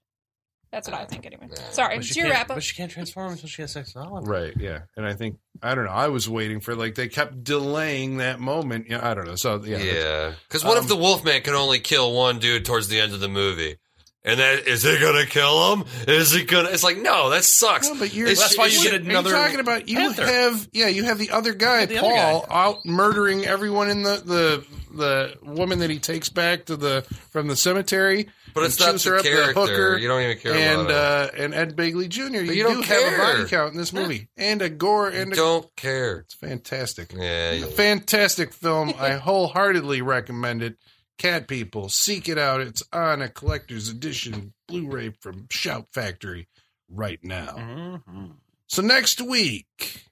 Speaker 4: That's what I think, anyway. Sorry, it's your wrap up.
Speaker 6: But she can't transform until she has sex with Oliver.
Speaker 2: Right, yeah, and I think I don't know. I was waiting for like they kept delaying that moment. Yeah, I don't know. So yeah, that's-
Speaker 5: Yeah. Because what if
Speaker 2: Um,
Speaker 5: the Wolfman can only kill one dude towards the end of the movie? And that is it gonna kill him? Is it gonna? It's like no, that sucks.
Speaker 2: No, but you're,
Speaker 5: It's-
Speaker 6: that's why you
Speaker 2: what
Speaker 6: get
Speaker 2: are
Speaker 6: another
Speaker 2: talking about you
Speaker 6: Panther.
Speaker 2: have yeah, you have the other guy,
Speaker 6: the other
Speaker 2: Paul, out murdering everyone in the, the the woman that he takes back to the from the cemetery.
Speaker 5: But it's
Speaker 2: and
Speaker 5: not
Speaker 2: shoots
Speaker 5: the
Speaker 2: her up to
Speaker 5: character.
Speaker 2: hooker
Speaker 5: you don't even care
Speaker 2: and
Speaker 5: about him.
Speaker 2: uh, and Ed Begley Jr. You, do
Speaker 5: you don't
Speaker 2: have a body
Speaker 5: care.
Speaker 2: count in this movie. And a gore
Speaker 5: You
Speaker 2: and a
Speaker 5: don't care.
Speaker 2: it's fantastic.
Speaker 5: Yeah. you-
Speaker 2: Fantastic film. I wholeheartedly recommend it. Cat people, seek it out. It's on a collector's edition Blu-ray from Shout Factory right now.
Speaker 6: Mm-hmm.
Speaker 2: So next week,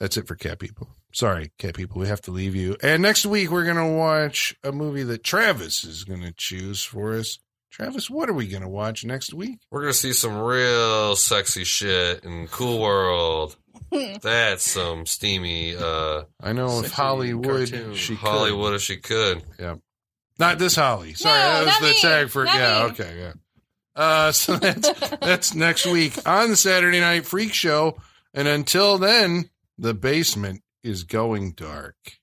Speaker 2: that's it for cat people. Sorry, cat people, we have to leave you. And next week we're gonna watch a movie that Travis is gonna choose for us. Travis, what are we gonna watch next week?
Speaker 5: We're gonna see some real sexy shit in Cool World.
Speaker 4: Hmm.
Speaker 5: That's some steamy uh
Speaker 2: I know if
Speaker 6: Sexy
Speaker 2: Hollywood
Speaker 6: cartoon.
Speaker 2: she could.
Speaker 5: Hollywood if she could.
Speaker 2: not this Holly. Sorry,
Speaker 4: No,
Speaker 2: that
Speaker 4: not
Speaker 2: was the
Speaker 4: me.
Speaker 2: tag for
Speaker 4: Not
Speaker 2: yeah.
Speaker 4: me.
Speaker 2: Okay, yeah. Uh, so that's that's next week on the Saturday Night Freak Show. And until then, the basement is going dark.